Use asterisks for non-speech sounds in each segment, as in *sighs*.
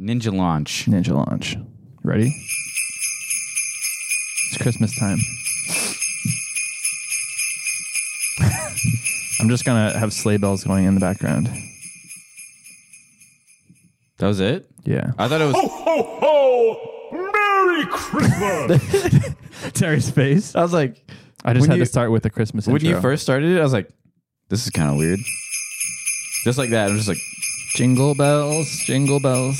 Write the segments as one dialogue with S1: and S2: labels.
S1: Ninja Launch.
S2: Ninja Launch. Ready? It's Christmas time. *laughs* I'm just gonna have sleigh bells going in the background.
S1: That was it? *laughs*
S2: Yeah.
S1: I thought it
S3: Oh!
S1: was.
S4: Ho ho! Merry
S1: *laughs*
S4: Christmas!
S2: Terry's face.
S1: I was like,
S2: I just
S1: When
S2: had
S1: you-
S2: to start with the Christmas
S1: when
S2: intro.
S1: you first started it, I was like, this is kind of weird. Just like that. I'm just like,
S2: Jingle bells, jingle bells.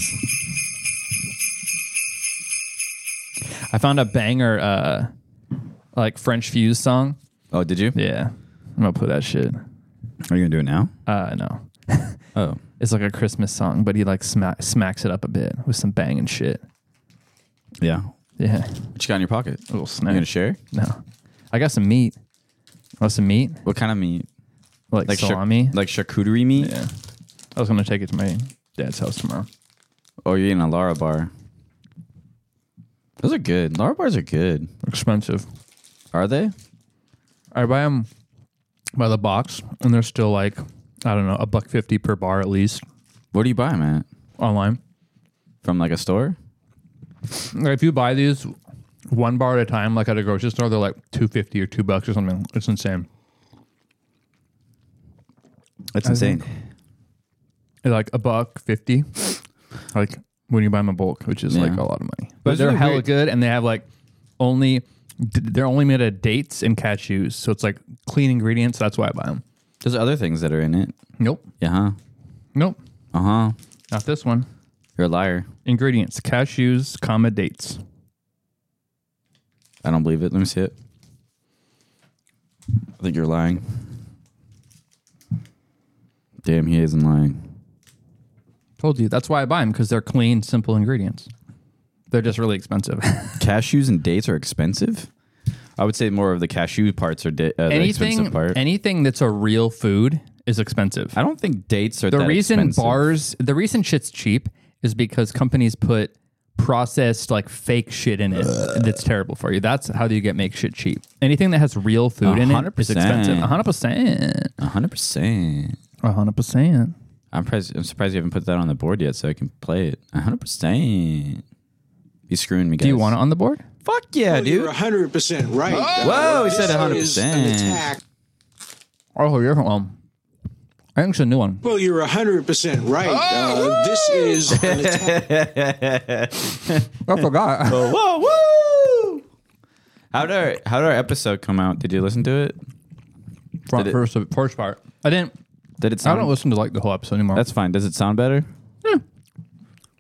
S2: I found a banger, uh, like French Fuse song.
S1: oh, did you?
S2: Yeah, I'm gonna play that shit.
S1: Are you going to do it now?
S2: Uh, no,
S1: Oh.
S2: it's like a Christmas song, but he like sma- smacks it up a bit with some banging shit.
S1: Yeah.
S2: Yeah,
S1: What you got in your pocket?
S2: a little
S1: You
S2: snack.
S1: going to share?
S2: No, I got some meat. Want some meat?
S1: What kind of meat?
S2: Like,
S1: char-
S2: salami?
S1: like charcuterie meat?
S2: yeah, I was gonna take it to my dad's house tomorrow.
S1: Oh, you're eating a Lara bar. Those are good. Lara bars are good.
S2: Expensive.
S1: Are they?
S2: I buy them by the box, and they're still like I don't know a buck fifty per bar at least
S1: Where do you buy them at?
S2: online.
S1: From like a store?
S2: Like, if you buy these one bar at a time, like at a grocery store, they're like two fifty or two bucks or something. It's insane.
S1: That's insane.
S2: They're like a buck fifty, like when you buy them in bulk, which is
S1: Yeah.
S2: like a lot of money. But
S1: Those are
S2: they're
S1: the
S2: hella
S1: weird-
S2: good, and they have like only d- they're only made of dates and cashews, so it's like clean ingredients. That's why I buy them.
S1: There's other things that are in it.
S2: Nope,
S1: Yeah, huh?
S2: nope,
S1: Uh huh.
S2: not this one.
S1: You're a liar.
S2: Ingredients: cashews, comma dates.
S1: I don't believe it. Let me see it. I think you're lying. Damn, he isn't lying.
S2: Told you. That's why I buy them because they're clean, simple ingredients. They're just really *laughs* expensive.
S1: Cashews and dates are expensive. I would say more of the cashew parts are da- uh, the
S2: anything,
S1: expensive part.
S2: anything that's a real food is expensive.
S1: I don't think dates are
S2: The
S1: that
S2: reason
S1: expensive.
S2: bars, the reason shit's cheap is because companies put processed like fake shit in it that's terrible for you. That's how you get make shit cheap. Anything that has real food in it is
S1: 100%.
S2: expensive. hundred percent.
S1: hundred percent.
S2: hundred percent.
S1: I'm pres- I'm surprised you haven't put that on the board yet, so I can play it. hundred percent. You screwing me, guys?
S2: Do you want it on the board?
S1: Fuck yeah,
S5: You're
S1: dude.
S5: 100%
S6: Oh!
S5: right. Uh,
S1: Whoa, he said hundred
S5: This is an
S1: percent.
S5: attack.
S2: Oh, you're different one. I think it's a new one.
S5: Well, you're 100% right.
S6: Oh!
S5: uh, this is an attack.
S2: I forgot.
S1: Whoa, woo! How did our how did our episode come out? Did you listen to it?
S2: Front
S1: Did it-
S2: first, first part. I didn't.
S1: Did it
S2: I
S1: sound?
S2: don't listen to like the whole episode anymore.
S1: That's fine. Does it sound better?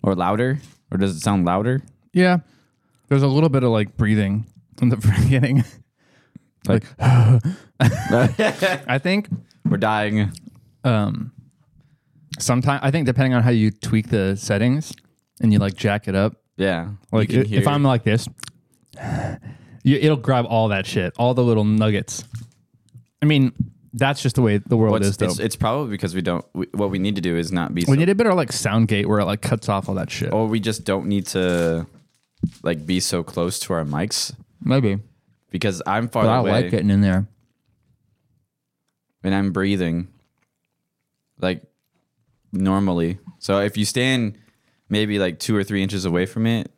S1: Or louder? Or does it sound louder?
S2: yeah. There's a little bit of like breathing in the *laughs* beginning.
S1: Like
S2: *sighs*
S1: *laughs*
S2: *laughs* I think
S1: we're dying.
S2: sometimes Um, I think depending on how you tweak the settings and you like jack it up,
S1: Yeah.
S2: like
S1: You can
S2: i-
S1: hear-
S2: if I'm like this, *sighs* you, it'll grab all that shit, all the little nuggets. I mean, that's just the way the world
S1: What's-
S2: is, though.
S1: it's, it's probably because we don't. We, what we need to do is not be.
S2: we
S1: so- Oh,
S2: need a better like sound gate where it like cuts off all that shit.
S1: or we just don't need to, like, be so close to our mics
S2: Maybe,
S1: because I'm far
S2: but I
S1: away
S2: like getting in there.
S1: and I'm breathing, like, normally. So if you stand maybe like two or three inches away from it,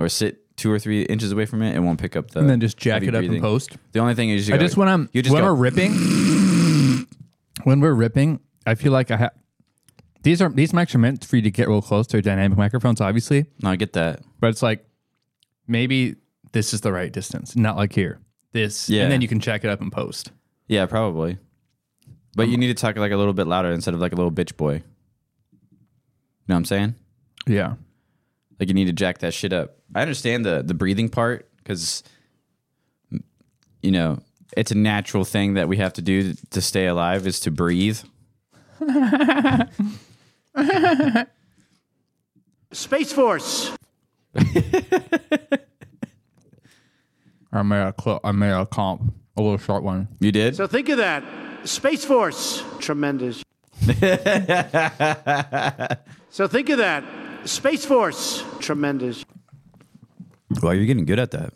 S1: or sit two or three inches away from it, it won't pick up the.
S2: And then just jack
S1: heavy
S2: it up
S1: breathing.
S2: and post.
S1: The only thing is, you
S2: I
S1: go-
S2: just when I'm
S1: you just
S2: when
S1: go,
S2: we're ripping, *laughs* when we're ripping, I feel like I have these are these mics are meant for you to get real close. They're dynamic microphones, obviously,
S1: no, I get that.
S2: but it's like maybe this is the right distance, not like here. This,
S1: Yeah.
S2: and then you can check it up and post.
S1: Yeah, probably. But you need to talk like a little bit louder instead of like a little bitch boy. You know what I'm saying?
S2: Yeah,
S1: Like you need to jack that shit up. I understand the the breathing part because you know it's a natural thing that we have to do to, to stay alive is to breathe.
S7: Space Force.
S2: I made a clip. I made a comp, a little short one.
S1: You did?
S7: So think of that. Space Force. Tremendous. so think of that. Space Force. Tremendous.
S1: well, you're getting good at that.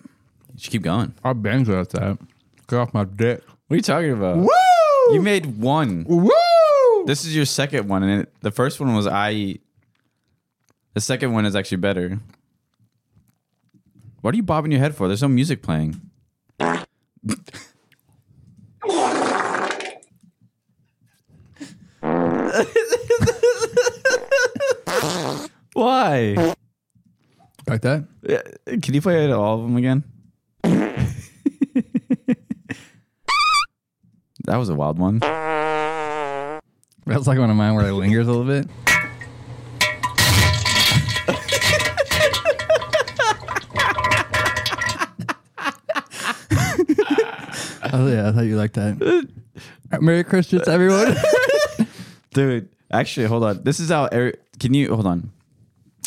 S1: You should keep going.
S2: I banged at that. Get off my dick.
S1: What are you talking about? Woo! You made one.
S2: Woo!
S1: This is your second one, and it, the first one was I. The second one is actually better. What are you bobbing your head for? There's no music playing. Why?
S2: Like that?
S1: Yeah, Can you play all of them again? that was a wild one.
S2: That's like one of mine where it lingers a little bit. *laughs* oh yeah, I thought you liked *laughs* that. Merry Christmas, everyone.
S1: Dude, actually, hold on. This is how. Eric, can you hold on?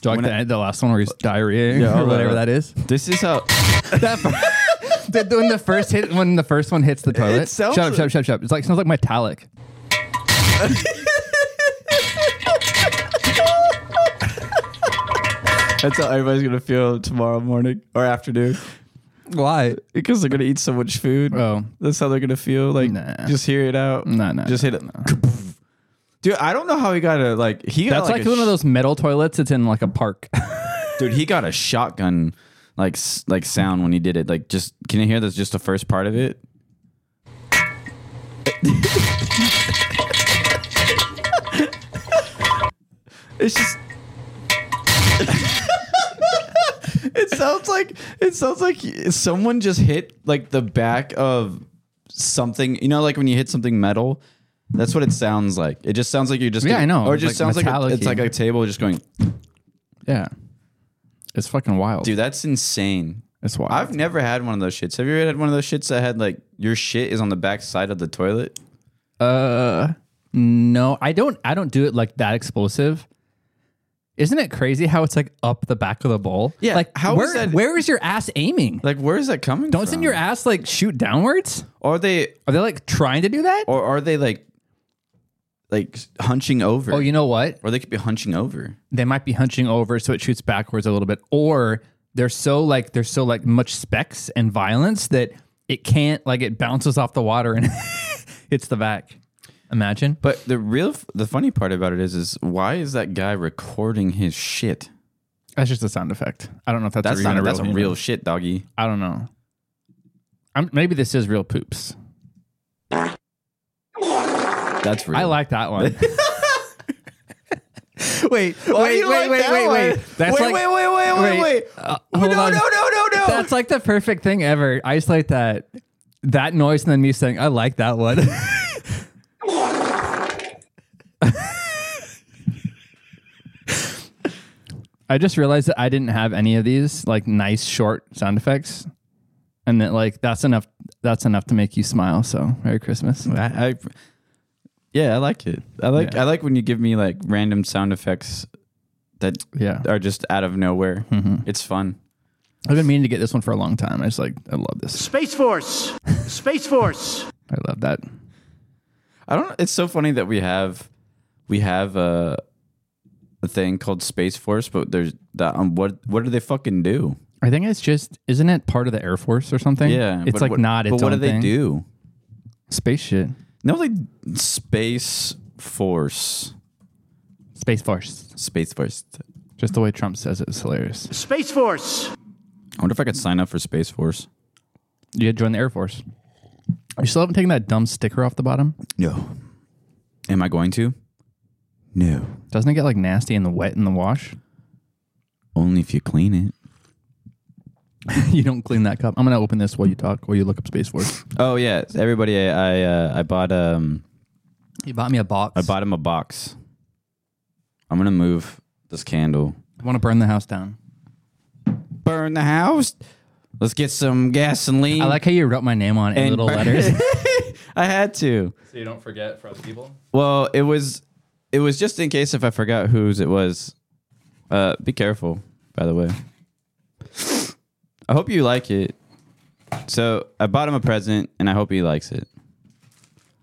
S2: like
S1: When I-
S2: the, the last one where he's diarrhea *laughs*
S1: Yeah,
S2: or
S1: hold
S2: whatever
S1: on.
S2: that
S1: *laughs*
S2: is.
S1: This is how.
S2: That *laughs* fir- that- when the first hit when the first one hits the toilet.
S1: sounds-
S2: shut up, shut up, shut up, shut up. It's like sounds like metallic.
S1: That's how everybody's gonna feel tomorrow morning or afternoon
S2: Why?
S1: because they're gonna eat so much food.
S2: Oh.
S1: That's how they're gonna feel. Like,
S2: Nah.
S1: just hear it out.
S2: Nah, nah,
S1: Just hit it. *laughs* Dude, I don't know how he got a like. He got
S2: That's like,
S1: a
S2: one of
S1: sh-
S2: those metal toilets that's in like a
S1: *laughs*
S2: park.
S1: dude. He got a shotgun like s- like sound when he did it. Like, just can you hear that's just the first part of it? *laughs* it's just. *laughs* it sounds like it sounds like someone just hit like the back of something. You know, like when you hit something metal. That's what it sounds like. It just sounds like you're just
S2: Yeah, I know.
S1: or
S2: It's
S1: it just
S2: like
S1: sounds like a, it's
S2: metallic-y.
S1: like a table just going.
S2: yeah. It's fucking wild.
S1: Dude, that's insane.
S2: It's wild.
S1: I've never had one of those shits. Have you ever had one of those shits that had like your shit is on the back side of the toilet?
S2: Uh, no, I don't. I don't do it like that explosive. Isn't it crazy how it's like up the back of the bowl?
S1: Yeah,
S2: like
S1: how
S2: where
S1: is that-
S2: where is your ass aiming?
S1: Like, where is that coming
S2: don't
S1: from?
S2: send your ass like shoot downwards.
S1: Are they
S2: Are they like trying to do that?
S1: or are they like like hunching over?
S2: oh, you know what?
S1: or they could be hunching over.
S2: They might be hunching over, so it shoots backwards a little bit, or they're so like there's so like much specs and violence that it can't like it bounces off the water and *laughs* hits the back. Imagine,
S1: But the real, the funny part about it is, is why is that guy recording his shit?
S2: that's just a sound effect. I don't know if that's
S1: That's
S2: even a
S1: not a,
S2: real
S1: that's a
S2: human.
S1: real shit, doggy.
S2: I don't know. I'm, maybe this is real poops.
S1: That's real.
S2: I like that
S1: *laughs*
S2: one. wait,
S1: Why do you like that one?
S2: That's
S1: wait,
S2: like,
S1: wait, wait, wait, wait,
S2: wait,
S1: wait.
S2: uh,
S1: no,
S2: hold
S1: no,
S2: on.
S1: no, no, no.
S2: That's like the perfect thing ever. Isolate that that noise and then me saying, "I like that one." *laughs* I just realized that I didn't have any of these like nice short sound effects, and that like that's enough. That's enough to make you smile. So, Merry Christmas.
S1: I, I yeah, I like it. I like
S2: Yeah.
S1: I like when you give me like random sound effects that
S2: Yeah. Mm-hmm.
S1: are just out of nowhere. It's fun.
S2: I've been meaning to get this one for a long time. I just like I love this.
S7: Space Force. Space Force.
S2: I love that.
S1: I don't. It's so funny that we have we have a a thing called Space Force, but there's that. Um, what what do they fucking do?
S2: I think it's just isn't it part of the Air Force or something?
S1: Yeah,
S2: it's
S1: but
S2: like
S1: what-
S2: not. Its
S1: But what
S2: own
S1: do they
S2: thing.
S1: do?
S2: Space shit.
S1: No, they Space Force.
S2: Space Force.
S1: Space Force.
S2: Just the way Trump says it is hilarious.
S7: Space Force.
S1: I wonder if I could sign up for Space Force.
S2: You had to join the Air Force. You still haven't taken that dumb sticker off the bottom.
S1: No. Am I going to? No.
S2: Doesn't it get like nasty in the wet in the wash? *laughs*
S1: Only if you clean it.
S2: you don't clean that cup. I'm gonna open this while you talk, while you look up Space Force.
S1: Oh yeah, everybody! I I, uh, I bought um
S2: You bought me a box.
S1: I bought him a box. I'm gonna move this candle.
S2: I want to burn the house down.
S1: Burn the house. Let's get some gasoline.
S2: I like how you wrote my name on it in
S1: and *laughs*
S2: little
S1: burn-
S2: letters.
S1: I had to.
S2: so you don't forget for other people.
S1: Well, it was it was just in case if I forgot whose it was. Uh, be careful, by the way. I hope you like it. So I bought him a present, and I hope he likes it.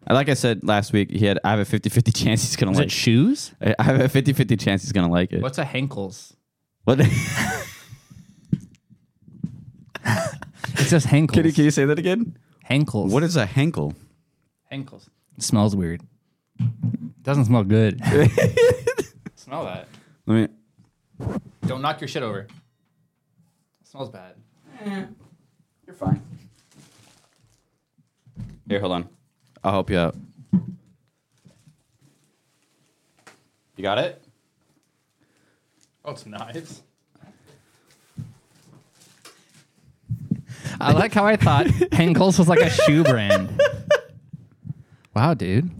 S1: Uh, Like I said last week, he had I have a 50-50 chance he's
S2: *laughs*
S1: gonna
S2: Is
S1: like
S2: it shoes?
S1: I I have a 50 50 chance he's going to like it.
S2: What's a Henkels?
S1: What? *laughs*
S2: It says Henkels.
S1: can, you, can you say that again?
S2: Henkels.
S1: What is a Henkel?
S2: Henkels? It smells weird.
S1: *laughs*
S2: Doesn't smell good. Smell that.
S1: Let me.
S2: Don't knock your shit over. smells bad.
S1: You're fine. Here, hold on. I'll help you out. You got it?
S2: Oh, it's knives. I like how I *laughs* thought Henkel's was like a shoe brand. Wow, dude.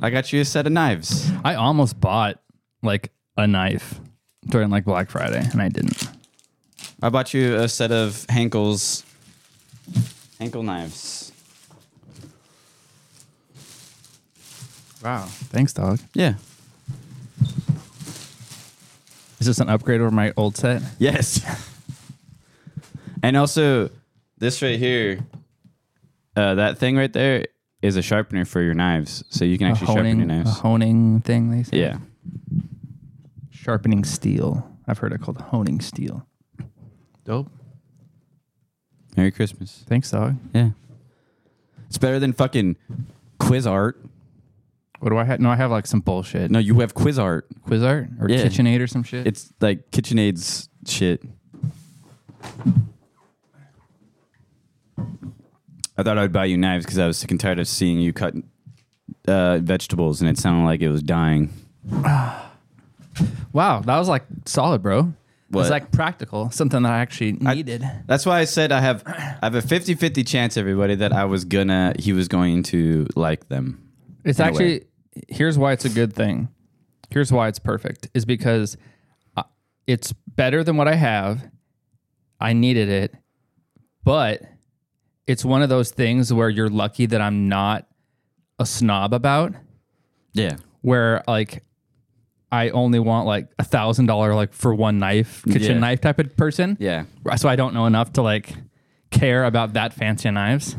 S1: I got you a set of knives.
S2: I almost bought like a knife during like Black Friday and I didn't.
S1: I bought you a set of Hankel's Hankel knives.
S2: Wow. Thanks, dog.
S1: Yeah.
S2: Is this an upgrade over my old set?
S1: Yes. *laughs* and also, this right here, uh, that thing right there is a sharpener for your knives, so you can actually sharpen your
S2: honing, a
S1: knives.
S2: honing thing they say.
S1: yeah.
S2: Sharpening steel. I've heard it called honing steel. Dope.
S1: Merry Christmas.
S2: Thanks, dog.
S1: Yeah. It's better than fucking quiz art.
S2: What do I have? No, I have like some bullshit.
S1: No, you have quiz art.
S2: Quiz art or
S1: Yeah.
S2: KitchenAid or some shit.
S1: It's like KitchenAid's shit. I thought I'd buy you knives because I was sick and tired of seeing you cut uh, vegetables, and it sounded like it was dying.
S2: wow, that was like solid, bro. It was
S1: What?
S2: like practical, something that I actually needed.
S1: That's why I said I have I have a 50-50 chance, everybody, that I was gonna he was going to like them.
S2: It's
S1: in a way.
S2: actually here's why it's a good thing. Here's why it's perfect is because uh, it's better than what I have. I needed it, but it's one of those things where you're lucky that I'm not a snob about.
S1: Yeah.
S2: Where like I only want like a thousand dollar like for one knife, kitchen
S1: Yeah.
S2: knife type of person.
S1: Yeah.
S2: so I don't know enough to like care about that fancy knives.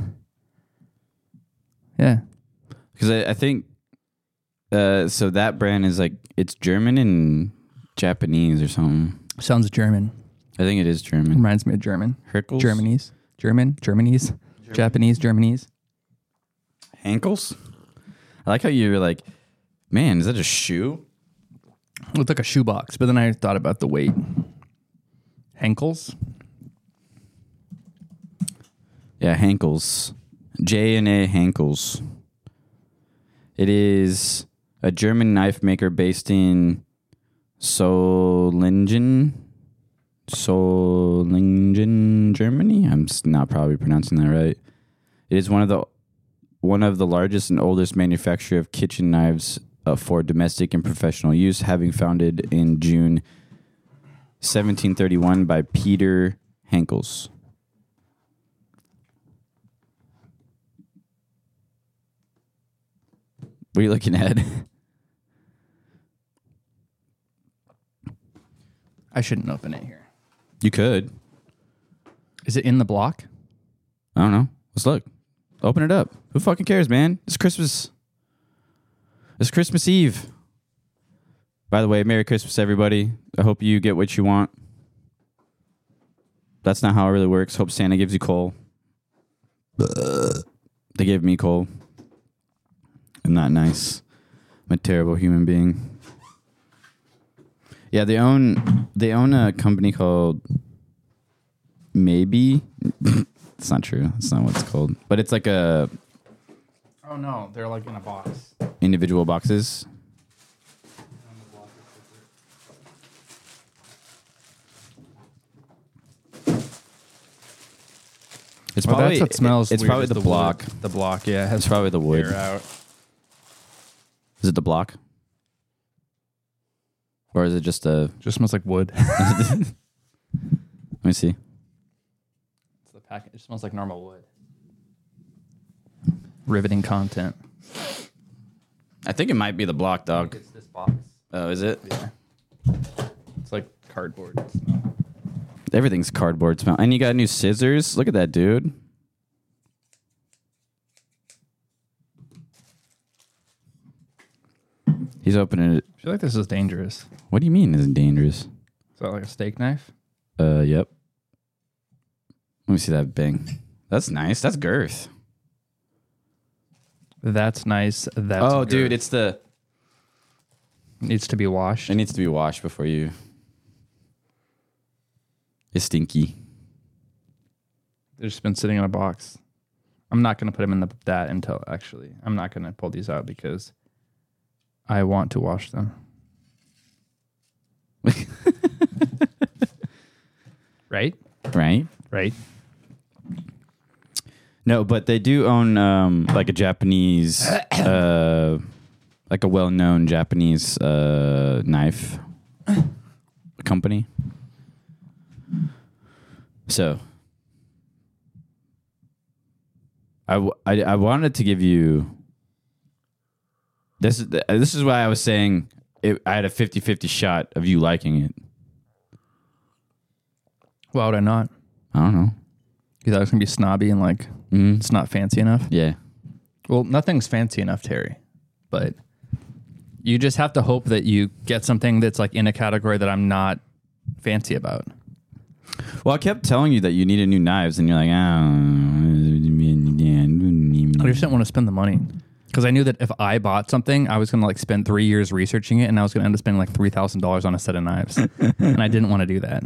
S2: Yeah.
S1: Because I, I think uh, so that brand is like it's German and Japanese or something.
S2: Sounds German.
S1: I think it is German.
S2: Reminds me of German.
S1: Hercules?
S2: Germany's. German. Germany's. Japanese. Germany's.
S1: Ankles? I like how you were like, man, is that a shoe?
S2: Looked like a shoebox, but then I thought about the weight. Henkels?
S1: Yeah, Hankles. J and A Hankles. It is a German knife maker based in Solingen, Solingen, Germany. I'm s- not probably pronouncing that right. It is one of the one of the largest and oldest manufacturer of kitchen knives uh, for domestic and professional use, having founded in June 1731 by Peter Hankels. What are you looking at? *laughs*
S2: I shouldn't open it here.
S1: You could.
S2: Is it in the block?
S1: I don't know. Let's look. Open it up. Who fucking cares, man? It's Christmas. It's Christmas Eve. By the way, Merry Christmas, everybody. I hope you get what you want. That's not how it really works. Hope Santa gives you coal. They gave me coal. I'm not nice. I'm a terrible human being. Yeah, they own they own a company called Maybe. It's not true. It's not what it's called. But it's like a
S2: Oh no, they're like in a box.
S1: individual boxes. It's
S2: Well,
S1: probably
S2: that's what smells.
S1: It's
S2: weird,
S1: probably
S2: is
S1: the, block.
S2: wood. The block, yeah,
S1: It's
S2: has
S1: probably the wood.
S2: air out.
S1: Is it the block? Or is it just a?
S2: Just smells like *laughs* wood.
S1: Let me see.
S2: It's the packet. It smells like normal wood. Riveting content.
S1: I think it might be the block, dog.
S2: It's this box.
S1: Oh, is it?
S2: It's like cardboard.
S1: Everything's cardboard smell. And you got new scissors. Look at that, dude. He's opening it.
S2: I feel like this is dangerous.
S1: What do you mean isn't dangerous?
S2: Is that like a steak knife?
S1: Uh, yep. Let me see that bang. That's nice. That's girth.
S2: That's nice. That's
S1: oh,
S2: good.
S1: dude, it's the.
S2: needs to be washed.
S1: It needs to be washed before you. is stinky.
S2: They've just been sitting in a box. I'm not going to put them in the, that until actually. I'm not going to pull these out because I want to wash them. right?
S1: right?
S2: Right.
S1: No, but they do own um, like a Japanese, uh, like a well-known Japanese uh, knife company. So, I, w- I, I wanted to give you this. is the- This is why I was saying it, I had a 50-50 shot of you liking it.
S2: Why would I not?
S1: I don't know.
S2: You thought it was going to be snobby and like, it's not fancy enough?
S1: Yeah,
S2: Well, nothing's fancy enough, Terry, but you just have to hope that you get something that's like in a category that I'm not fancy about.
S1: Well, I kept telling you that you needed new knives, and you're like, "Ah, oh.
S2: I just didn't want to spend the money because I knew that if I bought something, I was going to like spend three years researching it, and I was going to end up spending like three thousand dollars on a set of *laughs* knives, and I didn't want to do that.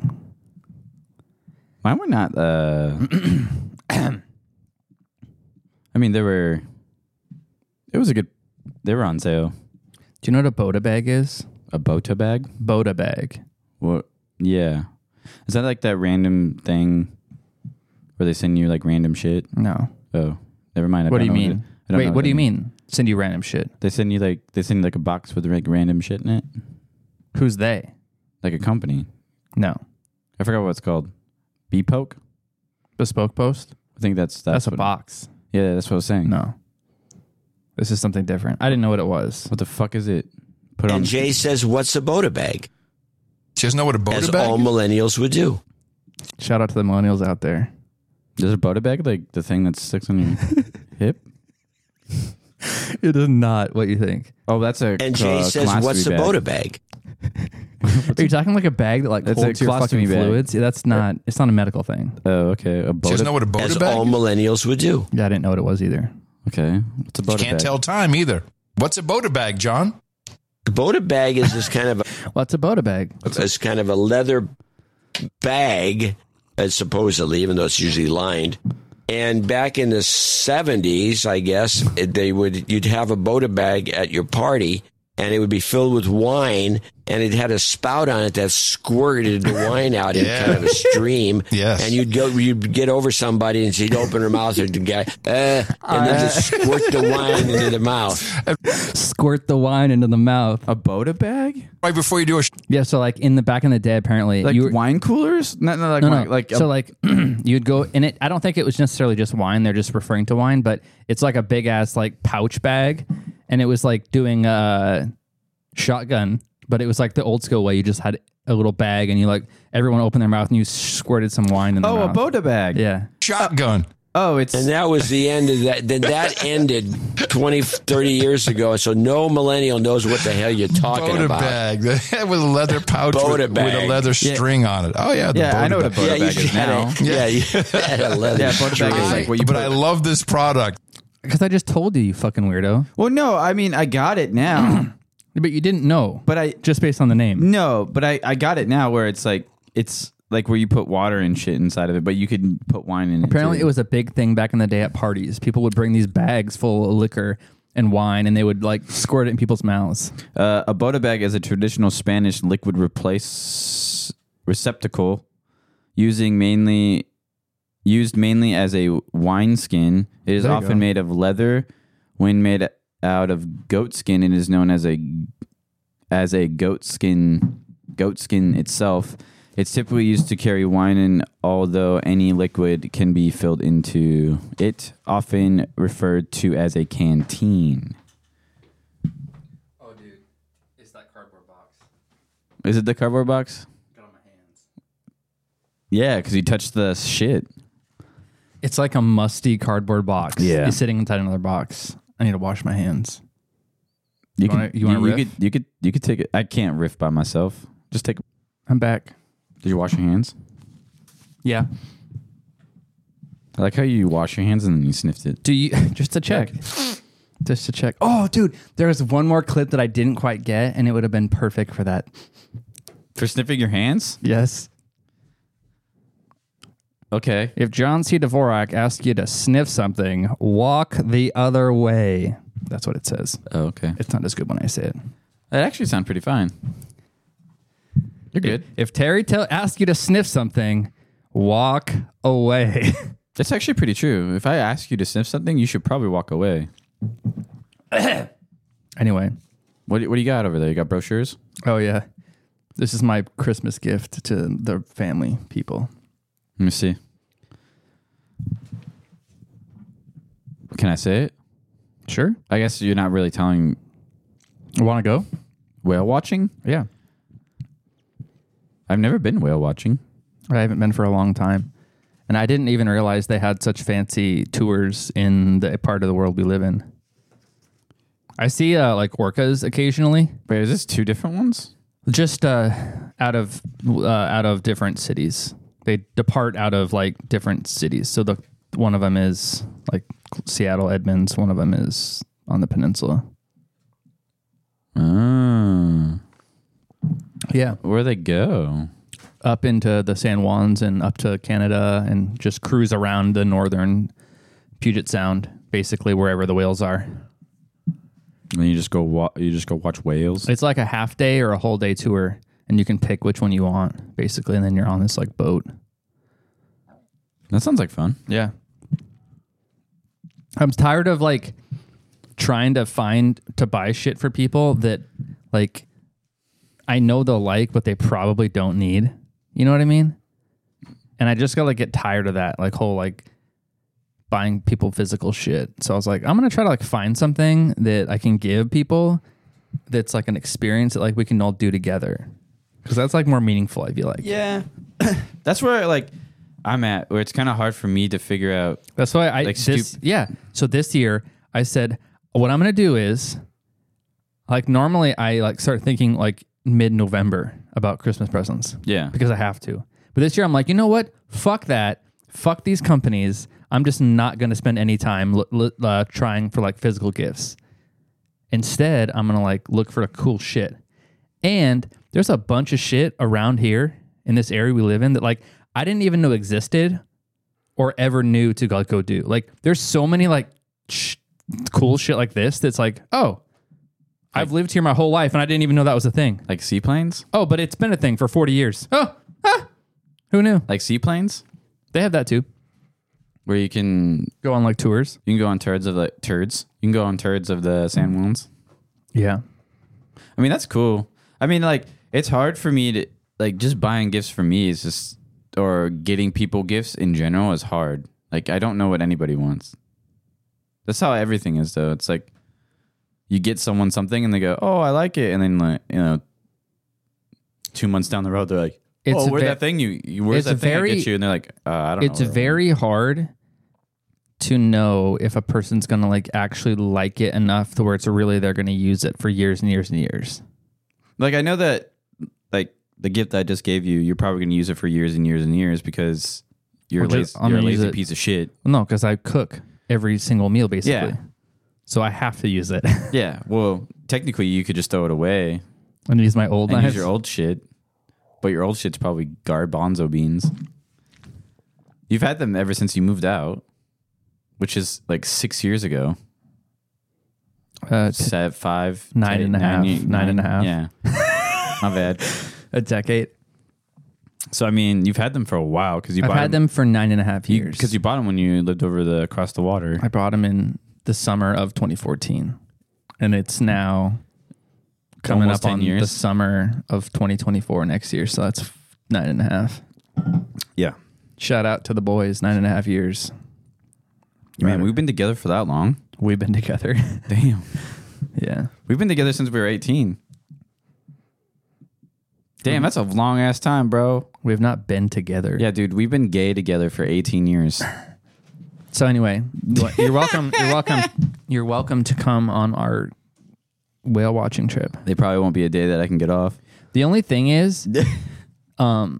S1: Mine were not. Uh, *clears throat* I mean, they were. It was a good. They were on sale.
S2: Do you know what a Boda bag is?
S1: A Bota bag.
S2: Boda bag.
S1: What? Yeah. Is that like that random thing where they send you like random shit?
S2: No.
S1: Oh, never mind. I
S2: What do you
S1: don't know
S2: mean?
S1: I don't know
S2: Wait, what
S1: that
S2: do you
S1: means.
S2: mean? Send you random shit.
S1: They send you like they send you like a box with like random shit in it,
S2: Who's they?
S1: like a company.
S2: No.
S1: I forgot what it's called. Beepoke.
S2: Bespoke post.
S1: I think that's that's,
S2: That's, a
S1: what-
S2: box.
S1: Yeah, that's what I was saying.
S2: No. This is something different. I didn't know what it was.
S1: What the fuck is it? Put on.
S8: And Jay says, What's a Boda bag?
S9: Um, She doesn't know what a boat
S8: As
S9: bag
S8: all
S9: is?
S8: millennials would do.
S2: Shout out to the millennials out there.
S1: Is it a Boda bag like the thing that sticks on your hip?
S2: It is not what you think.
S1: Oh, that's a.
S8: And Jay
S1: uh,
S8: says,
S1: colostomy
S8: What's a
S1: bag.
S8: Boda bag?
S2: Are you talking like a bag that like
S1: That's a
S2: holds your fucking
S1: colostomy bag.
S2: fluids? Yeah, that's not. It's not a medical thing.
S1: Oh, okay. A
S9: She
S1: Boda.
S9: doesn't know what a
S8: As
S9: boat
S8: all
S9: bag is?
S8: millennials would do.
S2: Yeah, I didn't know what it was either.
S1: okay. What's a Boda
S9: She can't
S1: bag?
S9: tell time either. What's a boat bag, John?
S8: The Boda bag is this kind of
S2: Well, it's a Boda bag.
S8: it's kind of a leather bag, uh, supposedly, even though it's usually lined. And back in the seventies, I guess it- they would you'd have a Boda bag at your party, and it would be filled with wine, and it had a spout on it that squirted the wine out in
S9: *laughs* Yeah.
S8: kind of a stream.
S9: Yes.
S8: and you'd go, you'd get over somebody, and she'd open her mouth, and the guy, uh, and then just squirt the wine into their mouth.
S2: Squirt the wine into the mouth.
S1: A Boda bag?
S9: Right before you do a sh-
S2: Yeah, so like in the back in the day, apparently
S1: Like
S2: you were.
S1: wine coolers? No, no, like
S2: No,
S1: wine,
S2: no.
S1: like.
S2: so,
S1: a,
S2: like *clears throat* you'd go in it. I don't think it was necessarily just wine. They're just referring to wine, but it's like a big ass like pouch bag, and it was like doing a shotgun, but it was like the old school way. You just had a little bag, and you like everyone opened their mouth, and you squirted some wine in. Their
S1: oh,
S2: mouth.
S1: a Boda bag.
S2: Yeah,
S9: shotgun.
S1: Oh, it's.
S8: And that was the end of that. Then that ended 20, 30 years ago. So no millennial knows what the hell you're talking
S9: Boda
S8: about.
S9: Uh, bag *laughs* with a
S8: *laughs*
S9: leather pouch
S8: Boda
S9: with,
S8: bag.
S9: with a leather string on it. Oh yeah, the
S1: yeah, I
S9: Boda
S1: know what a
S9: bag.
S1: Boda
S8: Yeah,
S1: bag
S8: you
S1: is
S8: had
S1: now.
S8: *laughs* a, yeah, you had a leather
S1: Yeah, Boda bag is
S8: string.
S1: like what you
S9: but
S1: put.
S9: I love this product.
S2: because I just told you, you fucking weirdo.
S1: well, no, I mean, I got it now.
S2: But you didn't know.
S1: But I-
S2: just based on the name.
S1: No, but I, I got it now where it's like. It's like where you put water and shit inside of it, but you could put wine in it.
S2: Apparently,
S1: too.
S2: it was a big thing back in the day at parties. People would bring these bags full of liquor and wine, and they would like squirt it in people's mouths.
S1: Uh, a bota bag is a traditional Spanish liquid replace receptacle, using mainly used mainly as a wineskin. It is
S2: There you
S1: often
S2: go.
S1: made of leather. When made out of goat skin, it is known as a as a goat skin goat skin itself. It's typically used to carry wine, and although any liquid can be filled into it, often referred to as a canteen. Is it the cardboard box? Yeah, because you touched the shit.
S2: It's like a musty cardboard box.
S1: Yeah.
S2: It's sitting inside another box. I need to wash my hands.
S1: You,
S2: wanna-
S1: could-
S2: you wanna
S1: you,
S2: riff?
S1: could you could you could take it. I can't riff by myself. Just take.
S2: I'm back.
S1: Did you wash your hands?
S2: Yeah.
S1: I like how you wash your hands and then you sniffed it.
S2: Do you *laughs* just to check? Just to check. Oh, dude, there was one more clip that I didn't quite get, and it would have been perfect for that.
S1: For sniffing your hands?
S2: Yes.
S1: Okay.
S2: If John C. Dvorak asks you to sniff something, walk the other way. That's what it says.
S1: Oh, okay.
S2: It's not as good when I say it.
S1: That actually sounds pretty fine. You're good.
S2: If Terry tell asks you to sniff something, walk away. *laughs*
S1: That's actually pretty true. If I ask you to sniff something, you should probably walk away.
S2: anyway,
S1: What, what do you got over there? You got brochures?
S2: oh yeah, this is my Christmas gift to the family people.
S1: Let me see. Can I say it?
S2: Sure,
S1: I guess you're not really telling
S2: want to go?
S1: whale watching.
S2: Yeah,
S1: I've never been whale watching.
S2: I haven't been for a long time, and I didn't even realize they had such fancy tours in the part of the world we live in. I see uh, like orcas occasionally,
S1: Wait, is this two different ones?
S2: just uh, out of uh, out of different cities. They depart out of like different cities. So the one of them is like Seattle, Edmonds. One of them is on the peninsula.
S1: Oh.
S2: Yeah,
S1: Where they go?
S2: up into the San Juans and up to Canada, and just cruise around the northern Puget Sound, basically wherever the whales are.
S1: And you just go wa- you just go watch whales.
S2: It's like a half day or a whole day tour, and you can pick which one you want, basically. And then you're on this like boat.
S1: That sounds like fun.
S2: Yeah. I'm tired of like trying to find to buy shit for people that like I know they'll like, but they probably don't need. You know what I mean? And I just gotta like get tired of that, like whole like buying people physical shit. So I was like, I'm gonna try to like find something that I can give people that's like an experience that like we can all do together. Cause that's like more meaningful, I feel like.
S1: Yeah. *coughs* That's where like I'm at where it's kind of hard for me to figure out
S2: That's why I
S1: Like
S2: this,
S1: stup-
S2: yeah. So this year I said what I'm going to do is like normally I like start thinking like mid-November about Christmas presents
S1: Yeah.
S2: because I have to. But this year I'm like, "You know what? Fuck that. Fuck these companies. I'm just not going to spend any time l- l- uh, trying for like physical gifts. Instead, I'm going to like look for cool shit. And there's a bunch of shit around here in this area we live in that like I didn't even know existed or ever knew to like go do. Like there's so many like sh- cool shit like this that's like, oh, I've lived here my whole life and I didn't even know that was a thing.
S1: like seaplanes?
S2: Oh, but it's been a thing for 40 years. Oh, ah, who knew?
S1: Like seaplanes
S2: They have that too.
S1: where you can
S2: Go on like tours.
S1: you can go on turds of the turds. You can go on turds of the sand
S2: Mm.
S1: wounds.
S2: Yeah.
S1: I mean, that's cool. I mean, like, it's hard for me to, like, just buying gifts for me is just, or getting people gifts in general is hard. Like, I don't know what anybody wants. That's how everything is, though. It's like you get someone something and they go, oh, I like it. And then, like, you know, two months down the road, they're like,
S2: It's
S1: oh, where's
S2: ve-
S1: that thing you, you where's
S2: it's
S1: that thing I
S2: very-
S1: get you? And they're like, uh, I don't know.
S2: It's
S1: where I want
S2: very hard to know if a person's going to like actually like it enough to where it's really they're going to use it for years and years and years.
S1: Like I know that like the gift I just gave you, you're probably gonna use it for years and years and years because you're,
S2: Well, just-
S1: laz-
S2: I'm
S1: you're a
S2: gonna use
S1: lazy
S2: it-
S1: piece of shit.
S2: No, because I cook every single meal basically.
S1: Yeah.
S2: So I have to use it. *laughs*
S1: Yeah. Well, technically you could just throw it away
S2: and use my old
S1: and
S2: knives.
S1: use your old shit. But your old shit's probably garbanzo beans. You've had them ever since you moved out, which is like six years ago.
S2: uh, t-
S1: Set five,
S2: Nine and a half, nine and a half.
S1: Yeah. *laughs* Not bad.
S2: a decade.
S1: So I mean, you've had them for a while because you
S2: I've
S1: bought
S2: had them for nine and a half years.
S1: because you bought them when you lived over the across the water.
S2: I bought them in the summer of 2014, and it's now coming
S1: Almost
S2: up
S1: 10
S2: on the
S1: years.
S2: summer of 2024 next year. So that's f- nine and a half.
S1: Yeah.
S2: Shout out to the boys, nine and a half years.
S1: Man, we've been together for that long.
S2: We've been together.
S1: Damn.
S2: yeah.
S1: We've been together since we were 18. Damn, that's a long ass time, bro.
S2: We have not been together.
S1: Yeah, dude, we've been gay together for 18 years.
S2: So anyway, you're welcome. You're welcome. You're welcome to come on our whale watching trip.
S1: They probably won't be a day that I can get off.
S2: The only thing
S1: *laughs*
S2: is, um,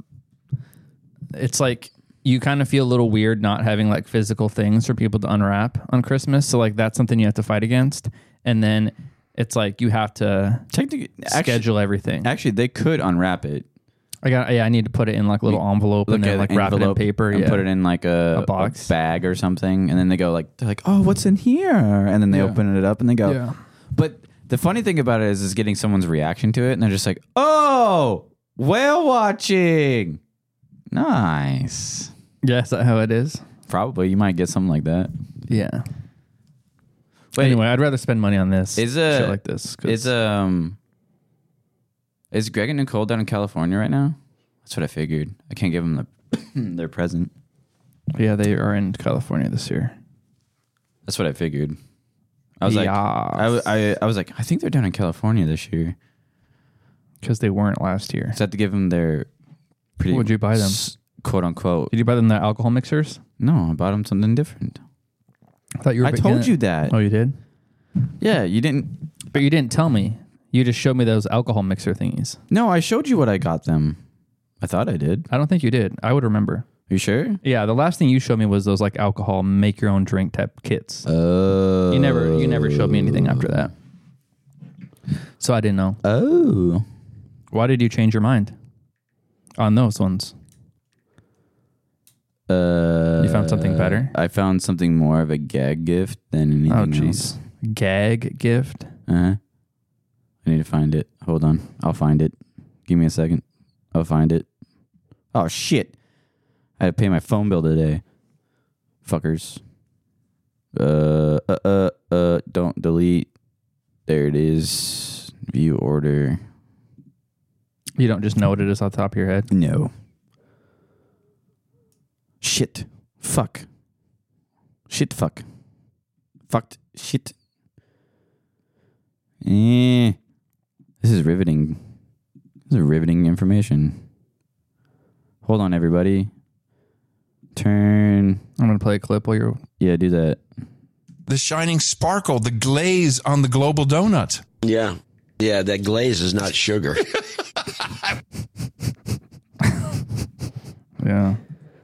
S2: it's like you kind of feel a little weird not having like physical things for people to unwrap on Christmas. So like that's something you have to fight against, and then it's like you have to
S1: Technically, actually,
S2: schedule everything.
S1: actually, they could unwrap it.
S2: I got. Yeah, I need to put it in like a little envelope and then like wrap it in paper
S1: and
S2: yeah.
S1: put it in like a,
S2: A box.
S1: bag or something, and then they go like they're like, oh, what's in here? And then they open it up and they go.
S2: Yeah.
S1: But the funny thing about it is, is getting someone's reaction to it, and they're just like, oh, whale watching, nice.
S2: Yeah, is that how it is?
S1: Probably you might get something like that.
S2: Yeah.
S1: Wait.
S2: anyway, I'd rather spend money on this.
S1: Is a
S2: shit like this. 'cause-
S1: Is um is Greg and Nicole down in California right now? That's what I figured. I can't give them the, *clears throat* their present.
S2: yeah, they are in California this year.
S1: That's what I figured. I was like, I,
S2: yeah,
S1: w- I- I was like, I think they're down in California this year.
S2: because they weren't last year.
S1: So I had to give them their pretty.
S2: What'd you buy them?
S1: s- Quote unquote.
S2: Did you buy them the alcohol mixers?
S1: No, I bought them something different.
S2: I thought you were.
S1: I
S2: big-
S1: told you that.
S2: Oh, you did.
S1: Yeah, you didn't.
S2: But you didn't tell me. You just showed me those alcohol mixer thingies.
S1: No, I showed you what I got them. I thought I did.
S2: I don't think you did. I would remember.
S1: you sure?
S2: Yeah, the last thing you showed me was those like alcohol make your own drink type kits.
S1: Oh.
S2: you never you never showed me anything after that. So I didn't know.
S1: Oh.
S2: Why did you change your mind on those ones?
S1: Uh,
S2: You found something better?
S1: I found something more of a gag gift than anything
S2: Oh jeez.
S1: else.
S2: Gag gift.
S1: Uh-huh. I need to find it. Hold on. I'll find it. Give me a second. I'll find it. Oh shit. I had to pay my phone bill today. Fuckers. Uh uh uh uh don't delete. There it is. View order.
S2: You don't just know what it is off the top of your head.
S1: No. Shit. Fuck. Shit fuck. Fucked shit. Eh. This is riveting. This is riveting information. Hold on everybody. Turn
S2: I'm gonna play a clip while you're
S1: yeah, do that.
S9: The shining sparkle, the glaze on the global donut.
S8: Yeah. Yeah, that glaze is
S9: *laughs*
S8: not sugar.
S2: Yeah.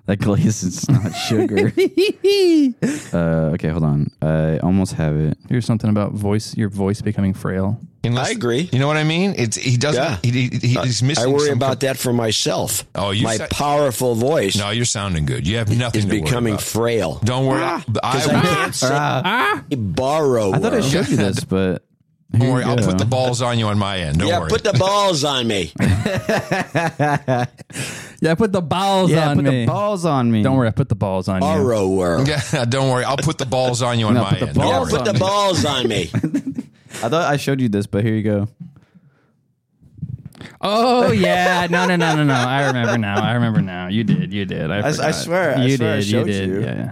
S1: That glaze is
S2: *laughs*
S1: not sugar. uh, okay, hold on. I almost have it.
S2: Here's something about voice your voice becoming frail.
S9: Unless-
S8: I agree.
S9: You know what I mean? It's he doesn't.
S8: Yeah.
S9: He, he, he- he's missing.
S8: I worry
S9: some-
S8: about that for myself.
S9: Oh, you
S8: my
S9: said-
S8: powerful voice
S9: No, you're sounding good. You have nothing
S8: is
S9: to worry
S8: becoming
S9: about.
S8: frail.
S9: Don't worry. I,
S8: Because I can't say borrow.
S1: Ah. I thought I showed you this, but
S9: don't worry. I'll put the balls on you on my end. Don't
S8: yeah,
S9: worry.
S8: put the balls on me.
S2: Yeah, put the balls
S1: yeah,
S2: on
S1: put
S2: me.
S1: the balls on me.
S2: don't worry, I put the balls on you.
S8: Borrow
S9: *laughs*
S8: world.
S9: yeah, don't worry. I'll put the balls on you on
S1: No,
S9: my
S1: put the
S9: end. Don't
S1: balls
S9: worry.
S1: on
S8: Put the balls on
S1: *laughs*
S8: me.
S1: I thought I showed you this, but here you go. *laughs*
S2: Oh yeah, no, no, no, no, no. I remember now. I remember now. You did. You did. I,
S1: I
S2: forgot.
S1: swear, I
S2: You
S1: swear I
S2: did.
S1: showed
S2: you did.
S1: you.
S2: Yeah.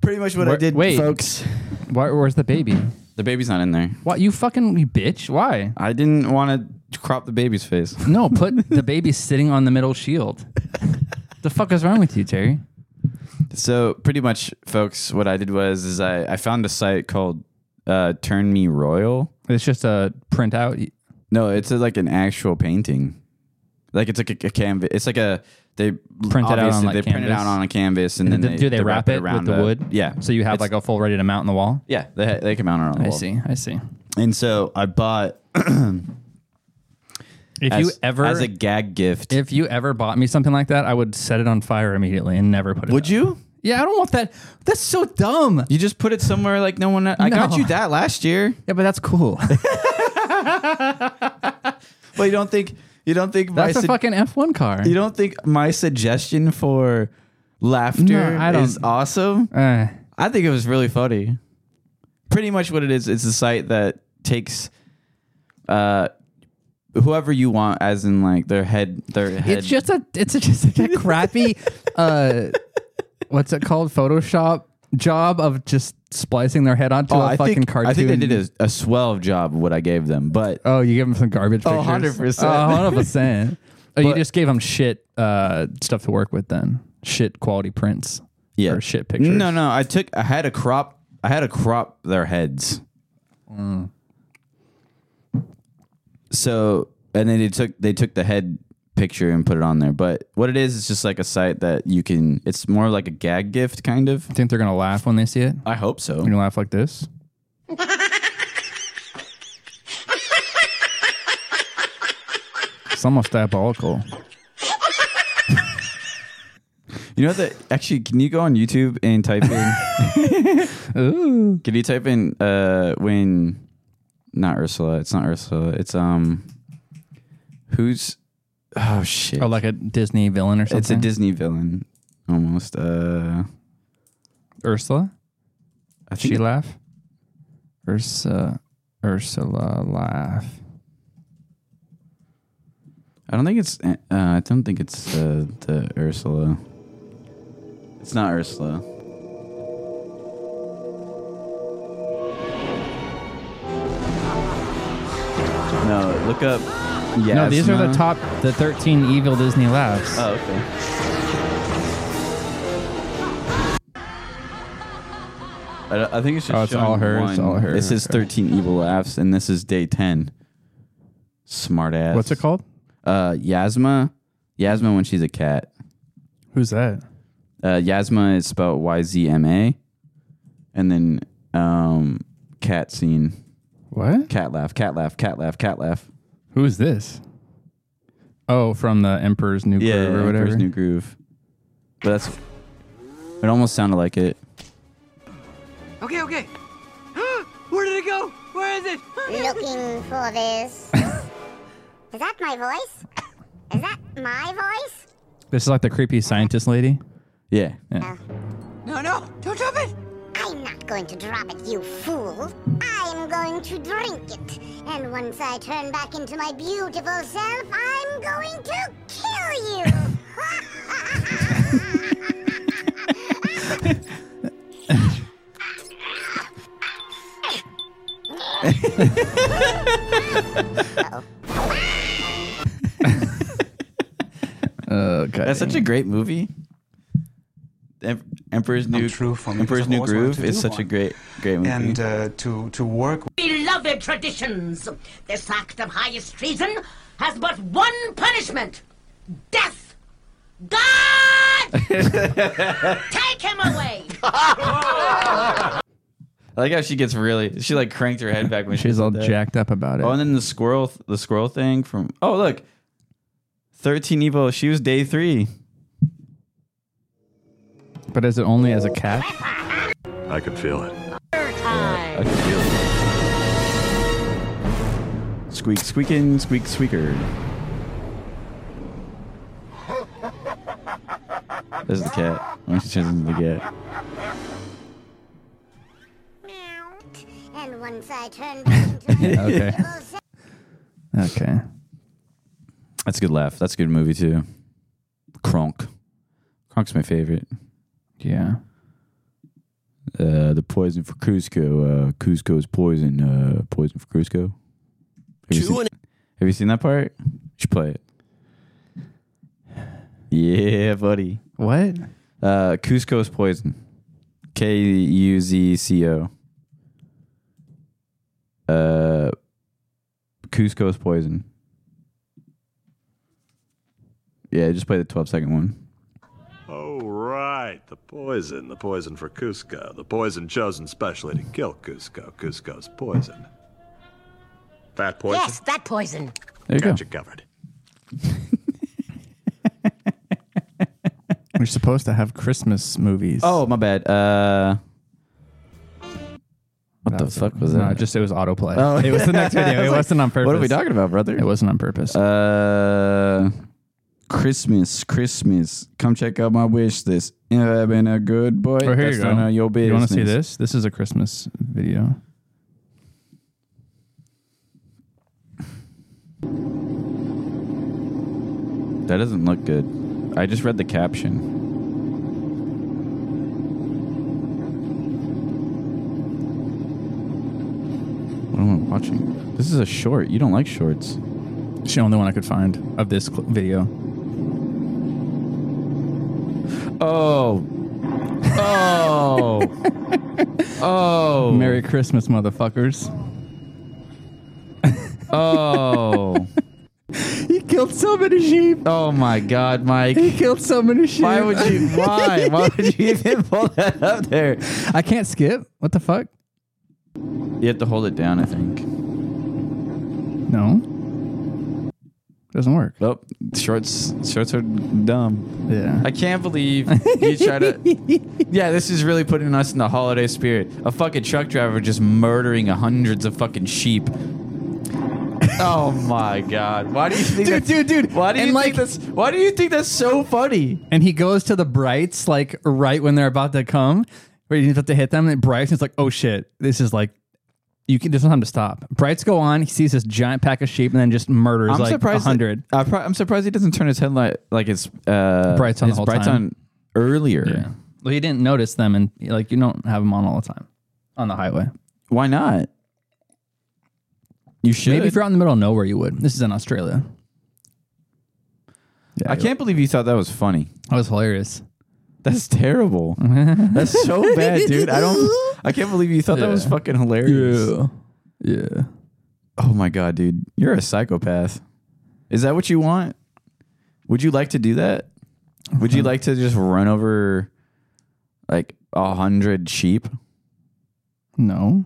S1: Pretty much what
S2: Where- wait. Why, where's the baby?
S1: The baby's not in there.
S2: What you fucking you bitch? Why?
S1: I didn't want to crop the baby's face.
S2: No, put
S1: *laughs*
S2: the baby sitting on the middle shield. the fuck is wrong with you, Terry?
S1: So pretty much, folks, what I did was is I, I found a site called uh, Turn Me Royal.
S2: It's just a printout.
S1: No, it's uh, like an actual painting. Like it's like a, a canvas. It's like a they
S2: Print it out on,
S1: obviously,
S2: like,
S1: they print it
S2: canvas.
S1: out on a canvas and, then
S2: Do they, wrap, it
S1: around
S2: with the
S1: a-
S2: wood?
S1: Yeah.
S2: So you have
S1: It's-
S2: like a full ready to mount on the wall.
S1: yeah they they can mount it on the
S2: I
S1: wall.
S2: see. I see.
S1: And so I bought
S2: If
S1: as,
S2: you ever,
S1: as a gag gift.
S2: if you ever bought me something like that, I would set it on fire immediately and never put it.
S1: would
S2: up.
S1: you?
S2: Yeah, I don't want that. That's so dumb.
S1: You just put it somewhere like no one. I got
S2: No.
S1: you that last year.
S2: Yeah, but that's
S1: *laughs*
S2: cool.
S1: But you don't think you don't think my
S2: That's a
S1: sug-
S2: fucking F one car.
S1: you don't think my suggestion for laughter
S2: No, I don't-
S1: is awesome?
S2: Uh,
S1: I think it was really funny. Pretty much what it is, it's a site that takes uh whoever you want as in like their head their head
S2: it's just a it's a, *laughs* just
S1: *laughs*
S2: like a crappy uh what's it called Photoshop job of just splicing their head onto
S1: Oh,
S2: a
S1: I
S2: fucking
S1: think,
S2: cartoon.
S1: I think they did a, a swell job of what I gave them, but
S2: Oh, you give them some garbage
S1: Oh,
S2: pictures.
S1: 100%.
S2: Oh, 100%. Oh, you
S1: But-
S2: just gave them shit uh, stuff to work with then. Shit quality prints.
S1: yeah,
S2: Or shit pictures.
S1: No, no, I took I had a crop I had to crop their heads. Mm. So and then they took they took the head picture and put it on there. But what it is is just like a site that you can it's more like a gag gift kind of.
S2: Think they're going to laugh when they see it?
S1: I hope
S2: They're
S1: so.
S2: going to laugh like this? It's almost diabolical.
S1: You know that actually? Can you go on YouTube and type in? *laughs* Can you type in uh when? Not Ursula. It's not Ursula. It's um. Who's? Oh shit!
S2: Or like a Disney villain or something.
S1: it's a Disney villain, almost. Uh,
S2: Ursula.
S1: I think
S2: She laugh. Ursa. Ursula laugh.
S1: I don't think it's. Uh, I don't think it's uh, the Ursula. It's not Ursula. No, look up. Yeah,
S2: no, these are the top the thirteen evil Disney laughs.
S1: Oh, okay. I, don't- I think it's just
S2: Oh, it's
S1: showing
S2: all her,
S1: One.
S2: it's all her.
S1: This is
S2: Okay.
S1: 13 evil laughs, and this is day 10. Smart ass.
S2: What's it called?
S1: Uh, Yasma. Yasma when she's a cat.
S2: Who's that?
S1: Uh, Yasma is spelled Y Z M A, and then um, cat scene,
S2: What?
S1: cat laugh, cat laugh, cat laugh, cat laugh.
S2: Who is this? Oh, from the Emperor's New
S1: Yeah,
S2: Groove or whatever.
S1: Emperor's New Groove. But that's it. Almost sounded like it.
S10: Okay, okay. Where did it go? Where is it?
S11: Looking for
S12: *laughs*
S11: this. Is that my voice? Is that my voice?
S2: this is like the creepy scientist lady.
S1: Yeah.
S10: No, no, don't drop it.
S11: I'm not going to drop it, you fool. I'm going to drink it. And once I turn back into my beautiful self, I'm going to kill you. *laughs*
S2: Okay.
S1: That's such a great movie. Em- Emperor's New
S13: true for me because
S1: Emperor's
S13: I've
S1: New
S13: always wanted
S1: Groove
S13: to
S1: is
S13: do
S1: such a
S13: one.
S1: great great movie.
S13: and uh, to to work
S12: Beloved traditions, this act of highest treason has but one punishment death. God! Take him away!
S1: I like how she gets really she like cranked her head back when she
S2: She's all
S1: did that.
S2: jacked up about it.
S1: Oh, and then the squirrel the squirrel thing from Oh, look. 13 Evil, she was day 3.
S2: but is it only as a
S1: Oh.
S2: cat?
S4: I could feel it.
S1: Squeak, squeakin', squeak, squeaker. There's the cat. When she turns into the cat.
S11: and once I turn
S1: *laughs*
S11: back into my
S2: Okay.
S11: beautiful self,
S2: Okay.
S1: That's a good laugh. That's a good movie too. Kronk. Kronk's my favorite.
S2: Yeah.
S1: Uh, the poison for Cusco. Uh, Cusco's poison. Uh, poison for Cusco. Have you,
S8: Two
S1: seen,
S8: and
S1: have you seen that part? You should play it. Yeah, buddy.
S2: What?
S1: Uh, Cusco's poison. K U Z C O. Uh, Cusco's poison. Yeah, just play the 12 second one.
S4: Oh, right. The poison. The poison for Cusco. The poison chosen specially to kill Cusco. Cusco's poison. Fat poison?
S12: Yes, that poison.
S1: There you
S4: Got
S1: go.
S4: you covered.
S2: We're supposed to have Christmas movies.
S1: Oh, my bad. Uh, what the fuck was
S2: No,
S1: that?
S2: just it was autoplay. Oh, it was the
S1: *laughs*
S2: next video. It wasn't on purpose.
S1: what are we talking about, brother?
S2: It wasn't on purpose.
S1: Uh, Christmas, Christmas. Come check out my wish list. You know, I've been a good boy.
S2: oh, here
S1: That's
S2: you go.
S1: none of your business.
S2: you want to see this? This is a Christmas video.
S1: That doesn't look good. I just read the caption. What am I watching? This is a short. You don't like shorts.
S2: It's the only one I could find of this cl- video.
S1: Oh. Oh. oh.
S2: Merry Christmas, motherfuckers.
S1: *laughs* Oh.
S2: *laughs* He killed so many sheep.
S1: Oh my God, Mike.
S2: killed so many sheep.
S1: Why would you? Why? Why would you even pull that up there?
S2: I can't skip. What the fuck?
S1: You have to hold it down, I think.
S2: No. Doesn't work.
S1: Nope. Oh, Shorts shorts are dumb.
S2: Yeah.
S1: I can't believe you try *laughs* to Yeah, this is really putting us in the holiday spirit. A fucking truck driver just murdering hundreds of fucking sheep. oh my god. Why do you think
S2: Dude,
S1: that's,
S2: dude, dude.
S1: Why do you
S2: And,
S1: think
S2: like-
S1: that's why do you think that's so funny?
S2: And he goes to the brights like right when they're about to come, where he's about to hit them. And brights, it's like, oh shit, this is like, you can. There's no time to stop. Brights go on. He sees this giant pack of sheep and then just murders
S1: I'm
S2: like a
S1: surprised. that-
S2: hundred.
S1: I pro- I'm surprised he doesn't turn his headlight like it's uh,
S2: Brights on the
S1: his
S2: whole
S1: brights
S2: time.
S1: on earlier.
S2: Well, he didn't notice them, and like you don't have them on all the time on the highway.
S1: Why not? You should.
S2: Maybe if you're out in the middle of nowhere, you would. This is in Australia.
S1: I can't believe you thought that was funny.
S2: That was hilarious. *laughs*
S1: That's terrible. That's so bad, dude. I don't. I can't believe you thought that was
S2: Yeah.
S1: fucking hilarious.
S2: yeah.
S1: Oh my god, dude, you're a psychopath. Is that what you want? Would you like to do that? Would
S2: Uh-huh.
S1: you like to just run over like a hundred sheep?
S2: No.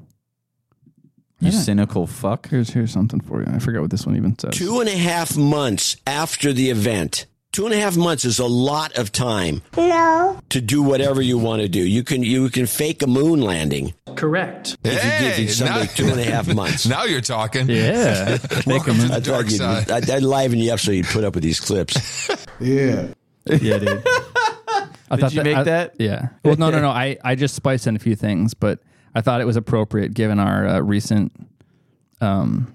S1: You cynical fuck.
S2: Here's here's something for you. I forgot what this one even says.
S8: Two and a half months after the event. Two and a half months is a lot of time
S11: No.
S8: to do whatever you want to do. You can you can fake a moon landing.
S7: Correct.
S8: If you give somebody
S9: now-
S8: two and a half months.
S9: Now *laughs* you're talking.
S2: Yeah.
S9: Welcome to the
S8: I
S9: dark
S8: thought you'd,
S9: side.
S8: I'd, I'd liven you up so you'd put up with these clips.
S13: Yeah.
S2: yeah,
S1: *laughs*
S2: dude. I
S1: Did you make
S2: I-
S1: that?
S2: Yeah. Well, no,
S1: *laughs*
S2: no, no. I, I just spiced in a few things, but I thought it was appropriate given our uh, recent um,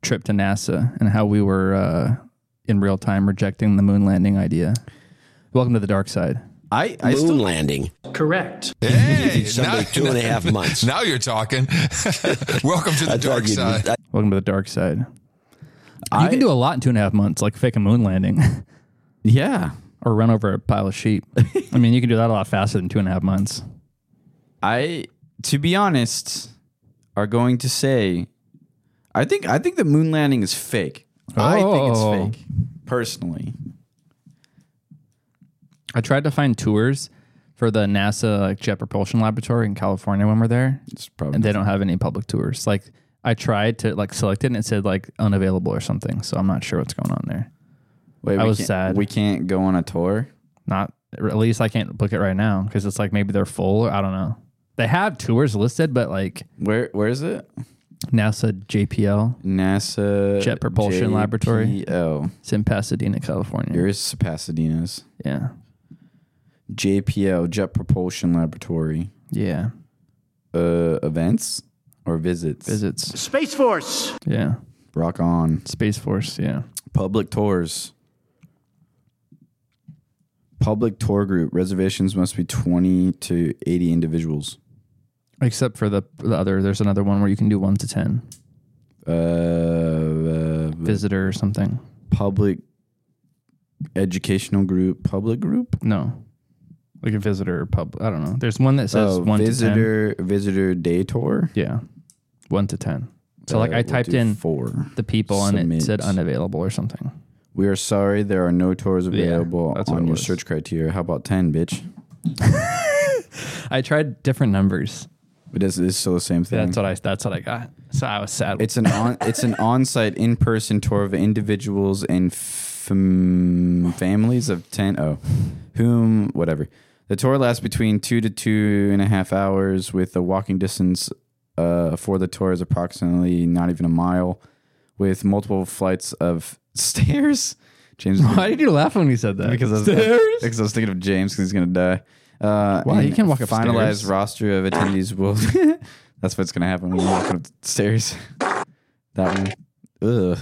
S2: trip to NASA and how we were uh, in real time rejecting the moon landing idea. Welcome to the dark side.
S1: I, I
S8: Moon
S1: still
S8: landing.
S7: Correct.
S9: Hey,
S8: *laughs* Somebody two and a half months.
S9: now you're talking. *laughs* Welcome to the
S8: I
S9: dark
S8: thought you'd.
S9: side.
S8: I,
S2: Welcome to the dark side.
S1: I-
S2: you can do a lot in two and a half months, like fake a moon landing *laughs*
S1: yeah.
S2: or run over a pile of
S1: *laughs*
S2: sheep. I mean, you can do that a lot faster than two and a half months.
S1: I to be honest are going to say I think I think the moon landing is fake. I
S2: Oh.
S1: think it's fake personally.
S2: I tried to find tours for the NASA like Jet Propulsion Laboratory in California when we're there,
S1: It's probably
S2: and they don't have any public tours. Like I tried to like select it, and it said like unavailable or something. So I'm not sure what's going on there.
S1: Wait,
S2: I
S1: we
S2: was
S1: can't-
S2: sad.
S1: We can't go on a tour.
S2: Not or at least I can't book it right now because it's like maybe they're full. Or I don't know. They have tours listed, but like
S1: Where where is it?
S2: NASA JPL,
S1: NASA
S2: Jet Propulsion Laboratory.
S1: Oh,
S2: it's in Pasadena, California.
S1: here's Pasadena's
S2: yeah,
S1: JPL Jet Propulsion Laboratory
S2: yeah.
S1: uh, events or visits.
S2: Visits.
S7: Space Force.
S2: Yeah.
S1: Rock on
S2: Space Force. Yeah.
S1: public tours. Public tour group reservations must be twenty to eighty individuals.
S2: Except for the the other. There's another one where you can do one to ten
S1: Uh, uh
S2: visitor or something.
S1: public educational group, public group.
S2: No. Like a visitor or pub. I don't know. There's one that says
S1: Oh,
S2: one to
S1: visitor visitor day tour.
S2: ten. Yeah. One to ten. So
S1: Uh,
S2: like I
S1: we'll
S2: typed
S1: do
S2: in
S1: four.
S2: the people and it
S1: Submit.
S2: said unavailable or something.
S1: We are sorry, there are no tours
S2: Yeah,
S1: available
S2: that's what
S1: on
S2: it
S1: your
S2: was.
S1: search criteria. How about ten, bitch?
S2: I tried different numbers.
S1: But it's, it's still the same thing.
S2: That's what I that's what I got. So I was sad.
S1: it's an on it's an on-site in-person tour of individuals and fam- families of ten oh, whom whatever. The tour lasts between two to two and a half hours, with the walking distance uh, for the tour is approximately not even a mile, with multiple flights of *laughs* stairs.
S2: *laughs*
S1: James,
S2: Why did you laugh when you said that?
S1: because I
S2: *laughs*
S1: was,
S2: Stairs?
S1: because I was thinking of James because he's gonna die. Uh,
S2: Why? You
S1: and
S2: can't walk
S1: Finalized
S2: upstairs.
S1: roster of attendees will. *laughs* that's what's gonna happen when you walk upstairs. that one. Ugh.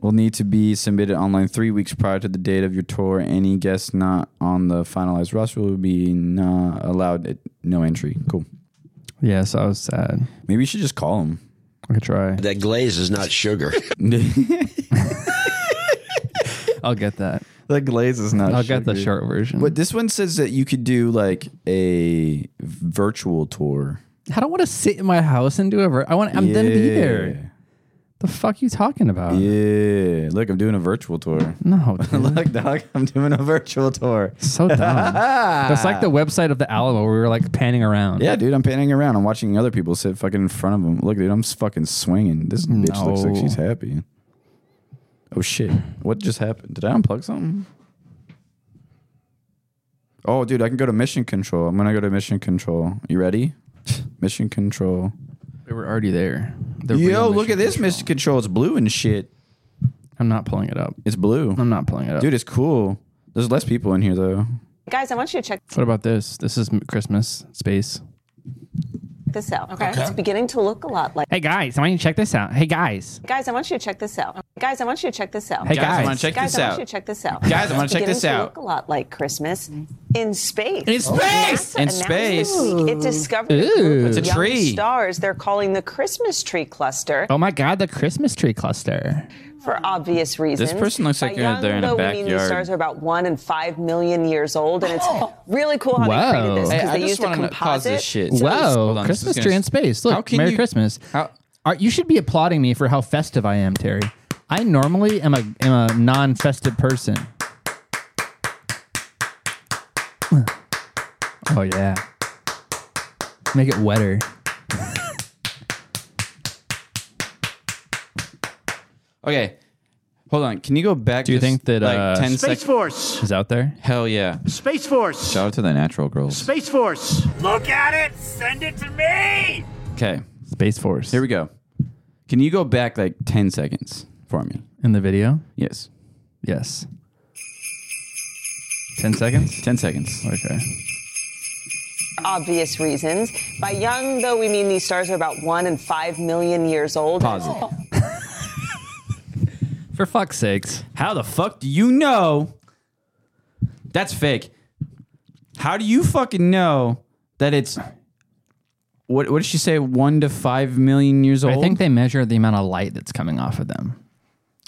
S1: Will need to be submitted online three weeks prior to the date of your tour. Any guests not on the finalized roster will be not allowed at no entry. Cool.
S2: yeah, so I was sad.
S1: Maybe you should just call *laughs* him.
S2: I could try.
S8: that glaze is not sugar.
S2: I'll get
S1: *laughs*
S2: that.
S1: the glaze is not.
S2: I'll get the
S1: sugar.
S2: short version.
S1: But this one says that you could do like a virtual tour.
S2: I don't want to sit in my house and do it. I want. I'm gonna be
S1: Yeah.
S2: there. The fuck you talking about?
S1: Yeah. Look, I'm doing a virtual tour.
S2: No, dude.
S1: *laughs* Look, dog, I'm doing a virtual tour.
S2: So dumb. That's like
S1: *laughs*
S2: the website of the Alamo where we were like panning around.
S1: Yeah, dude, I'm panning around. I'm watching other people sit fucking in front of them. Look, dude, I'm s- fucking swinging. This bitch looks like
S2: No.
S1: she's happy. Oh shit! What just happened? Did I unplug something? Oh, dude, I can go to mission control. I'm gonna go to mission control. You *sighs* ready? Mission control.
S2: They were already there. The real
S1: Yo, look
S2: mission
S1: at this mission control. It's blue and shit.
S2: I'm not pulling it up.
S1: It's blue.
S2: I'm not pulling it up.
S1: Dude, it's cool. There's less people in here though.
S14: Guys, I want you to check
S2: What about this? This is m- Christmas space.
S14: this out. Okay.
S2: Okay.
S14: It's beginning to look a lot like.
S2: Hey guys, I want you to check this out. Hey guys.
S14: Guys, I want you to check this out. Guys, I want you to check this out.
S2: Hey, Guys, I guys. wanna
S1: check
S14: Guys,
S1: this
S14: I want
S1: out.
S14: you to check this out.
S1: Guys, I wanna
S14: It's
S1: check
S14: beginning
S1: this
S14: to
S1: out.
S14: Look a lot like Christmas in space.
S1: In
S14: NASA
S1: space! In
S14: announced this
S1: space.
S14: week It discovered
S2: Ooh.
S14: a group of
S2: It's a
S14: young
S2: tree.
S14: stars. They're calling the Christmas tree cluster.
S2: Oh my god, the Christmas tree cluster.
S14: for obvious reasons.
S2: person looks
S14: By
S2: like they're-
S14: young,
S2: they're in a
S14: though, we mean these
S2: backyard.
S14: stars are about one and five million years old, and it's really cool how they created this because
S2: Whoa. Hey, I
S14: they
S2: just
S14: used a
S2: wanna know- pause this
S14: composite.
S1: shit.
S14: so
S2: Wow,
S14: it's-
S1: Hold on, this is
S2: Christmas
S1: gonna-
S2: tree in space. Look,
S1: How can
S2: Merry
S1: you-
S2: Christmas. Are, you should be applauding me for how festive I am, Terry. I normally am a am a non-festive
S1: *sighs*
S2: person. Oh yeah, make it wetter.
S1: Okay, hold on. Can you go back?
S2: Do you
S1: just,
S2: think that
S1: like
S2: uh,
S1: ten
S7: Space
S1: seconds
S7: Force.
S2: is out there?
S1: Hell yeah!
S7: Space Force.
S1: Shout out to the natural girls.
S7: Space Force.
S15: Look at it! Send it to me!
S1: Okay,
S2: Space Force.
S1: Here we go. Can you go back like ten seconds for me?
S2: In the video?
S1: Yes.
S2: Yes. 10 seconds?
S1: 10 seconds.
S2: Okay.
S14: for obvious reasons. By young, though, we mean these stars are about one and five million years old.
S1: Pause
S2: For fuck's sakes.
S1: How the fuck do you know? That's fake. How do you fucking know that it's what what did she say? One to five million years old?
S2: I think they measure the amount of light that's coming off of them.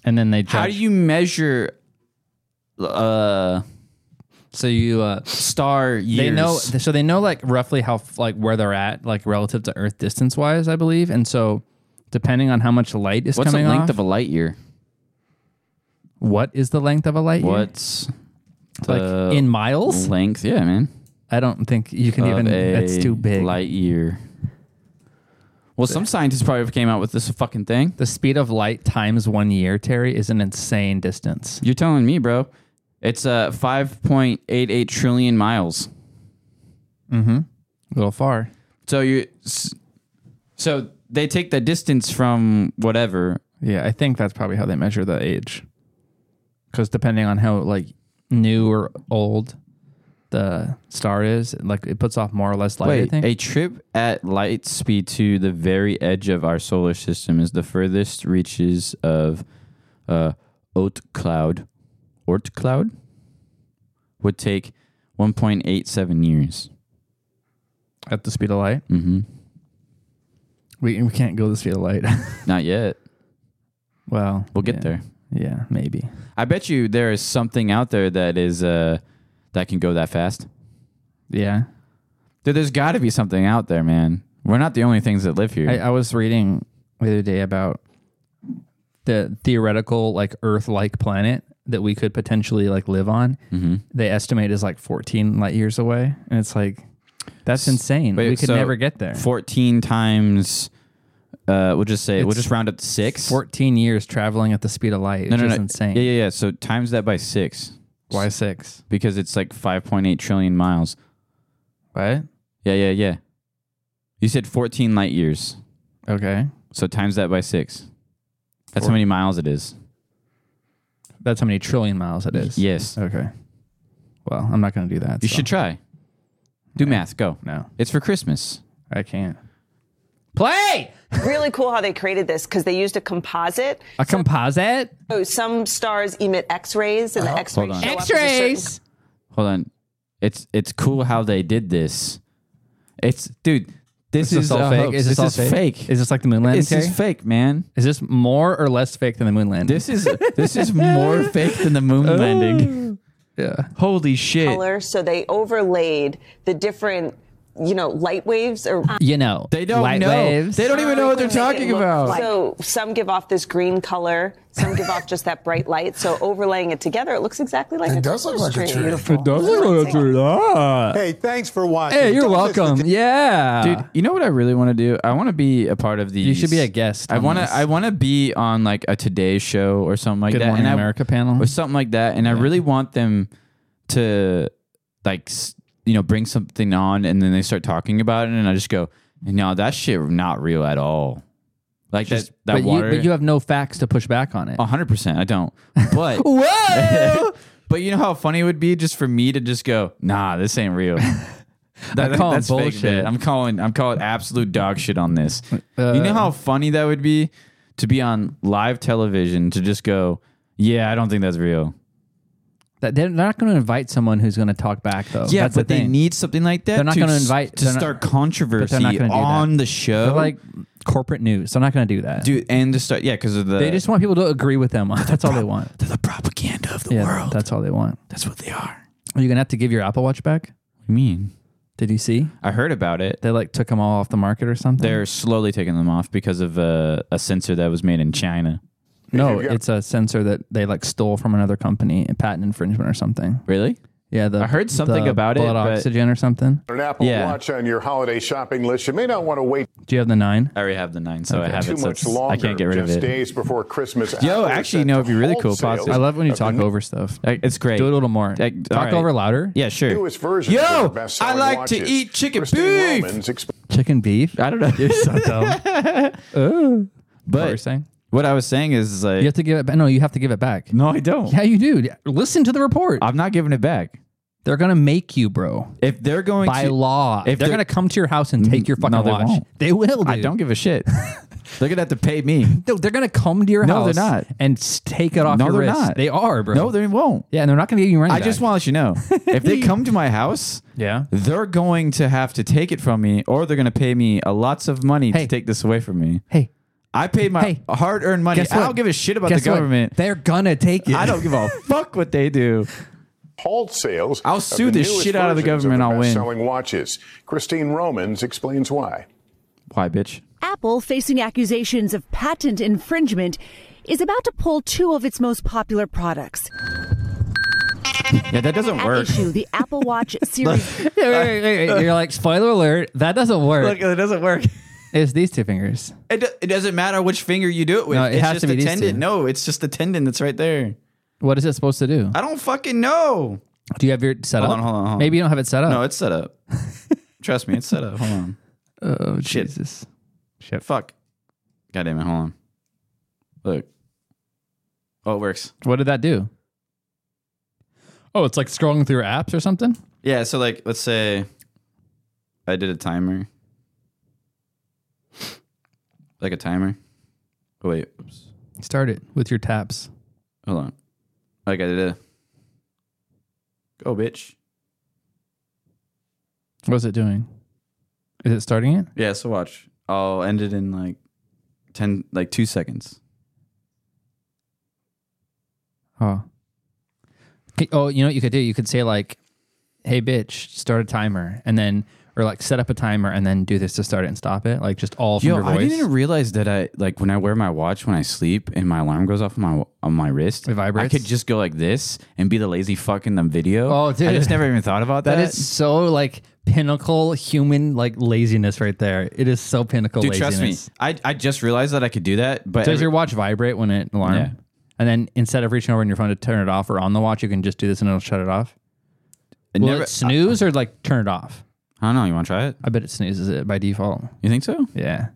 S2: And then they judge.
S1: How do you measure uh
S2: so you uh
S1: star years?
S2: They know so they know like roughly how like where they're at like relative to earth distance wise, I believe. And so depending on how much light is
S1: What's the
S2: coming
S1: length
S2: off,
S1: of a light year?
S2: what uh, is the length of a light year?
S1: What's the
S2: like in miles?
S1: Length, yeah, man.
S2: I don't think you can
S1: of
S2: even
S1: a
S2: that's too big.
S1: Light year. Well, some scientists probably came out with this fucking thing.
S2: The speed of light times 1 year, Terry, is an insane distance.
S1: You're telling me, bro. It's uh 5.88 trillion miles.
S2: Mhm. A little far.
S1: So you s- so they take the distance from whatever.
S2: Yeah, I think that's probably how they measure the age. Because depending on how like new or old the star is, like it puts off more or less light. I
S1: Wait,
S2: think.
S1: a trip at light speed to the very edge of our solar system is the furthest reaches of uh Oort cloud. Oort cloud would take 1.87 years.
S2: At the speed of light,
S1: Mhm.
S2: we we can't go the speed of light. *laughs*
S1: Not yet.
S2: well,
S1: We'll get
S2: yeah.
S1: there.
S2: Yeah, maybe.
S1: I bet you there is something out there that is uh that can go that fast.
S2: Yeah.
S1: Dude, there's got to be something out there, man. We're not the only things that live here.
S2: I, I was reading the other day about the theoretical like Earth-like planet that we could potentially like live on.
S1: Mm-hmm.
S2: They estimate is like 14 light years away, and it's like that's insane.
S1: Wait,
S2: we could
S1: so
S2: never get there.
S1: 14 times uh we'll just say we'll
S2: It's
S1: just round up to 6.
S2: 14 years traveling at the speed of light. It's
S1: no, no,
S2: just
S1: no.
S2: insane.
S1: Yeah, yeah, yeah. So times that by 6
S2: Why six?
S1: because it's like 5.8 trillion miles.
S2: What?
S1: Yeah, yeah, yeah. You said 14 light years.
S2: Okay.
S1: So times that by 6. That's
S2: Four-
S1: how many miles it is.
S2: That's how many trillion miles it is.
S1: Yes.
S2: Okay. Well, I'm not going to do that.
S1: You
S2: so.
S1: should try. Do math, go.
S2: No,
S1: It's for Christmas.
S2: I can't.
S14: Play. Really cool how they created this because they used a composite.
S2: A composite?
S14: So some stars emit X-rays,
S2: Oh,
S14: and the X-rays
S1: on.
S14: show up as a certain
S1: Hold on. It's it's cool how they did this. It's dude, this is, a hoax.
S2: Is this, all fake? Is this like the moon landing?
S1: This is
S2: Terry?
S1: fake, man.
S2: Is this more or less fake than the moon landing?
S1: This is
S2: *laughs*
S1: this is more fake than the moon landing.
S2: yeah.
S1: Holy shit.
S14: color. So they overlaid the different you know, light waves or
S2: You know, they
S1: don't know. They don't even know what they're talking
S14: Oh.
S1: about.
S14: So some give off this green color, some give off just that bright light. So overlaying it together, it looks exactly like a Christmas tree.
S2: It does look like a tree.
S13: Hey, thanks for watching.
S2: Hey, you're welcome. yeah,
S1: Dude, you know what I really want to do? I want to be a part of these.
S2: Uh, You should be a guest
S1: I
S2: on
S1: want to.
S2: this.
S1: I want to be on like a Today Show or something like
S2: Good
S1: that.
S2: Morning
S1: and I-
S2: America panel?
S1: or something like that. And I really want them to like s- you know bring something on, and then they start talking about it, and I just go, no, that shit not real at all. Like that that
S2: but
S1: water.
S2: You, but you have no facts to push back on it.
S1: hundred percent.
S2: *laughs*
S1: I don't. But
S2: Oh, Whoa!
S1: but you know how funny it would be just for me to just go, nah, this ain't *laughs* real. That,
S2: I call
S1: that's fake
S2: bullshit.
S1: bit. I'm calling. I'm calling absolute dog shit on this. you know how funny that would be to be on live television to just go, yeah, I don't think that's real.
S2: *laughs* That- They're not going to invite someone who's going to talk back though.
S1: yeah,
S2: That's
S1: but
S2: the
S1: they
S2: thing.
S1: need something like that.
S2: They're not
S1: to
S2: gonna
S1: s-
S2: invite-
S1: to
S2: they're not-
S1: start
S2: But
S1: controversy
S2: they're not going to do
S1: on
S2: that.
S1: the show,
S2: They're like corporate news. They're not going to do that.
S1: dude, and to start yeah, because of the
S2: they just want people to agree with them. *laughs* That's all they want.
S1: the propaganda of the
S2: yeah,
S1: world.
S2: that's all they want.
S1: That's what they are.
S2: Are you going to have to give your Apple Watch back?
S1: What do you mean?
S2: Did you see?
S1: I heard about it.
S2: They like took them all off the market or something.
S1: They're slowly taking them off because of uh, a sensor that was made in China.
S2: no, it's a sensor that they like stole from another company, a patent infringement or something.
S1: Really?
S2: Yeah, the,
S1: I heard something
S2: the
S1: about it,
S2: blood
S1: but-
S2: oxygen or something.
S16: An Apple
S1: Yeah.
S16: Watch on your holiday shopping list. You may not want to wait
S2: Do you have the nine?
S1: I already have the nine, so I have
S16: too
S1: it. So
S16: much
S1: it's-
S16: longer.
S1: I can't get rid of
S16: just
S1: it.
S16: days before Christmas.
S1: Yo,
S16: Apple is
S1: actually,
S16: set
S1: no,
S16: to
S1: it'd be really
S16: halt
S1: cool.
S16: sales
S1: Pause.
S2: I love when you
S16: of the
S2: talk
S16: new-
S2: over stuff.
S1: Like, It's great.
S2: Do it a little more.
S1: Like, all
S2: talk
S1: right.
S2: over louder.
S1: Yeah, sure.
S16: newest version.
S1: Yo,
S16: of the best-selling
S1: I like to
S16: watches.
S1: eat chicken
S16: Christine
S1: beef.
S16: Romans exp-
S2: Chicken beef.
S1: I *laughs* don't know.
S2: You're so dumb. what
S1: But
S2: you're saying?
S1: what I was saying is like,
S2: You have to give it back. No, you have to give it back.
S1: no, I don't.
S2: Yeah, you do. Listen to the report.
S1: I'm not giving it back.
S2: They're gonna make you, bro.
S1: If they're going
S2: By
S1: to,
S2: law,
S1: if
S2: if they're
S1: they're-
S2: gonna come to your house and take your fucking
S1: No, they
S2: watch,
S1: won't.
S2: they will. Dude.
S1: I don't give a *laughs* shit. they're gonna have to pay me.
S2: No, they're gonna come to your
S1: No,
S2: house.
S1: they're not.
S2: And s- take it off
S1: No,
S2: your
S1: they're
S2: wrist.
S1: not.
S2: They are, bro.
S1: No, they won't.
S2: yeah, and they're not gonna give you rent.
S1: I just want to let you *laughs* know if they come to my house,
S2: Yeah.
S1: they're going to have to take it from me, or they're going to pay me a lots of money
S2: Hey.
S1: to take this away from me.
S2: Hey,
S1: I paid my
S2: Hey.
S1: hard-earned money.
S2: guess
S1: I
S2: what?
S1: don't give a shit about
S2: Guess
S1: the government.
S2: What? They're gonna take it.
S1: I
S2: *laughs*
S1: don't give a fuck what they do.
S16: halt sales.
S1: I'll
S16: of
S1: sue
S16: the
S1: the
S16: newest
S1: shit out of the
S16: versions
S1: government, I'll win.
S16: Selling watches. Christine Romans explains why.
S1: Why, bitch?
S17: Apple, facing accusations of patent infringement, is about to pull two of its most popular products.
S1: Yeah, that doesn't
S17: At
S1: work.
S17: issue, the Apple Watch Series.
S2: Wait, wait, wait, wait. You're like spoiler alert. That doesn't work.
S1: Look, it doesn't work.
S2: It's these two fingers.
S1: It, do- it doesn't matter which finger you do it with.
S2: No, it
S1: it's
S2: has
S1: just
S2: to be
S1: a
S2: these
S1: tendon.
S2: two.
S1: No, it's just the tendon that's right there.
S2: What is it supposed to do?
S1: I don't fucking know.
S2: Do you have your set
S1: Hold
S2: up?
S1: on, hold on, hold on.
S2: Maybe you don't have it set up.
S1: No, it's set
S2: *laughs*
S1: up. Trust me, it's set up. Hold on.
S2: oh
S1: shit.
S2: Jesus.
S1: Fuck. God damn it. Hold on. Look. Oh, it works.
S2: What did that do? Oh, it's like scrolling through your apps or something.
S1: Yeah. So, like, let's say I did a timer. Like a timer. Oh, wait. Oops.
S2: Start it with your taps.
S1: Hold on. Like I did a. Go, bitch.
S2: What's it doing? Is it starting it?
S1: Yeah. So, watch. I'll end it in like 10, like two seconds.
S2: Oh. Okay, Oh, you know what you could do? You could say like, "Hey, bitch, start a timer," and then or like set up a timer and then do this to start it and stop it. Like just all from
S1: Yo,
S2: your
S1: I
S2: voice.
S1: didn't realize that I like when I wear my watch when I sleep and my alarm goes off on my on my wrist.
S2: It vibrates?
S1: I could just go like this and be the lazy fuck in the video.
S2: Oh, dude.
S1: I just never even thought about that.
S2: that is so like pinnacle human like laziness right there. It is so pinnacle
S1: dude.
S2: laziness.
S1: Trust me, I I just realized that I could do that. But
S2: Does
S1: every-
S2: your watch vibrate when it alarm?
S1: Yeah.
S2: And then instead of reaching over in your phone to turn it off or on the watch, you can just do this and it'll shut it off.
S1: I
S2: Will
S1: never-
S2: it snooze or like turn it off?
S1: I don't know. You want to try it?
S2: I bet it snoozes it by default.
S1: You think so?
S2: Yeah.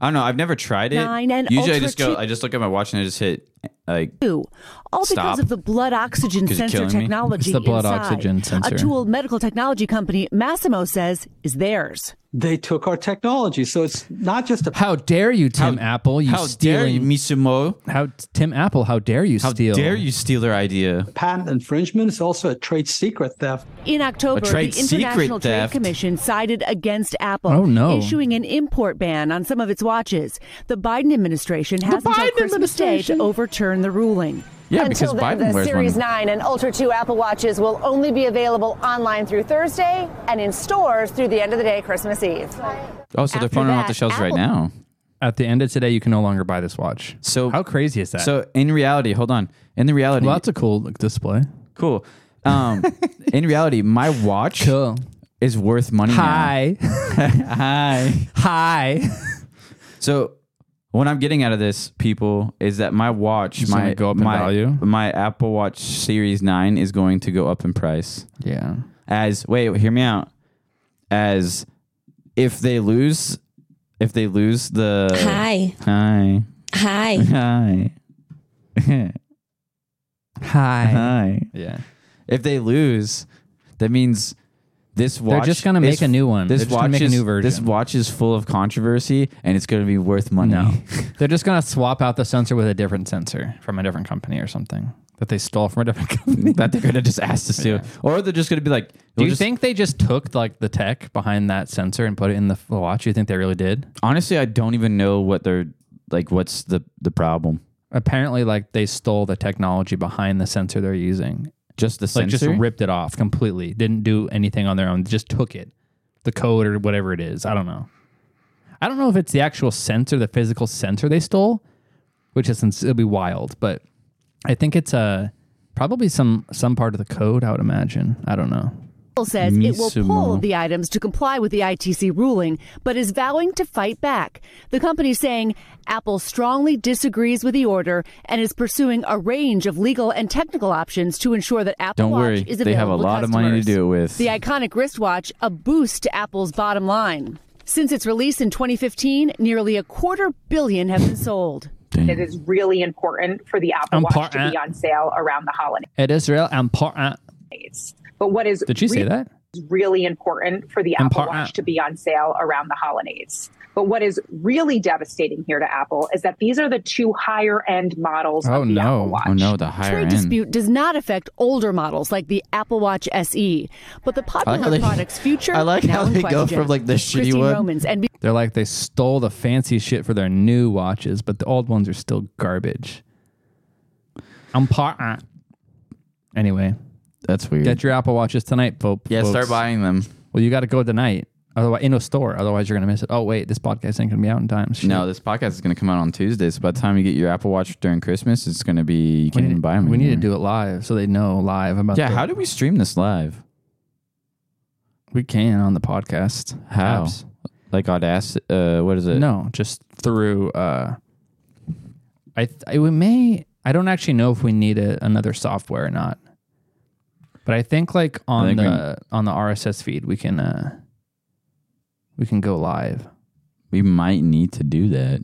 S1: I don't know. I've never tried it.
S17: Nine and
S1: Usually, I
S17: Ultra
S1: just go.
S17: two-
S1: I just look at my watch and I just hit like.
S17: Two, all
S1: Stop.
S17: because of the blood oxygen
S1: 'Cause you're
S17: sensor
S1: killing me.
S17: technology
S2: It's the blood
S17: inside.
S2: oxygen sensor.
S17: A tool medical technology company Massimo says is theirs.
S6: They took our technology. So it's not just a
S2: How dare you, Tim Apple? You
S1: how dare you,
S2: stealing
S1: Misumo?
S2: how Tim Apple? How dare you
S1: How
S2: steal?
S1: dare you steal their idea?
S6: patent infringement, it's also a trade secret theft.
S17: In October,
S1: A trade
S17: the International
S1: secret theft.
S17: Trade Commission sided against Apple,
S2: Oh, no.
S17: issuing an import ban on some of its watches. The Biden administration has
S2: Biden
S17: until Christmas Day to
S2: administration.
S17: overturn the ruling.
S1: Yeah,
S18: Until then,
S1: because Biden
S18: the
S1: wears
S18: Series
S1: one.
S18: 9 and Ultra 2 Apple Watches will only be available online through Thursday and in stores through the end of the day, Christmas Eve.
S1: Oh, so they're pulling them off the shelves right now.
S2: At the end of today, you can no longer buy this watch. So how crazy is that?
S1: So in reality, hold on. In the reality,
S2: well, that's a cool like, display.
S1: cool.
S2: *laughs*
S1: Um, in reality, my watch is worth money.
S2: Hi.
S1: *laughs* hi, hi. So what I'm getting out of this, people, is that my watch,
S2: It's
S1: my
S2: gonna go up in
S1: my
S2: value?
S1: my Apple Watch Series Nine is going to go up in price.
S2: Yeah.
S1: As wait, hear me out. As if they lose, if they lose the
S19: Hi.
S1: hi
S19: Hi.
S1: hi. hi. Hi.
S2: Yeah.
S1: If they lose, that means this watch.
S2: just gonna make
S1: is-
S2: a new one.
S1: This
S2: They're just
S1: watch
S2: gonna make a
S1: is,
S2: new version.
S1: This watch is full of controversy, and it's going to be worth money.
S2: No. They're just gonna swap out the sensor with a different sensor from a different company or something that they stole from a different *laughs* company.
S1: *laughs* that they're gonna just ask us to, or they're just gonna be like,
S2: Do
S1: we'll
S2: you
S1: just-
S2: think they just took like the tech behind that sensor and put it in the f- watch? You think they really did?
S1: Honestly, I don't even know what they're like. What's the the problem?
S2: Apparently, like they stole the technology behind the sensor they're using.
S1: Just the
S2: like just
S1: sensor?
S2: ripped it off completely. Didn't do anything on their own. Just took it, the code or whatever it is. I don't know. I don't know if it's the actual sensor, the physical sensor they stole, which is it'll be wild. But I think it's uh, probably some some part of the code. I would imagine. I don't know.
S17: Apple says it will
S2: Missimo.
S17: pull the items to comply with the ITC ruling, but is vowing to fight back. The company saying Apple strongly disagrees with the order and is pursuing a range of legal and technical options to ensure that Apple
S1: Don't
S17: Watch
S1: worry,
S17: is available
S1: they have a
S17: to
S1: lot of money to
S17: customers.
S1: do it with.
S17: The iconic wristwatch, a boost to Apple's bottom line. Since its release in 2015, nearly a quarter billion have been sold.
S20: It is really important for the Apple Watch to be
S2: Important.
S20: on sale around the holidays.
S2: It is real important.
S20: But what is
S2: Did she say
S20: really-
S2: that?
S20: Really important for the Apple
S2: Important.
S20: Watch to be on sale around the holidays. But what is really devastating here to Apple is that these are the two higher end models. of the Apple Watch.
S1: Oh no, the higher
S17: Trade
S1: end.
S17: dispute does not affect older models like the Apple Watch SE, but the
S1: I
S17: popular
S1: like how they-
S17: product's future.
S1: I like
S17: now
S1: how
S17: in
S1: they go
S17: question.
S1: from, like, the shitty
S17: Christine
S1: one-
S17: Romans, NBC
S2: They're like they stole the fancy shit for their new watches, but the old ones are still garbage. I'm part. uh, Anyway,
S1: that's weird.
S2: Get your Apple watches tonight, folks.
S1: Yeah, start buying them.
S2: Well, you got to go tonight, otherwise in a store. Otherwise, you're gonna miss it. Oh wait, this podcast ain't gonna be out in time. Shit.
S1: No, this podcast is going to come out on Tuesday. So by the time you get your Apple Watch during Christmas, it's going to be you can't even buy them.
S2: we need to
S1: anymore.
S2: do it live so they know live about.
S1: Yeah,
S2: the-
S1: how do we stream this live?
S2: We can on the podcast.
S1: How?
S2: apps.
S1: Like Audacity? Uh, what is it?
S2: No, just through. Uh, I, th- I we may. I don't actually know if we need a, another software or not, but I think like on
S1: think we-
S2: the on the RSS feed we can uh, we can go live.
S1: We might need to do that.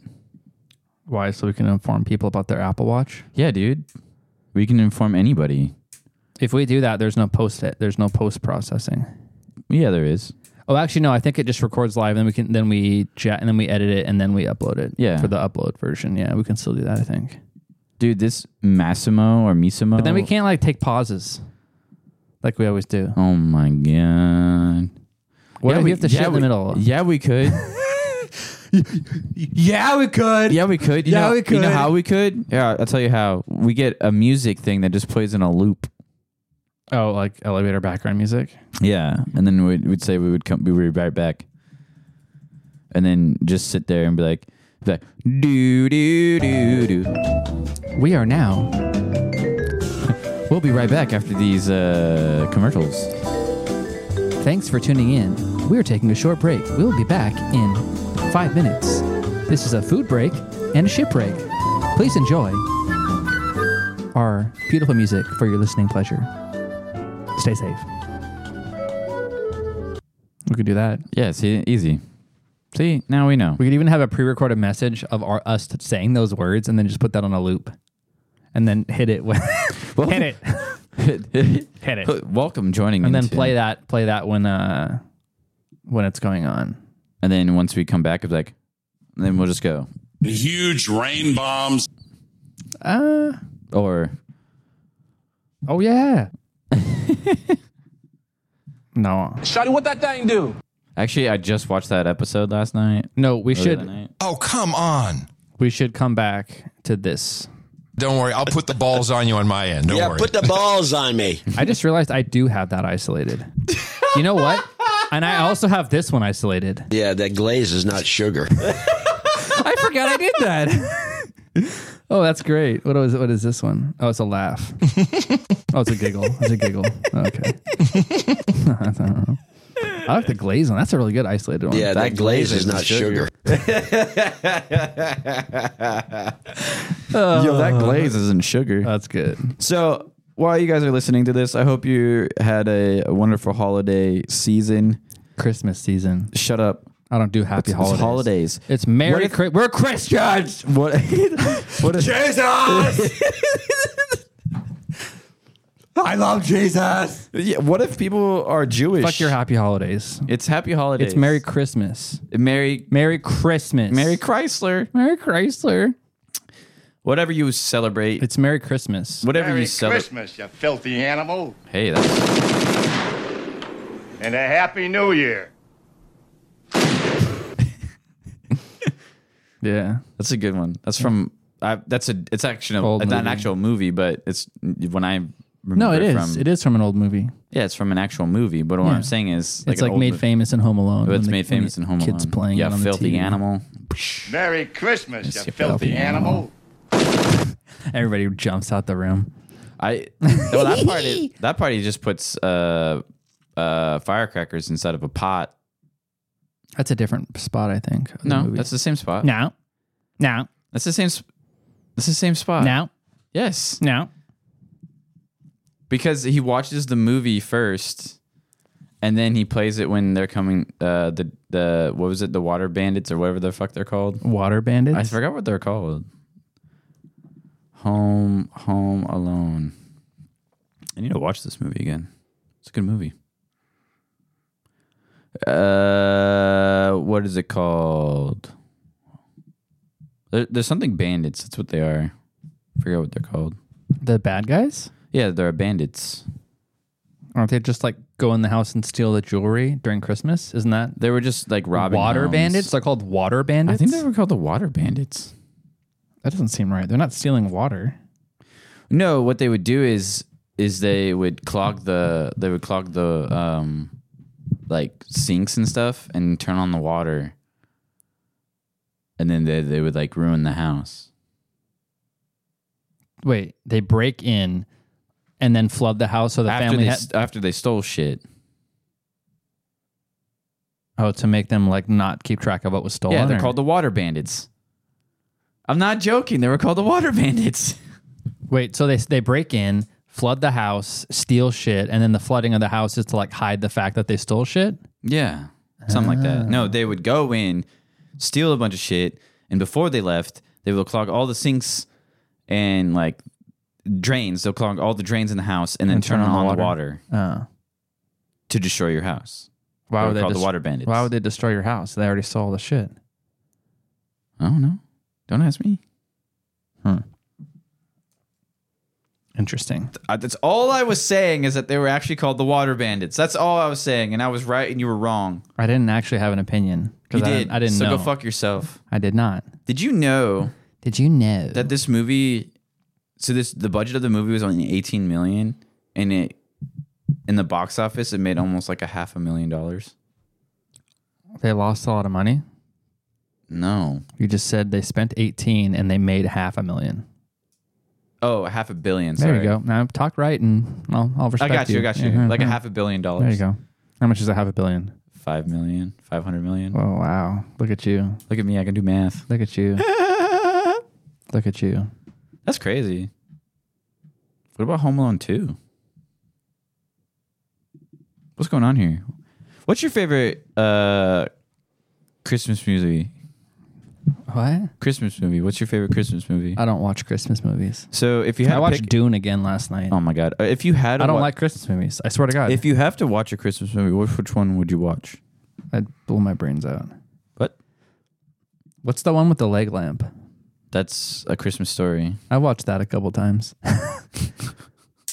S2: Why? So we can inform people about their Apple Watch.
S1: Yeah, dude. We can inform anybody.
S2: If we do that, there's no post it. There's no post processing.
S1: Yeah, there is.
S2: Oh, actually, no. I think it just records live, and then we can then we chat, and then we edit it, and then we upload it.
S1: Yeah.
S2: for the upload version. Yeah, we can still do that. I think.
S1: Dude, this Massimo or Misimo.
S2: But then we can't like take pauses, like we always do.
S1: Oh my god.
S2: What if we have to shit in the
S1: we-
S2: middle?
S1: Yeah, we *laughs* could.
S2: yeah, we could.
S1: Yeah, we could. You
S2: Yeah,
S1: know,
S2: we
S1: You know
S2: could.
S1: how we could? Yeah, I'll tell you how. We get a music thing that just plays in a loop.
S2: Oh, like elevator background music.
S1: Yeah, and then we'd, we'd say we would come. We would be right back, and then just sit there and be like, be like do do do do.
S2: We are now.
S1: we'll be right back after these uh, commercials.
S2: Thanks for tuning in. We're taking a short break. We'll be back in five minutes. This is a food break and a ship break. Please enjoy our beautiful music for your listening pleasure. Stay safe. We could do that.
S1: Yeah, see, easy. See, now we know.
S2: We could even have a pre-recorded message of our us saying those words, and then just put that on a loop, and then hit it. When, *laughs* hit it.
S1: *laughs* Hit
S2: it.
S1: Welcome joining,
S2: and then
S1: into-
S2: play that play that when uh when it's going on
S1: and then once we come back, it's like, then we'll just go
S21: Huge rain bombs.
S2: uh
S1: or
S2: oh *laughs* yeah no
S22: Shotty, what that thing do?
S1: Actually, I just watched that episode last night.
S2: no we
S1: Or the
S9: Oh,
S2: should
S1: other night.
S2: oh come on we should come back to this
S9: Don't worry, I'll put the balls on you on my end. Don't
S8: yeah,
S9: worry.
S8: put the balls on me.
S2: I just realized I do have that isolated. You know what? And I also have this one isolated.
S8: Yeah, that glaze is not sugar.
S2: I forgot I did that. *laughs* Oh, that's great. What is what is this one? Oh, it's a laugh. oh, it's a giggle. It's a giggle. Okay. *laughs* I don't know. I like the glaze one. That's a really good isolated one.
S8: Yeah, that, glaze, is not sugar.
S2: Uh,
S1: Yo, that glaze isn't sugar.
S2: That's good.
S1: So while you guys are listening to this, I hope you had a, a wonderful holiday season.
S2: Christmas season.
S1: Shut up.
S2: I don't do happy
S1: It's-
S2: holidays.
S1: it's holidays.
S2: It's Merry Christmas. We're Christians. *laughs*
S1: What? what is,
S20: Ah!
S2: Jesus.
S1: I love Jesus. Yeah, what if people are Jewish?
S2: Fuck your happy holidays.
S1: It's happy holidays.
S2: It's Merry Christmas.
S1: Merry
S2: Merry Christmas.
S1: Merry Chrysler.
S2: Merry Chrysler.
S1: Whatever you celebrate.
S2: It's Merry Christmas.
S1: whatever
S15: Merry
S1: you celebrate.
S15: Christmas, you filthy animal,
S1: Hey, that's
S15: and a happy New Year.
S2: Yeah.
S1: that's a good one. That's from I, that's a it's actually
S2: Old
S1: it's not an
S2: movie.
S1: actual movie, but it's when I remember
S2: No, it is.
S1: from
S2: it is from an old movie.
S1: yeah, it's from an actual movie. But what
S2: Yeah.
S1: I'm saying is
S2: it's
S1: an
S2: like
S1: old
S2: made
S1: movie. Oh,
S2: famous in Home Alone.
S1: It's
S2: when the-
S1: made
S2: when the
S1: famous in Home
S2: kids
S1: Alone.
S2: playing.
S1: yeah,
S2: it on the
S1: filthy
S2: TV.
S1: animal.
S15: Merry Christmas,
S2: Yes,
S15: you filthy, animal.
S2: Everybody jumps out the room.
S1: I well that
S2: *laughs*
S1: part is, that part he just puts uh uh firecrackers inside of a pot.
S2: That's a different spot, I think. of the
S1: No,
S2: movie.
S1: that's the same spot.
S2: no, no,
S1: That's the same. sp- That's the same spot.
S2: no,
S1: Yes.
S2: no.
S1: because he watches the movie first and then he plays it when they're coming uh the the what was it the water bandits or whatever the fuck they're called
S2: Water bandits.
S1: i forgot what they're called home home alone i need to watch this movie again it's a good movie uh what is it called there, there's something bandits that's what they are I forget what they're called
S2: the bad guys.
S1: yeah they're bandits
S2: Aren't they just like go in the house and steal the jewelry during Christmas? Isn't that
S1: They were just like robbing
S2: water
S1: homes.
S2: bandits? They're called water bandits.
S1: I think they were called the water bandits.
S2: that doesn't seem right. They're not stealing water.
S1: No, what they would do is is they would clog the they would clog the um like sinks and stuff and turn on the water. And then they they would like ruin the house.
S2: Wait, they break in and then flood the house so the
S1: after
S2: family
S1: they
S2: had
S1: st- after they stole shit.
S2: oh to make them like not keep track of what was stolen.
S1: yeah, they're
S2: or-
S1: called the water bandits. I'm not joking. They were called the water bandits. *laughs*
S2: Wait, so they they break in, flood the house, steal shit, and then the flooding of the house is to like hide the fact that they stole shit.
S1: Yeah. Something like that. No, they would go in, steal a bunch of shit, and before they left, they would clog all the sinks and like drains. They'll clog all the drains in the house and then turn, on, the water
S2: Oh.
S1: to destroy your house.
S2: Why
S1: They
S2: would
S1: were
S2: they
S1: called the
S2: dest-
S1: water bandits.
S2: Why would they destroy your house? They already stole the shit.
S1: I don't know. Don't ask me.
S2: Interesting.
S1: Uh, that's all I was saying is that they were actually called the water bandits. That's all I was saying, and I was right and you were wrong.
S2: I didn't actually have an opinion
S1: You
S2: because I,
S1: did.
S2: didn't- I didn't
S1: so
S2: know.
S1: go fuck yourself.
S2: I did not.
S1: Did you know
S2: Did you know
S1: that this movie so this the budget of the movie was only 18 million and it in the box office it made almost like a half a million dollars
S2: they lost a lot of money?
S1: no
S2: You just said they spent eighteen and they made half a million.
S1: oh a half a billion
S2: There
S1: sorry.
S2: you go. Now talk right and I'll, I'll
S1: i
S2: respect
S1: got you, i got you
S2: Yeah,
S1: like a
S2: yeah.
S1: half a billion dollars
S2: There you go. How much is a half a billion?
S1: five million five hundred million
S2: Oh wow! Look at you.
S1: look at me i can do math
S2: Look at
S1: *laughs*
S2: you. Look at you.
S1: that's crazy what about home alone 2 what's going on here what's your favorite uh christmas movie
S2: What?
S1: christmas movie what's your favorite christmas movie
S2: I don't watch Christmas movies.
S1: So if you had
S2: I
S1: to
S2: watched
S1: pick,
S2: Dune again last night.
S1: oh my god, Uh, if you had, to
S2: I don't
S1: wa-
S2: like Christmas movies. I swear to God,
S1: If you have to watch a Christmas movie, which which one would you watch?
S2: I'd blow my brains out.
S1: What?
S2: What's the one with the leg lamp?
S1: That's a Christmas story.
S2: I watched that a couple times. *laughs*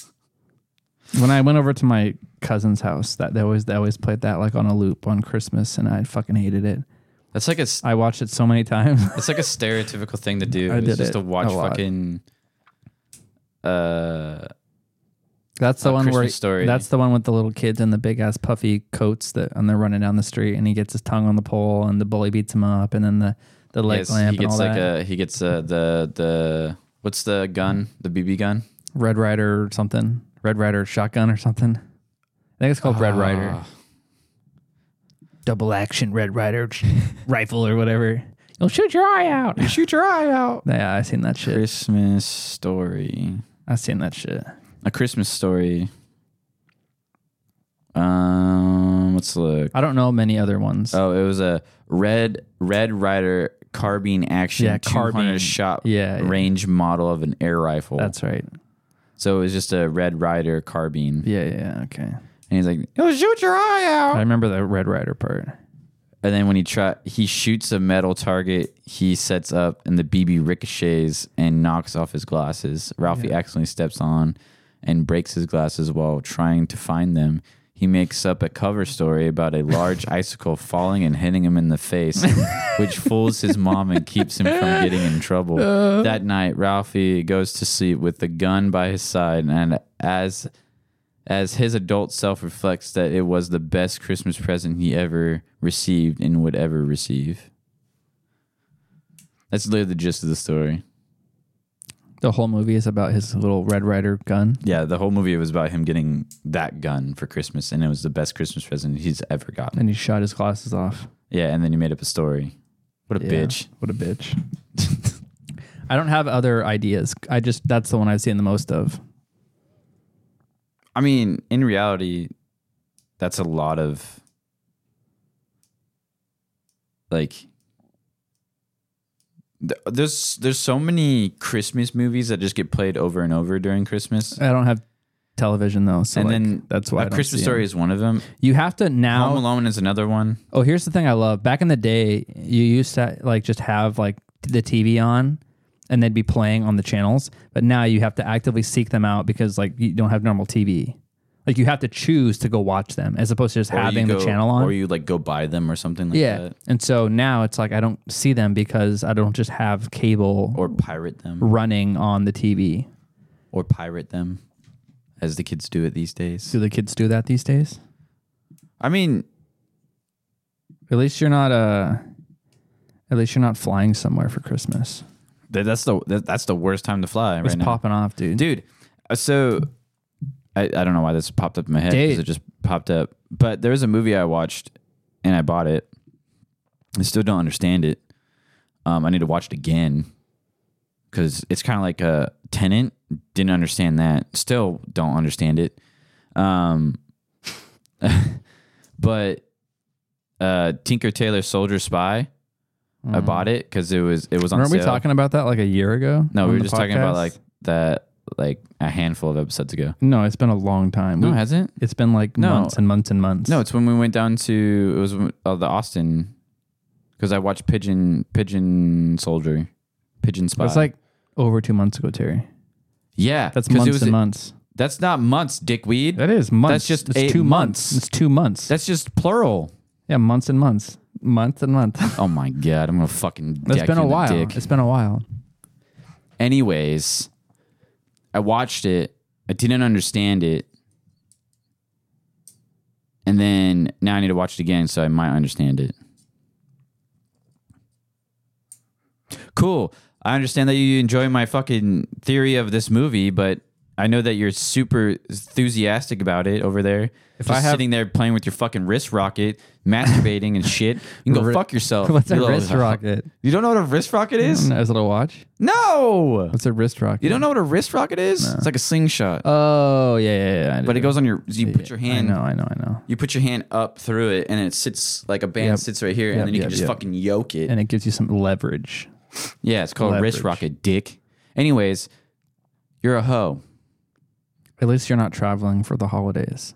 S2: when I went over to my cousin's house, that they always they always played that like on a loop on Christmas, and I fucking hated it.
S1: That's like a s-
S2: I watched it so many *laughs* times.
S1: that's like a stereotypical thing to
S2: *laughs*
S1: do.
S2: I
S1: it's
S2: did
S1: just
S2: it
S1: to watch
S2: a lot.
S1: fucking Uh,
S2: That's the
S1: A
S2: one where
S1: Christmas Story.
S2: that's the one with the little kids and the big ass puffy coats that and they're running down the street and he gets his tongue on the pole and the bully beats him up and then the the leg
S1: yes,
S2: lamp
S1: he
S2: and
S1: gets
S2: all
S1: like
S2: that.
S1: a he gets uh, the the what's the gun? The BB gun?
S2: Red Rider or something. Red Rider shotgun or something. I think it's called Red Rider.
S1: Ah.
S2: Double action Red *laughs* Rider rifle or whatever. You'll shoot your eye out. You
S1: shoot your eye out.
S2: *laughs* Yeah, I seen that shit.
S1: Christmas story.
S2: I seen that shit.
S1: A Christmas story. Um, let's look.
S2: I don't know many other ones.
S1: Oh, it was a red Red Rider carbine action,
S2: Yeah, carbine.
S1: 200 shot
S2: Yeah, yeah.
S1: range model of an air rifle.
S2: That's right.
S1: So it was just a Red Rider carbine.
S2: Yeah, yeah, okay. And
S1: he's like,
S2: You'll shoot your eye out. I remember the Red Rider part.
S1: and then when he try, he shoots a metal target. He sets up, and the BB ricochets and knocks off his glasses. Ralphie
S2: Yeah.
S1: accidentally steps on and breaks his glasses while trying to find them. He makes up a cover story about a
S2: *laughs*
S1: large icicle falling and hitting him in the face, which fools his mom and keeps him from getting in trouble.
S2: Uh.
S1: that night, Ralphie goes to sleep with the gun by his side, and as as his adult self reflects that it was the best Christmas present he ever received and would ever receive. That's literally the gist of the story.
S2: The whole movie is about his little Red Rider gun.
S1: Yeah, the whole movie was about him getting that gun for Christmas, and it was the best Christmas present he's ever gotten.
S2: And he shot his glasses off.
S1: Yeah, and then he made up a story. What a
S2: Yeah,
S1: bitch.
S2: What a bitch. *laughs* I don't have other ideas. I just that's the one I've seen the most of.
S1: I mean, in reality, that's a lot of like th- there's there's so many Christmas movies that just get played over and over during Christmas.
S2: I don't have television though, so
S1: and
S2: like,
S1: then
S2: that's why I
S1: a
S2: don't
S1: Christmas
S2: see
S1: story
S2: them.
S1: is one of them.
S2: You have to now.
S1: Home Alone is another one.
S2: Oh, here's the thing I love. Back in the day, you used to like just have like the TV on and they'd be playing on the channels, but now you have to actively seek them out because like you don't have normal TV. Like you have to choose to go watch them as opposed to just
S1: Or you
S2: having
S1: go-
S2: the channel on.
S1: or you like go buy them or something like
S2: yeah.
S1: that,
S2: And so now it's like I don't see them because I don't just have cable
S1: or pirate them,
S2: running on the TV.
S1: or pirate them, as the kids do it these days.
S2: Do the kids do that these days?
S1: I mean,
S2: At least you're not uh at least you're not flying somewhere for Christmas.
S1: That, that's the that, that's the worst time to fly.
S2: It's
S1: right now.
S2: popping off, dude.
S1: Dude, uh, so I, I don't know why this popped up in my head because
S2: Dude.
S1: it just popped up. But there was a movie I watched and I bought it. I still don't understand it. Um, I need to watch it again because it's kind of like a tenant. Didn't understand that. Still don't understand it. Um, *laughs* but uh, Tinker Tailor Soldier Spy. I
S2: Mm.
S1: bought it because it was it was on
S2: Remember we
S1: sale.
S2: talking about that like a year ago?
S1: No, we
S2: on
S1: were
S2: the
S1: just talking about
S2: podcast?
S1: like that, like a handful of episodes ago.
S2: No, it's been a long time.
S1: No,
S2: We-
S1: it hasn't.
S2: It's been like
S1: No.
S2: months and months and months.
S1: No, it's when we went down to it was uh, the Austin because I watched Pigeon Pigeon Soldier, Pigeon
S2: it
S1: Spy.
S2: was like over two months ago, Terry.
S1: yeah,
S2: That's
S1: 'cause
S2: months
S1: it was
S2: and months.
S1: That's not months, dickweed.
S2: That is months.
S1: That's just
S2: It's
S1: eight
S2: two
S1: months.
S2: It's two months.
S1: That's just plural.
S2: Yeah, months and months, month and
S1: *laughs*
S2: month.
S1: Oh my god, I'm gonna fucking.
S2: It's
S1: deck
S2: been
S1: you
S2: a
S1: in the
S2: while.
S1: dick.
S2: It's been a
S1: *laughs*
S2: while.
S1: Anyways, I watched it. I didn't understand it. And then now I need to watch it again so I might understand it. Cool. I understand that you enjoy my fucking theory of this movie, but I know that you're super enthusiastic about it over there. If
S2: I
S1: Just
S2: have-
S1: sitting there playing with your fucking wrist rocket, masturbating and shit, you can go
S2: *laughs* Ri-
S1: fuck yourself.
S2: What's
S1: you
S2: a
S1: little-
S2: wrist rocket?
S1: You don't know what a wrist rocket is?
S2: Mm, As a little watch.
S1: No.
S2: What's a wrist rocket?
S1: You don't know what a wrist rocket is? It's like a slingshot.
S2: Oh yeah, yeah, yeah. I
S1: but
S2: do.
S1: it goes on your you put your hand
S2: I know, I know, I know.
S1: you put your hand up through it and it sits like a band
S2: Yep.
S1: sits right here
S2: Yep,
S1: and then you
S2: yep,
S1: can just
S2: yep.
S1: fucking yoke it.
S2: And it gives you some leverage.
S1: yeah, it's called a wrist
S2: Leverage.
S1: rocket dick. Anyways, you're a hoe.
S2: At least you're not traveling for the holidays.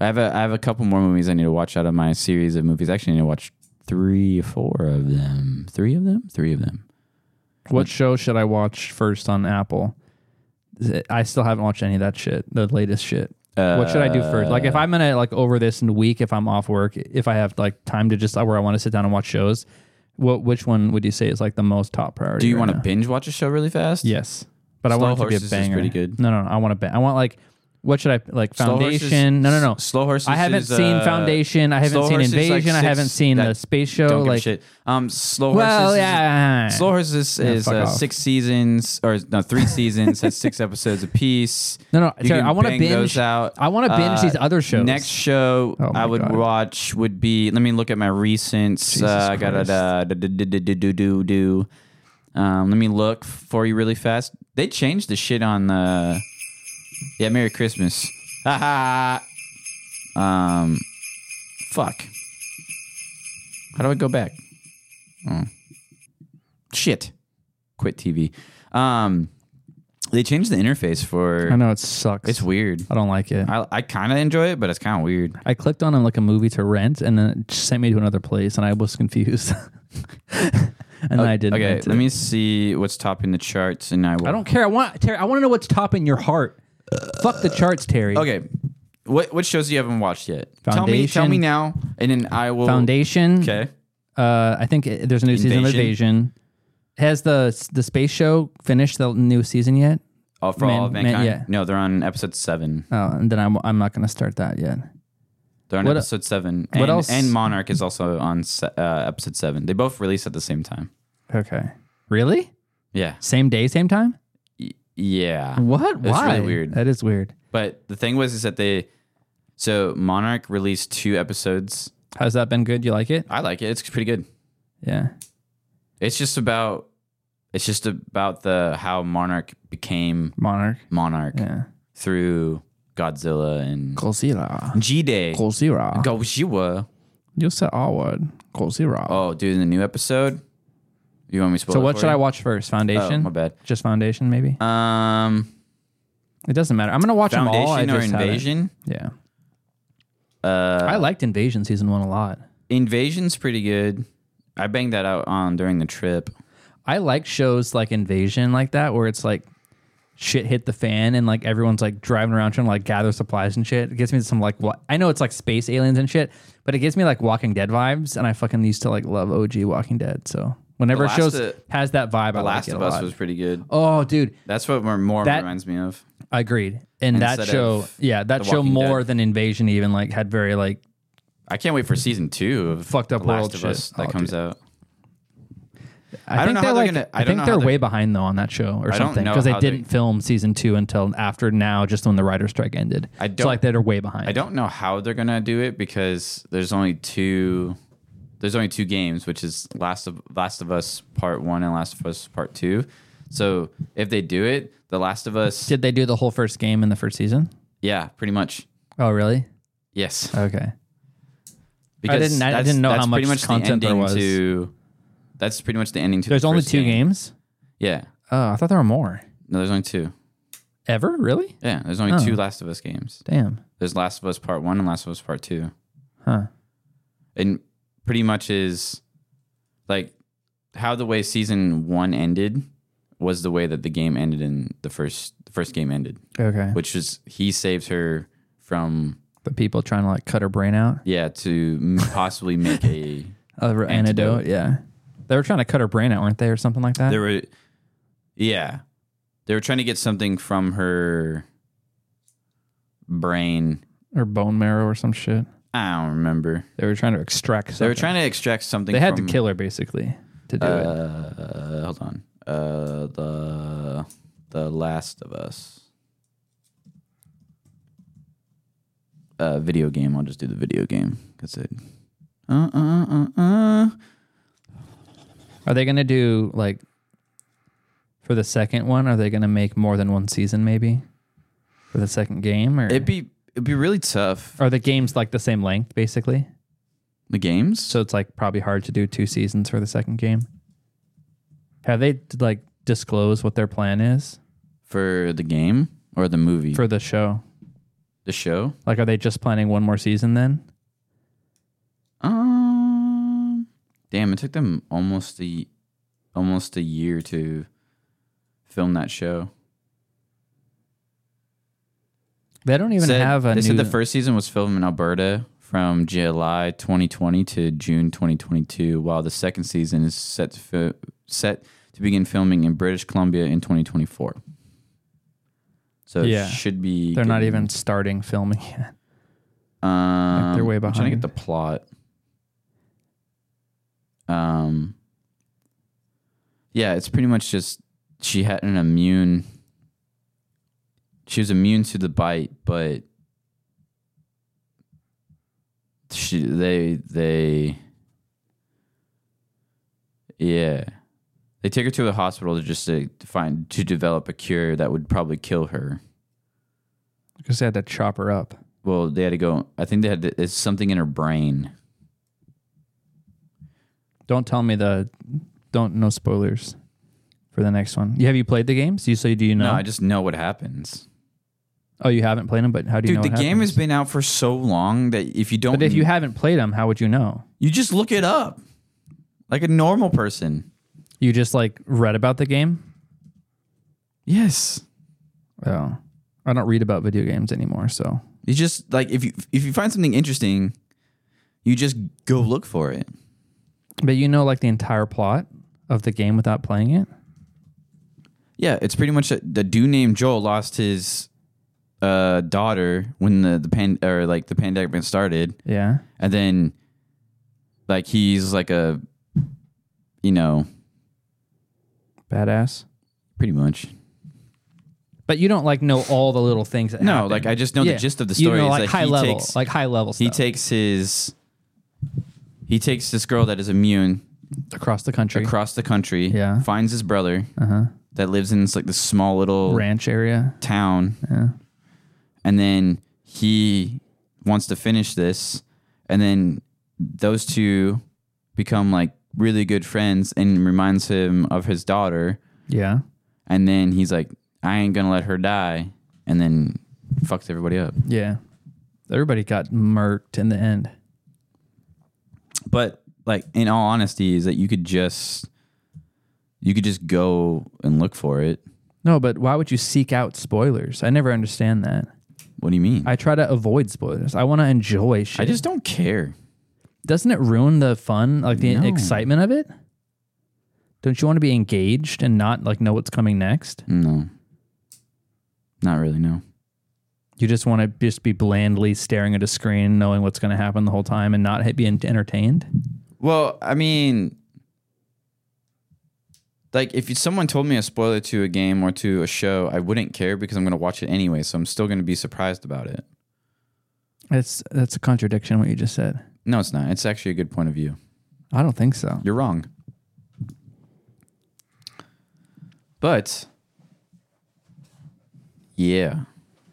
S1: I have a I have a couple more movies I need to watch out of my series of movies. Actually I need to watch three or four of them. Three of them? Three of them.
S2: What show should I watch first on Apple? Is it- I still haven't watched any of that shit. The latest shit. what should I do first?
S1: Uh.
S2: Like if I'm gonna like over this in a week, if I'm off work, if I have like time to just where I want to sit down and watch shows, what which one would you say is like the most top priority?
S1: Do you
S2: right
S1: want to
S2: now?
S1: binge watch a show really fast?
S2: Yes. But I
S1: Slow
S2: want it to be a
S1: Horses is
S2: banger.
S1: pretty good.
S2: No, no, no. I want a bang. I want like what should I like
S1: Slow Horses-
S2: Foundation? no, no, no.
S1: Slow horses.
S2: I haven't
S1: is,
S2: seen
S1: uh,
S2: Foundation. I haven't
S1: Slow
S2: seen
S1: Horses is like
S2: Invasion. I
S1: six-
S2: haven't seen
S1: that-
S2: the space show.
S1: Don't give a
S2: like
S1: shit. Um, slow
S2: Well,
S1: horses. is-
S2: yeah.
S1: Slow horses
S2: Yeah,
S1: is
S2: fuck
S1: uh,
S2: off.
S1: six seasons or no, three seasons. has six episodes apiece.
S2: No, no,
S1: You
S2: Terry,
S1: can
S2: I wanna
S1: bang those
S2: binge-
S1: out. Uh,
S2: I wanna binge these other shows. Oh
S1: Next show I would watch would be. Let me look at my recents. Uh, I got
S2: Christ.
S1: to do do do do do do do. Um, let me look for you really fast. They changed the shit on the. Yeah, Merry Christmas. Ha ha. Um, fuck. How do I go back? Oh. Shit. Quit TV. Um, they changed the interface for.
S2: I know it sucks.
S1: It's weird.
S2: I don't like it.
S1: I, I kind of enjoy it, but it's kind of weird.
S2: I clicked on like a movie to rent, and then it just sent me to another place, and I was confused. *laughs* and
S1: Oh,
S2: I didn't.
S1: Okay,
S2: rent
S1: let
S2: it.
S1: me see what's topping the charts, and I will.
S2: I don't care. I want Terry. I want to know what's top in your heart. Fuck the charts, Terry.
S1: Okay, what what shows you haven't watched yet? Tell me, tell
S2: Foundation.
S1: me now, and then I will.
S2: Foundation.
S1: Okay.
S2: Uh, I think it- there's a new season of
S1: Invasion.
S2: Invasion. Has the the space show finished the new season yet?
S1: Oh, for all of
S2: Man-
S1: mankind.
S2: man-
S1: No, they're on episode seven.
S2: yeah. Oh, and then I'm I'm not gonna start that yet.
S1: They're on
S2: What-
S1: episode seven.
S2: what
S1: and,
S2: else?
S1: And Monarch is also on se- uh, episode seven. They both release at the same time.
S2: Okay. Really?
S1: Yeah.
S2: Same day, same time.
S1: Yeah.
S2: What?
S1: It's
S2: Why?
S1: really weird.
S2: That is weird.
S1: But the thing was is that they so Monarch released two episodes.
S2: How's that been good? You like it?
S1: I like it. It's pretty good.
S2: Yeah.
S1: It's just about it's just about the how Monarch became
S2: Monarch.
S1: Monarch
S2: Yeah.
S1: through Godzilla and
S2: Godzilla.
S1: G Day.
S2: Godzilla.
S1: Godzilla.
S2: You said our word. Godzilla.
S1: Oh, dude, in the new episode. You want me to spoil
S2: So
S1: it
S2: what
S1: for
S2: should
S1: you?
S2: I watch first? Foundation.
S1: Oh, my bad.
S2: Just Foundation, maybe.
S1: Um,
S2: it doesn't matter. I'm gonna watch them all. I
S1: Foundation or
S2: just haven't.
S1: Invasion?
S2: Yeah.
S1: Uh,
S2: I liked Invasion season one a lot.
S1: Invasion's pretty good. I banged that out on during the trip.
S2: I like shows like Invasion like that where it's like shit hit the fan and like everyone's like driving around trying to like gather supplies and shit. It gives me some like what I know it's like space aliens and shit, but it gives me like Walking Dead vibes and I fucking used to like love OG Walking Dead. So whenever
S1: The
S2: it
S1: last
S2: shows
S1: of-
S2: has that vibe, I
S1: The Last
S2: like it
S1: of
S2: a
S1: Us
S2: lot.
S1: was pretty good.
S2: oh, dude,
S1: That's what more, more
S2: That-
S1: reminds me of.
S2: I agreed. And that
S1: Instead
S2: show,
S1: of
S2: yeah, that
S1: The
S2: show
S1: Walking
S2: more
S1: Dead.
S2: than Invasion even like had very like
S1: I can't wait for season two of
S2: Fucked up
S1: The Last
S2: world
S1: of
S2: shit.
S1: Us that
S2: Oh,
S1: comes out.
S2: I,
S1: I
S2: think
S1: don't know
S2: they're
S1: how they're
S2: like,
S1: gonna- I
S2: I,
S1: don't
S2: think
S1: know how
S2: they're
S1: they-
S2: way behind though on that show or
S1: I don't
S2: something
S1: know
S2: because they
S1: how they-
S2: didn't film season two until after now, just when the writer's strike ended.
S1: I
S2: so
S1: don't-
S2: like they're way behind.
S1: I don't know how they're gonna do it because there's only two. There's only two games, which is Last of Last of Us Part One and Last of Us Part Two. So if they do it, The Last of Us,
S2: Did they do the whole first game in the first season?
S1: yeah, pretty much,
S2: Oh, really?
S1: yes.
S2: Okay.
S1: Because
S2: didn't- I
S1: that's-
S2: didn't know
S1: that's
S2: how
S1: pretty
S2: much
S1: much
S2: content
S1: the
S2: there
S1: ending
S2: was.
S1: To, that's pretty much the ending to.
S2: There's
S1: the
S2: only
S1: first
S2: two
S1: game.
S2: games.
S1: Yeah,
S2: Oh, I thought there were more.
S1: no, there's only two.
S2: Ever really?
S1: Yeah, there's only
S2: Oh.
S1: two Last of Us games.
S2: Damn.
S1: There's Last of Us Part One and Last of Us Part Two,
S2: Huh.
S1: and pretty much is like how the way season one ended was the way that the game ended in the first the first game ended,
S2: Okay.
S1: which is he saved her from
S2: But people trying to like cut her brain out.
S1: yeah to m- possibly make
S2: *laughs*
S1: a
S2: Other antidote.
S1: Antidote.
S2: Yeah. They were trying to cut her brain out, weren't they, or something like that?
S1: they were yeah they were trying to get something from her brain.
S2: or bone marrow or some shit.
S1: I don't remember.
S2: They were trying to extract. Something.
S1: They were trying to extract something.
S2: They had
S1: from-
S2: to kill her basically to do it.
S1: Uh, hold on. Uh, the The Last of Us. Uh, video game. I'll just do the video game. That's it. Uh, uh, uh, uh.
S2: Are they gonna do like for the second one? Are they gonna make more than one season maybe for the second game? Or
S1: It'd be it'd be really tough.
S2: are the games like the same length basically?
S1: The games.
S2: So it's like probably hard to do two seasons for the second game. Have they like disclosed what their plan is
S1: for the game or the movie
S2: for the show?
S1: the show.
S2: Like, are they just planning one more season then?
S1: Um, damn! It took them almost a almost a year to film that show.
S2: They don't even
S1: said-
S2: have a
S1: they
S2: new.
S1: said the first season was filmed in Alberta from July 2020 to June 2022, while the second season is set to fi- set to begin filming in British Columbia in 2024. So it should be.
S2: They're not
S1: good.
S2: even starting filming yet.
S1: Um,
S2: they're way
S1: I'm trying to get
S2: behind.
S1: the plot. Um. Yeah, it's pretty much just she had an immune. She was immune to the bite, but she they they. Yeah, they take her to the hospital to just to find to develop a cure that would probably kill her.
S2: Because they had to chop her up.
S1: Well, they had to go. I think they had to, it's something in her brain.
S2: Don't tell me the. Don't no spoilers for the next one. You- Have you played the games? You say, do you know?
S1: No, I just know what happens.
S2: Oh, you haven't played them, but how do you
S1: Dude,
S2: know?
S1: the
S2: what
S1: game
S2: happens?
S1: has been out for so long that if you don't,
S2: But if you haven't played them, how would you know?
S1: you just look it up like a normal person.
S2: You just like read about the game.
S1: Yes.
S2: Oh, I don't read about video games anymore. So
S1: You just like if you if you find something interesting, you just go look for it.
S2: But you know, like the entire plot of the game without playing it.
S1: Yeah, it's pretty much that the dude named Joel lost his uh, daughter when the the pan or like the pandemic started.
S2: Yeah.
S1: and then like he's like a you know
S2: badass,
S1: pretty much.
S2: But you don't like know all the little things. That
S1: No,
S2: happen.
S1: like I just know
S2: Yeah.
S1: the gist of the
S2: You
S1: story.
S2: know,
S1: It's
S2: like, high
S1: he
S2: level,
S1: takes-
S2: like high level.
S1: He takes his. He takes this girl that is immune
S2: across the country.
S1: Across the country,
S2: Yeah.
S1: Finds his brother
S2: Uh-huh.
S1: that lives in this like this small little
S2: Ranch area
S1: town,
S2: Yeah.
S1: and then he wants to finish this, and then those two become like really good friends, and reminds him of his daughter,
S2: Yeah.
S1: and then he's like, "I ain't gonna let her die," and then fucks everybody up.
S2: Yeah. Everybody got murked in the end.
S1: but like in all honesty is that you could just you could just go and look for it
S2: No, but why would you seek out spoilers? I never understand that.
S1: What do you mean?
S2: I try to avoid spoilers. I want to enjoy shit.
S1: i just don't care
S2: Doesn't it ruin the fun, like the
S1: No.
S2: excitement of it? Don't you want to be engaged and not like know what's coming next?
S1: No. Not really, no.
S2: You just want to just be blandly staring at a screen, knowing what's going to happen the whole time and not be en- entertained?
S1: well i mean like if someone told me a spoiler to a game or to a show i wouldn't care because i'm going to watch it anyway so i'm still going to be surprised about it
S2: That's that's a contradiction what you just said.
S1: no it's not it's actually a good point of view
S2: I don't think so.
S1: You're wrong. But yeah.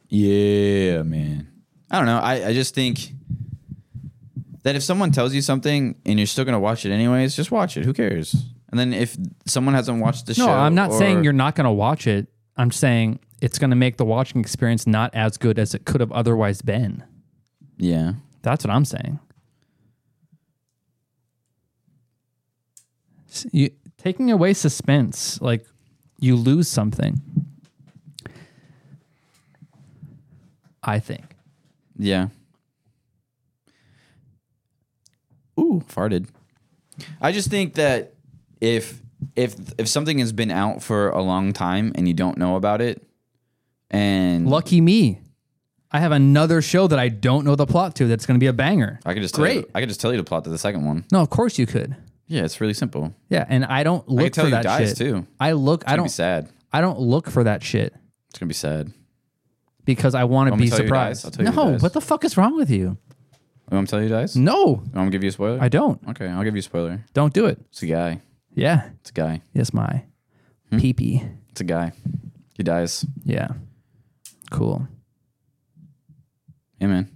S1: Yeah, man. I don't know. I, I just think that if someone tells you something and you're still gonna watch it anyways, just watch it. Who cares? And then if someone hasn't watched the show
S2: No, I'm not
S1: or-
S2: saying you're not going to watch it. I'm saying it's going to make the watching experience not as good as it could have otherwise been.
S1: Yeah.
S2: That's what I'm saying. S- You, taking away suspense, like you lose something. I think.
S1: Yeah. Ooh, farted. I just think that if if if something has been out for a long time and you don't know about it, and
S2: Lucky me. I have another show that I don't know the plot to that's going to be a banger.
S1: I could just Tell
S2: Great.
S1: you, I could just tell you the plot to the second one.
S2: No, of course you could.
S1: Yeah, it's really simple.
S2: Yeah, and I don't
S1: I can
S2: look
S1: tell
S2: for
S1: you
S2: that
S1: dies,
S2: shit.
S1: too.
S2: I look.
S1: It's
S2: I
S1: gonna be
S2: don't.
S1: sad.
S2: I don't look for that shit
S1: It's gonna be sad.
S2: because I want to
S1: Want me
S2: be
S1: to tell you who dies?
S2: surprised.
S1: I'll tell you who
S2: no,
S1: dies.
S2: what the fuck is wrong with you?
S1: You want me to tell you dies?
S2: No.
S1: I'm gonna give you a spoiler.
S2: Mm. I don't.
S1: Okay, I'll give you a spoiler.
S2: Don't do it.
S1: It's a guy.
S2: Yeah.
S1: It's a guy.
S2: Yes, my
S1: Hmm?
S2: pee pee.
S1: It's a guy. He dies.
S2: Yeah. Cool.
S1: Hey man.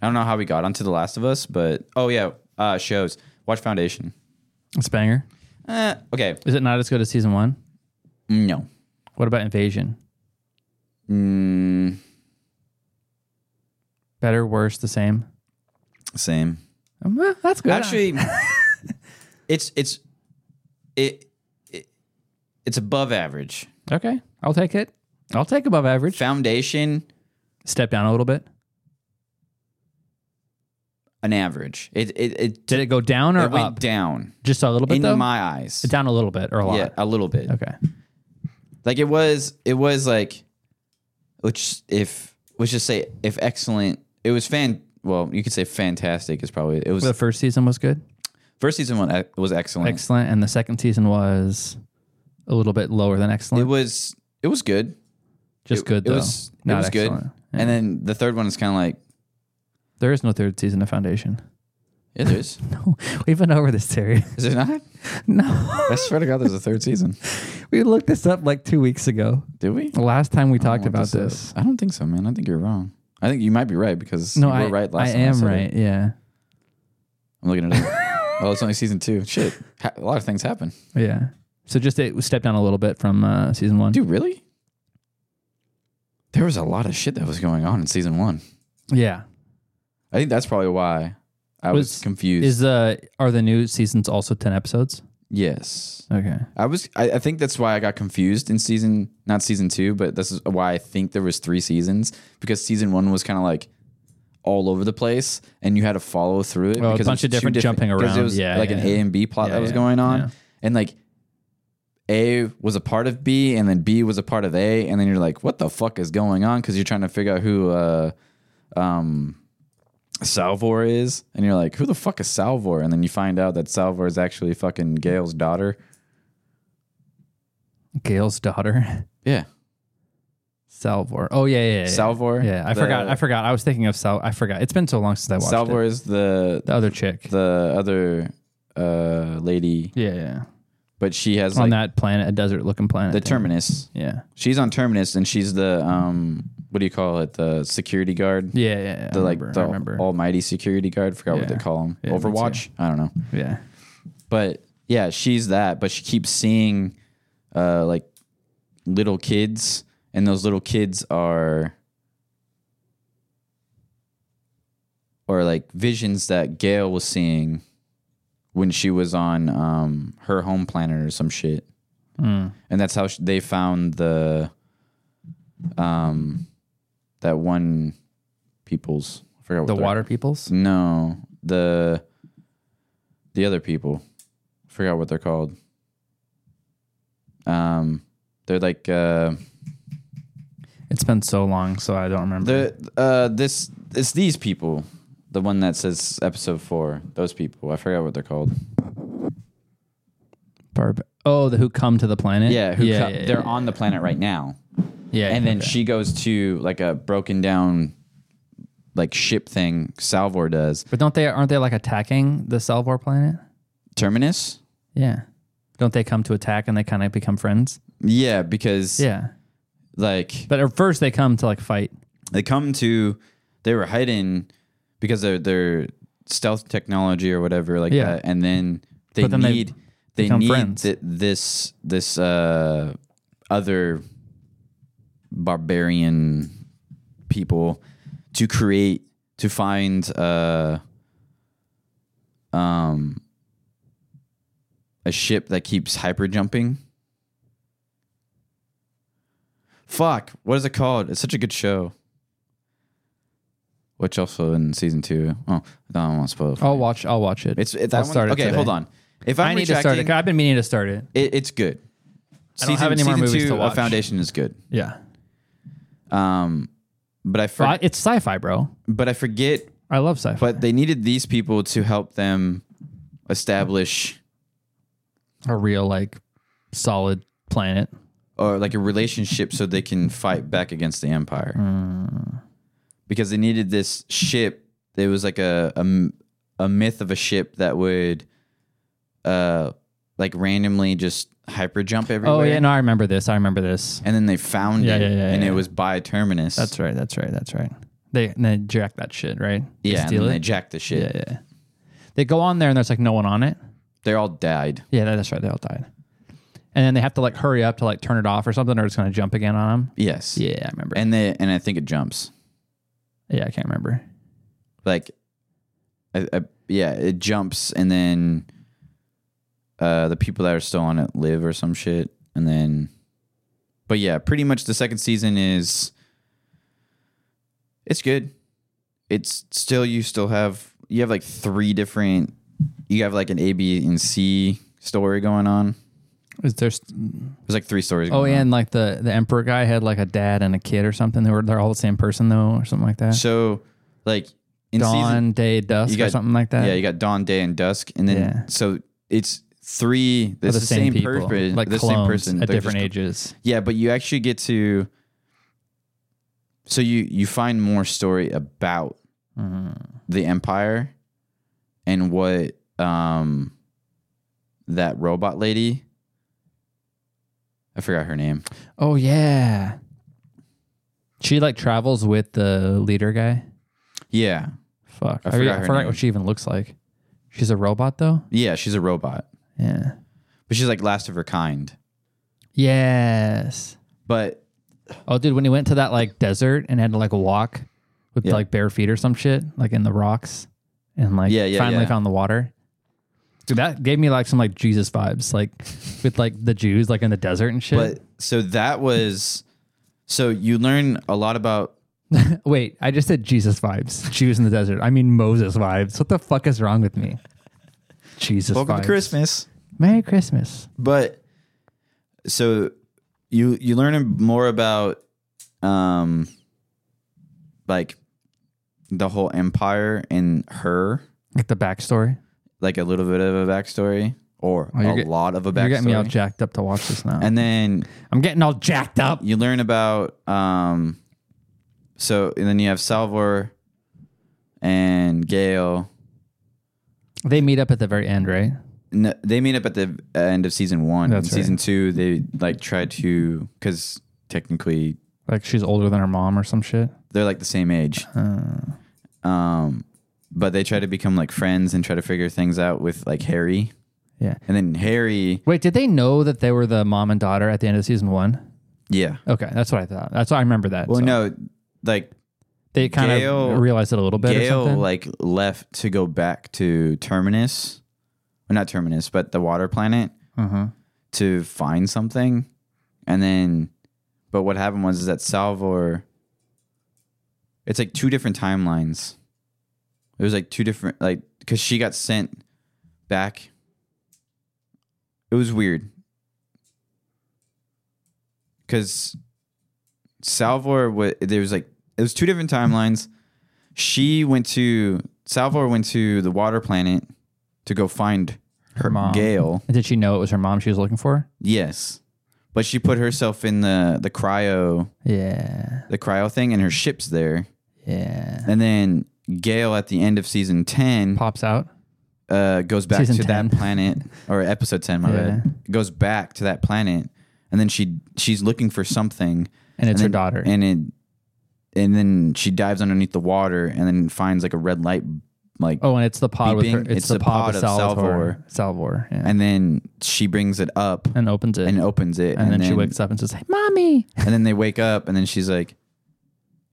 S1: I don't know how we got onto The Last of Us, but oh yeah, uh, shows. Watch Foundation.
S2: It's a banger.
S1: Eh, okay.
S2: Is it not as good as season one?
S1: No.
S2: What about Invasion?
S1: Mm,
S2: Better, worse, the same.
S1: same.
S2: Um, well, that's good.
S1: Actually,
S2: *laughs*
S1: it's it's it, it it's above average.
S2: okay, I'll take it. I'll take above average.
S1: Foundation,
S2: Step down a little bit.
S1: an average. It it, it
S2: Did it go down or
S1: it went
S2: up?
S1: down
S2: Just a little bit
S1: in
S2: though.
S1: my eyes.
S2: down a little bit or a lot.
S1: Yeah, a little bit.
S2: Okay.
S1: Like it was it was like which if let's just say if excellent, it was fan. Well, you could say fantastic is probably it was
S2: the first season was good,
S1: first season one ec- was excellent.
S2: excellent, and the second season was a little bit lower than excellent.
S1: It was it was good,
S2: Just
S1: It-
S2: good
S1: It
S2: though.
S1: was it
S2: Not
S1: was good,
S2: excellent.
S1: and then the third one is kind of like
S2: There is no third season of Foundation. *laughs*
S1: yeah, there is.
S2: No, we've been over this,
S1: *laughs*
S2: Terry.
S1: Is there not?
S2: No.
S1: I swear to God, there's a third season.
S2: We looked this up like two weeks ago.
S1: Did we?
S2: The last time we talked
S1: look
S2: about
S1: this up.
S2: this.
S1: I don't think so, man. I think you're wrong. I think you might be right because
S2: No,
S1: you were
S2: I,
S1: right last
S2: I
S1: time.
S2: am
S1: said it.
S2: right. Yeah.
S1: I'm looking at it.
S2: *laughs*
S1: up. oh, it's only season two. Shit, ha- a lot of things happen.
S2: Yeah. So just it stepped down a little bit from uh, season one.
S1: Dude, really? There was a lot of shit that was going on in season one.
S2: Yeah.
S1: I think that's probably why I was,
S2: Was-
S1: confused.
S2: Is uh are the new seasons also ten episodes?
S1: yes,
S2: Okay.
S1: I was. I, I think that's why I got confused in season, not season two, but this is why I think there was three seasons because season one was kind of like all over the place, and you had to follow through it
S2: Well, a
S1: because it
S2: bunch
S1: was
S2: of
S1: two
S2: different jumping
S1: 'cause It
S2: around.
S1: was
S2: Yeah,
S1: like
S2: yeah,
S1: an
S2: yeah.
S1: A and B plot
S2: Yeah,
S1: that was
S2: yeah,
S1: going on,
S2: yeah.
S1: and like A was a part of B, and then B was a part of A, and then you're like, what the fuck is going on? Because you're trying to figure out who, uh, um, Salvor is, and you're like, who the fuck is Salvor? And then you find out that Salvor is actually fucking Gail's daughter.
S2: Gail's daughter. *laughs*
S1: Yeah.
S2: Salvor. Oh yeah, yeah, yeah.
S1: Salvor,
S2: Yeah, I
S1: the-
S2: forgot. I forgot. I was thinking of Sal. I forgot. It's been so long since I watched
S1: Salvor
S2: it.
S1: is the
S2: The other chick.
S1: the other uh, lady,
S2: Yeah, yeah.
S1: but she has
S2: On
S1: like
S2: that planet, a desert-looking planet.
S1: the
S2: thing.
S1: terminus.
S2: Yeah.
S1: She's on terminus, and she's the um, what do you call it? The security guard.
S2: Yeah, yeah. yeah.
S1: the
S2: I
S1: like
S2: remember,
S1: the
S2: I remember.
S1: almighty security guard. Forgot what they
S2: Yeah.
S1: call him.
S2: Yeah, me too.
S1: Overwatch. I don't know.
S2: Yeah.
S1: But yeah, she's that. But she keeps seeing uh, like little kids, and those little kids are or like visions that Gail was seeing when she was on um, her home planet or some shit.
S2: Mm.
S1: And that's how sh- they found the um that one people's I forgot what
S2: The
S1: they're-
S2: water peoples.
S1: no, the the other people. I forgot what they're called. Um, they're like uh,
S2: It's been so long, so I don't remember.
S1: the uh this it's these people. The one that says episode four. Those people. I forgot what they're called.
S2: Barb. Oh, the who come to the planet.
S1: Yeah, who co-
S2: yeah,
S1: they're
S2: yeah.
S1: on the planet right now.
S2: Yeah,
S1: and then
S2: okay.
S1: she goes to like a broken down like ship thing. Salvor does
S2: But don't they? Aren't they like attacking the Salvor planet?
S1: terminus.
S2: Yeah. Don't they come to attack and they kind of become friends?
S1: Yeah, because
S2: Yeah.
S1: like
S2: But at first they come to like fight.
S1: they come to they were hiding because of their stealth technology or whatever like
S2: Yeah.
S1: that and then they
S2: But then they
S1: need they
S2: become
S1: need
S2: friends.
S1: th- this this uh other barbarian people to create to find uh um a ship that keeps hyper jumping fuck what is it called it's such a good show which also in season two oh no, i won't spoil it for
S2: I'll
S1: you.
S2: watch. I'll watch it.
S1: it's it, that
S2: Oh, I'll
S1: one-
S2: start it
S1: okay
S2: today.
S1: hold on if i'm
S2: I need to start it.
S1: retracting,
S2: I've been meaning to start it.
S1: it, it's good
S2: I don't have any more
S1: season
S2: movies
S1: two
S2: to
S1: of
S2: watch.
S1: foundation is good
S2: Yeah.
S1: um but i, for,
S2: Well, I- it's sci-fi, bro.
S1: but i forget
S2: I love sci-fi.
S1: but they needed these people to help them establish
S2: a real like solid planet.
S1: or like a relationship so they can fight back against the empire
S2: Hmm.
S1: because they needed this ship there was like a, a m- a myth of a ship that would uh like randomly just hyper jump everywhere
S2: Oh yeah, no, I remember this. I remember this.
S1: and then they found
S2: Yeah,
S1: it
S2: yeah, yeah,
S1: and
S2: yeah.
S1: it was by terminus
S2: That's right. That's right. That's right. They and they jack that shit, right? They
S1: yeah and
S2: steal
S1: then
S2: it.
S1: they jacked the shit
S2: Yeah, yeah. They go on there and there's like no one on it.
S1: they all died
S2: Yeah, that- that's right. They all died. And then they have to like hurry up to like turn it off or something, or it's gonna jump again on them.
S1: yes
S2: Yeah, I remember.
S1: and they and i think it jumps
S2: yeah, I can't remember.
S1: like I, I, yeah it jumps and then uh the people that are still on it live or some shit and then but yeah pretty much the second season is it's good it's still you still have you have like three different you have like an a b and c story going on
S2: Is there? s-
S1: There's like three stories.
S2: Oh
S1: going
S2: yeah,
S1: on.
S2: and like the the emperor guy had like a dad and a kid or something. They were they're all the same person though, or something like that.
S1: So like in
S2: Dawn,
S1: season,
S2: day, dusk, or something like that.
S1: Yeah, you got dawn, day, and dusk, and then
S2: Yeah.
S1: so it's three.
S2: They're
S1: It's
S2: the
S1: the,
S2: same
S1: same,
S2: people,
S1: person,
S2: like
S1: the
S2: clones
S1: same person
S2: at
S1: They're
S2: different ages.
S1: Yeah, but you actually get to. So you you find more story about
S2: Mm-hmm.
S1: the empire, and what um, that robot lady. I forgot her name.
S2: Oh yeah. She like travels with the leader guy.
S1: Yeah.
S2: Fuck.
S1: I
S2: I,
S1: forgot
S2: forgot,
S1: her
S2: I forgot
S1: name.
S2: what she even looks like. She's a robot though.
S1: Yeah, she's a robot,
S2: Yeah.
S1: but she's like last of her kind.
S2: Yes.
S1: But
S2: oh, dude, when he went to that like desert and had to like walk with
S1: Yeah.
S2: like bare feet or some shit, like in the rocks, and like
S1: Yeah, yeah,
S2: finally
S1: yeah.
S2: found the water. Dude, that gave me like some like Jesus vibes, like with like the Jews like in the desert and shit.
S1: But so that was so you learn a lot about
S2: Wait, I just said Jesus vibes. Jews in the desert. I mean Moses vibes. What the fuck is wrong with me? Jesus
S1: Welcome to
S2: vibes.
S1: Christmas.
S2: Merry Christmas.
S1: But so you you learn more about um like the whole empire and her
S2: Like the backstory.
S1: like a little bit of a backstory or
S2: Oh, you're
S1: a
S2: get-
S1: lot of a backstory.
S2: You're getting me all jacked up to watch this now.
S1: And then
S2: I'm getting all jacked up.
S1: You learn about um so and then you have Salvor and Gail.
S2: they meet up at the very end, right?
S1: No, they meet up at the end of season one.
S2: That's
S1: in season two, they like try to because technically
S2: Like she's older than her mom or some shit.
S1: they're like the same age.
S2: Uh.
S1: Um, but they try to become like friends and try to figure things out with like Harry.
S2: Yeah.
S1: and then Harry.
S2: Wait, did they know that they were the mom and daughter at the end of season one?
S1: Yeah.
S2: Okay, that's what I thought. That's I remember that.
S1: Well,
S2: so.
S1: no, like
S2: they kind
S1: Gale-
S2: of realized it a little bit. or
S1: Gail
S2: something.
S1: like left to go back to Terminus, well, not Terminus, but the water planet
S2: Mhm.
S1: to find something, and then, but what happened was is that Salvor. It's like two different timelines. It was like two different, like because she got sent back. It was weird because Salvor was there was like it was two different timelines. She went to Salvor went to the water planet to go find her
S2: mom.
S1: Gale.
S2: Did she know it was her mom she was looking for?
S1: Yes, but she put herself in the the cryo
S2: Yeah.
S1: the cryo thing, and her ship's there.
S2: Yeah.
S1: And then Gale at the end of season ten
S2: pops out.
S1: Uh, goes back
S2: Season
S1: to
S2: 10. *laughs*
S1: that planet or episode ten. My
S2: Yeah.
S1: bad. Goes back to that planet, and then she she's looking for something,
S2: And it's her
S1: then-
S2: daughter.
S1: and it and then she dives underneath the water and then finds like a red light, like
S2: Oh, and it's the pod
S1: beeping.
S2: with her. It's, the, pod, with Salvador.
S1: Salvor.
S2: Salvor. Yeah.
S1: and then she brings it up
S2: and opens it.
S1: and opens it,
S2: And, then, she wakes up and says, "Hey, "Mommy."
S1: and then they wake up, and then she's like,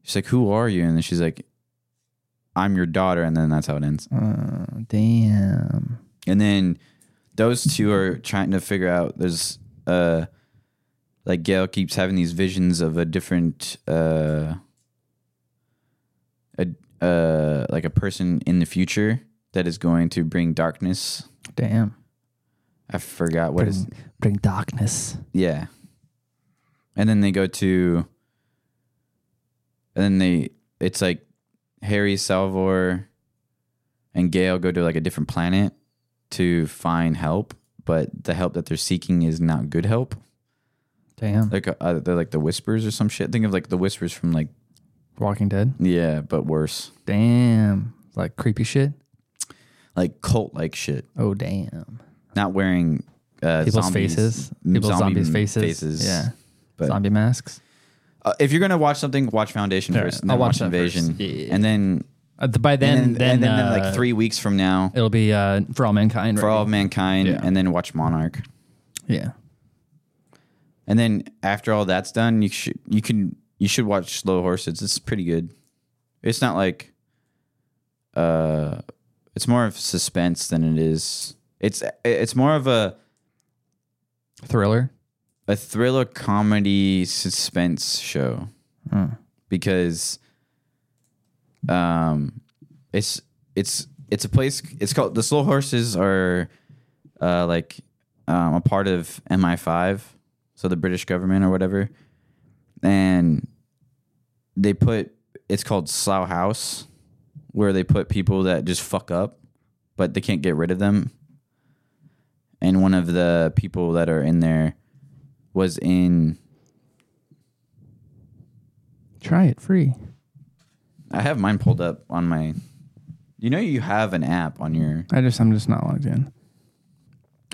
S1: she's like, "Who are you?" And then she's like, "I'm your daughter," and then that's how it ends.
S2: Oh, damn.
S1: And then those two are trying to figure out there's uh like Gail keeps having these visions of a different uh a uh like a person in the future that is going to bring darkness.
S2: Damn.
S1: I forgot what
S2: bring,
S1: is
S2: bring darkness.
S1: yeah. And then they go to and then they it's like Harry Salvor and Gail go to like a different planet to find help, but the help that they're seeking is not good help.
S2: Damn.
S1: Like uh, they're like the whispers or some shit. Think of like the whispers from like
S2: Walking Dead.
S1: yeah, but worse.
S2: Damn. Like creepy shit.
S1: Like cult like shit.
S2: Oh damn.
S1: Not wearing uh
S2: People's
S1: zombies-
S2: faces.
S1: mm,
S2: People's
S1: zombie
S2: zombies' faces. Yeah.
S1: But-
S2: Zombie masks.
S1: Uh, if you're gonna watch something, watch Foundation
S2: Yeah,
S1: first. And
S2: I'll
S1: then watch,
S2: watch that
S1: Invasion,
S2: first. Yeah.
S1: and then
S2: Uh, th- by then,
S1: and then,
S2: then,
S1: and then,
S2: uh,
S1: like three weeks from now,
S2: It'll be uh, for all mankind.
S1: for
S2: right?
S1: all of mankind,
S2: Yeah.
S1: and then watch Monarch.
S2: Yeah.
S1: And then after all that's done, you should you can you should watch Slow Horses. It's pretty good. It's not like uh it's more of suspense than it is. It's it's more of a
S2: Thriller.
S1: a thriller comedy suspense show because um it's it's it's a place it's called the slow horses are uh like um, a part of MI5, so the British government or whatever, and they put it's called Slough House, where they put people that just fuck up, but they can't get rid of them. And one of the people that are in there was in.
S2: Try it free.
S1: I have mine pulled up on my. You know, you have an app on your.
S2: I just I'm just not logged in.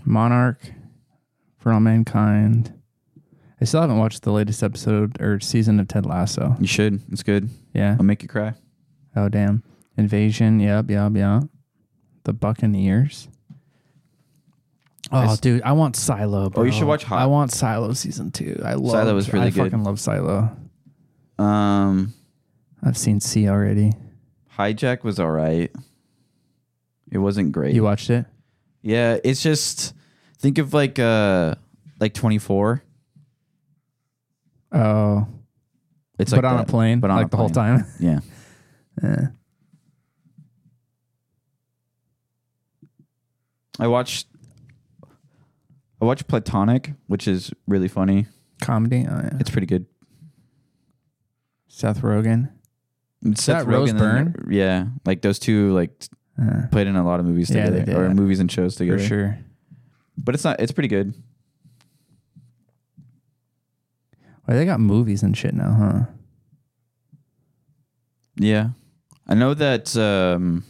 S2: Monarch for all mankind. I still haven't watched the latest episode or season of Ted Lasso.
S1: You should. It's good.
S2: Yeah.
S1: I'll make you cry.
S2: Oh damn. Invasion. Yep, yep, yep. The Buccaneers. Oh,
S1: It's-
S2: dude, I want Silo. Bro.
S1: Oh, you should watch Hot.
S2: I want Silo season two. I love
S1: Silo was really
S2: I
S1: good.
S2: fucking love Silo.
S1: Um,
S2: I've seen C already.
S1: Hijack was all right. It wasn't great.
S2: You watched it?
S1: Yeah, it's just think of like uh like 24.
S2: Oh,
S1: It's
S2: but
S1: like
S2: on
S1: that,
S2: a plane,
S1: but on
S2: like
S1: a
S2: the whole
S1: plane.
S2: time. *laughs*
S1: Yeah.
S2: Eh.
S1: I watched I watched Platonic, which is really funny.
S2: Comedy. Oh, yeah.
S1: It's pretty good.
S2: Seth Rogen.
S1: It's
S2: that Rose Byrne?
S1: Yeah, like those two like t-
S2: Uh,
S1: played in a lot of movies
S2: yeah,
S1: together
S2: they did.
S1: or movies and shows together.
S2: sure.
S1: But it's not it's pretty good.
S2: Well, they got movies and shit now, huh?
S1: Yeah. I know that um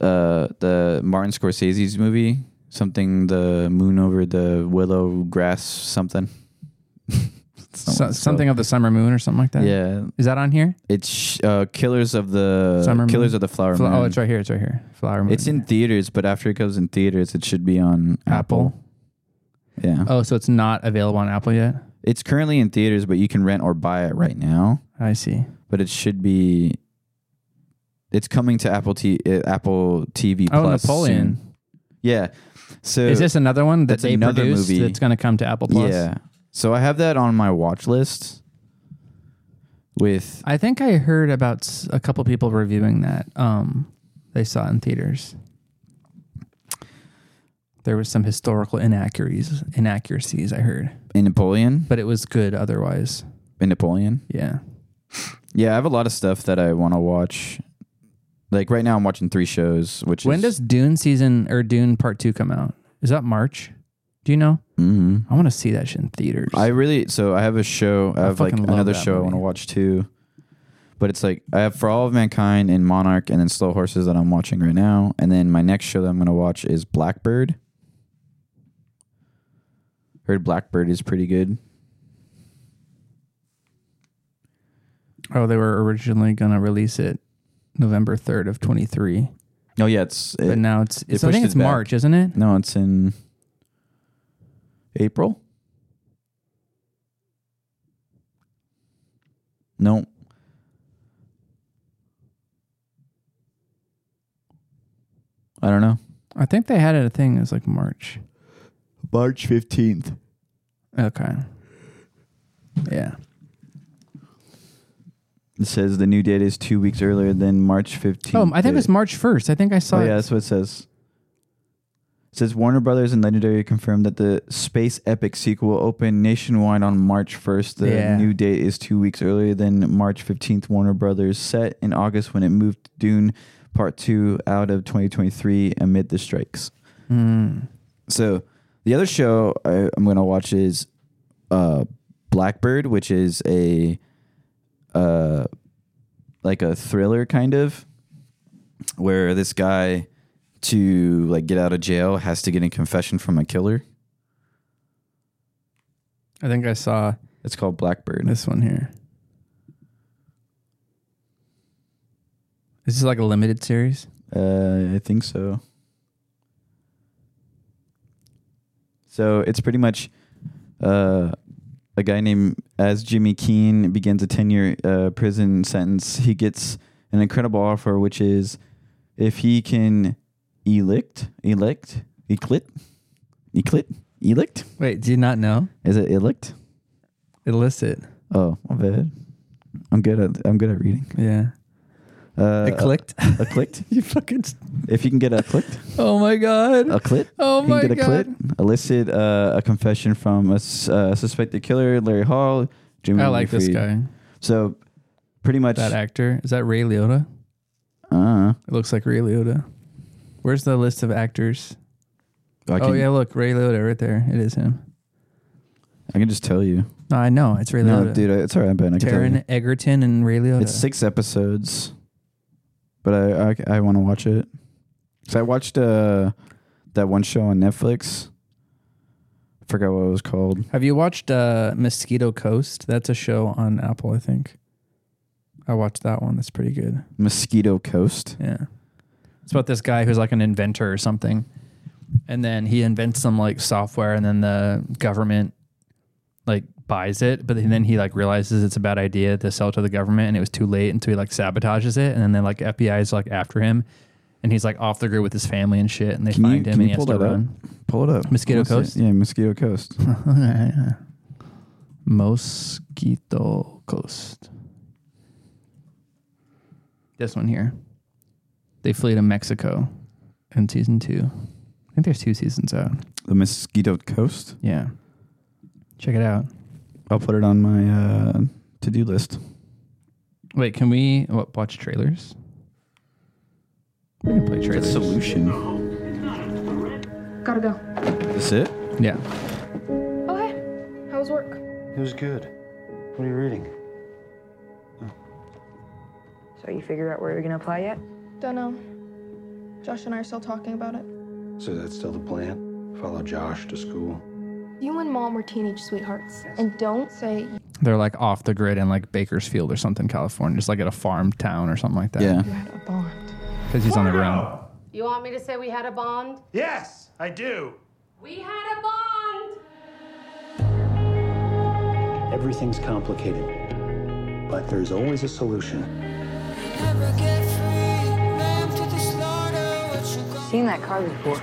S1: uh the Martin Scorsese's movie, something the moon over the willow grass something. *laughs*
S2: So, something of the summer moon or something like that.
S1: Yeah.
S2: Is that on here?
S1: It's uh Killers of the
S2: Summer
S1: Killers
S2: Moon?
S1: of the Flower
S2: Fla-
S1: Moon.
S2: Oh, it's right here. It's right here. Flower moon.
S1: It's in theaters, but after it goes in theaters, it should be on Apple. Yeah.
S2: Oh, so it's not available on Apple yet.
S1: It's currently in theaters, but you can rent or buy it right now.
S2: I see.
S1: But it should be. It's coming to Apple T uh, Apple TV
S2: Oh,
S1: Plus.
S2: Napoleon.
S1: soon. Yeah. So
S2: Is this another one that
S1: that's
S2: they
S1: another
S2: produced
S1: movie.
S2: that's going to come to Apple Plus?
S1: Yeah. So I have that on my watch list. With
S2: I think I heard about s- a couple people reviewing that. Um, they saw it in theaters. There was some historical inaccuracies. Inaccuracies I heard,
S1: in Napoleon,
S2: but it was good otherwise.
S1: in Napoleon.
S2: Yeah.
S1: Yeah, I have a lot of stuff that I want to watch. Like right now, I'm watching three shows. Which
S2: When
S1: is,
S2: does Dune season or Dune Part Two come out? Is that March? Do you know?
S1: Mhm.
S2: I want to see that shit in theaters.
S1: I really so I have a show. I
S2: I
S1: have like
S2: fucking love
S1: another
S2: that
S1: show I
S2: movie.
S1: want to watch too. But it's like I have For All of Mankind and Monarch and then Slow Horses that I'm watching right now. And then my next show that I'm gonna watch is Blackbird. Heard Blackbird is pretty good.
S2: oh, they were originally gonna release it November third of twenty three,
S1: Oh yeah, it's it,
S2: but now it's,
S1: they
S2: it's I
S1: pushed
S2: think
S1: it
S2: it's
S1: back.
S2: March, isn't it?
S1: No, it's in April. No. I don't know.
S2: I think they had it a thing. It was like March.
S1: March 15th.
S2: Okay. Yeah.
S1: It says the new date is two weeks earlier than March 15th.
S2: Oh, I think it was March first. I think I saw
S1: Oh, yeah,
S2: it.
S1: that's what it says. It says Warner Brothers and Legendary confirmed that the space epic sequel will open nationwide on March 1st. The
S2: Yeah.
S1: new date is two weeks earlier than March 15th. Warner Brothers set in August when it moved Dune Part 2 out of 2023 amid the strikes.
S2: Mm.
S1: So the other show I, I'm gonna watch is uh, Blackbird, which is a uh, like a thriller kind of, where this guy to like get out of jail has to get a confession from a killer.
S2: I think I saw
S1: It's called Blackbird.
S2: this one here. Is this like a limited series?
S1: Uh, I think so. So it's pretty much uh, a guy named as Jimmy Keene begins a ten-year uh, prison sentence. He gets an incredible offer, which is if he can elect, elect, eclit, eclit, elect.
S2: Wait, do you not know?
S1: Is it elect?
S2: Illicit.
S1: Oh, my bad. I'm good at I'm good at reading.
S2: Yeah.
S1: Uh,
S2: A clicked?
S1: A, clicked? you fucking. If you can get a clicked,
S2: Oh my god.
S1: a clit.
S2: Oh
S1: If you
S2: my
S1: can get a
S2: god.
S1: clit. Elicit uh, a confession from a s- uh, suspected killer, Larry Hall. Jimmy
S2: I like this
S1: Reed.
S2: guy.
S1: So, pretty much
S2: That actor is that Ray Liotta?
S1: Uh,
S2: It looks like Ray Liotta. Where's the list of actors?
S1: I
S2: oh
S1: can-
S2: yeah, look Ray Liotta right there. It is him.
S1: I can just tell you.
S2: No, I know it's Ray
S1: No,
S2: Liotta.
S1: dude, it's all right, Ben. I can tell you.
S2: Taron Egerton and Ray Liotta.
S1: It's six episodes, but I I, I want to watch it. So I watched uh, that one show on Netflix. I forgot what it was called.
S2: Have you watched uh, Mosquito Coast? That's a show on Apple, I think. I watched that one. That's pretty good.
S1: Mosquito Coast.
S2: Yeah. It's about this guy who's like an inventor or something. And then he invents some like software and then the government like buys it, but then he like realizes it's a bad idea to sell to the government and it was too late and so he like sabotages it and then then like FBI is like after him and he's like off the grid with his family and shit and they
S1: Can you-
S2: find him
S1: can
S2: and
S1: you
S2: he has
S1: pull
S2: to
S1: that up?
S2: run.
S1: Pull it up.
S2: Mosquito
S1: What's it?
S2: Coast?
S1: Yeah, Mosquito Coast. *laughs*
S2: Mosquito Coast. This one here. They flee to Mexico in season two. I think there's two seasons out.
S1: The Mosquito Coast.
S2: Yeah. Check it out.
S1: I'll put it on my uh, to do list.
S2: Wait, can we what, watch trailers? We can play trailers.
S1: solution.
S19: Gotta go.
S1: That's it.
S2: Yeah.
S19: Oh, hey. How was work?
S13: It was good. What are you reading?
S19: So you figured out where you're gonna apply yet? Dunno. Josh and I are still talking about it.
S13: So that's still the plan? Follow Josh to school?
S19: You and Mom were teenage sweethearts. And don't say
S2: They're like off the grid in like Bakersfield or something, California, just like at a farm town or something like that.
S19: you had a bond.
S2: Because he's on the ground.
S22: You want me to say we had a bond?
S15: Yes, I do.
S22: We had a bond!
S13: Everything's complicated, but there's always a solution.
S19: Seen that car before.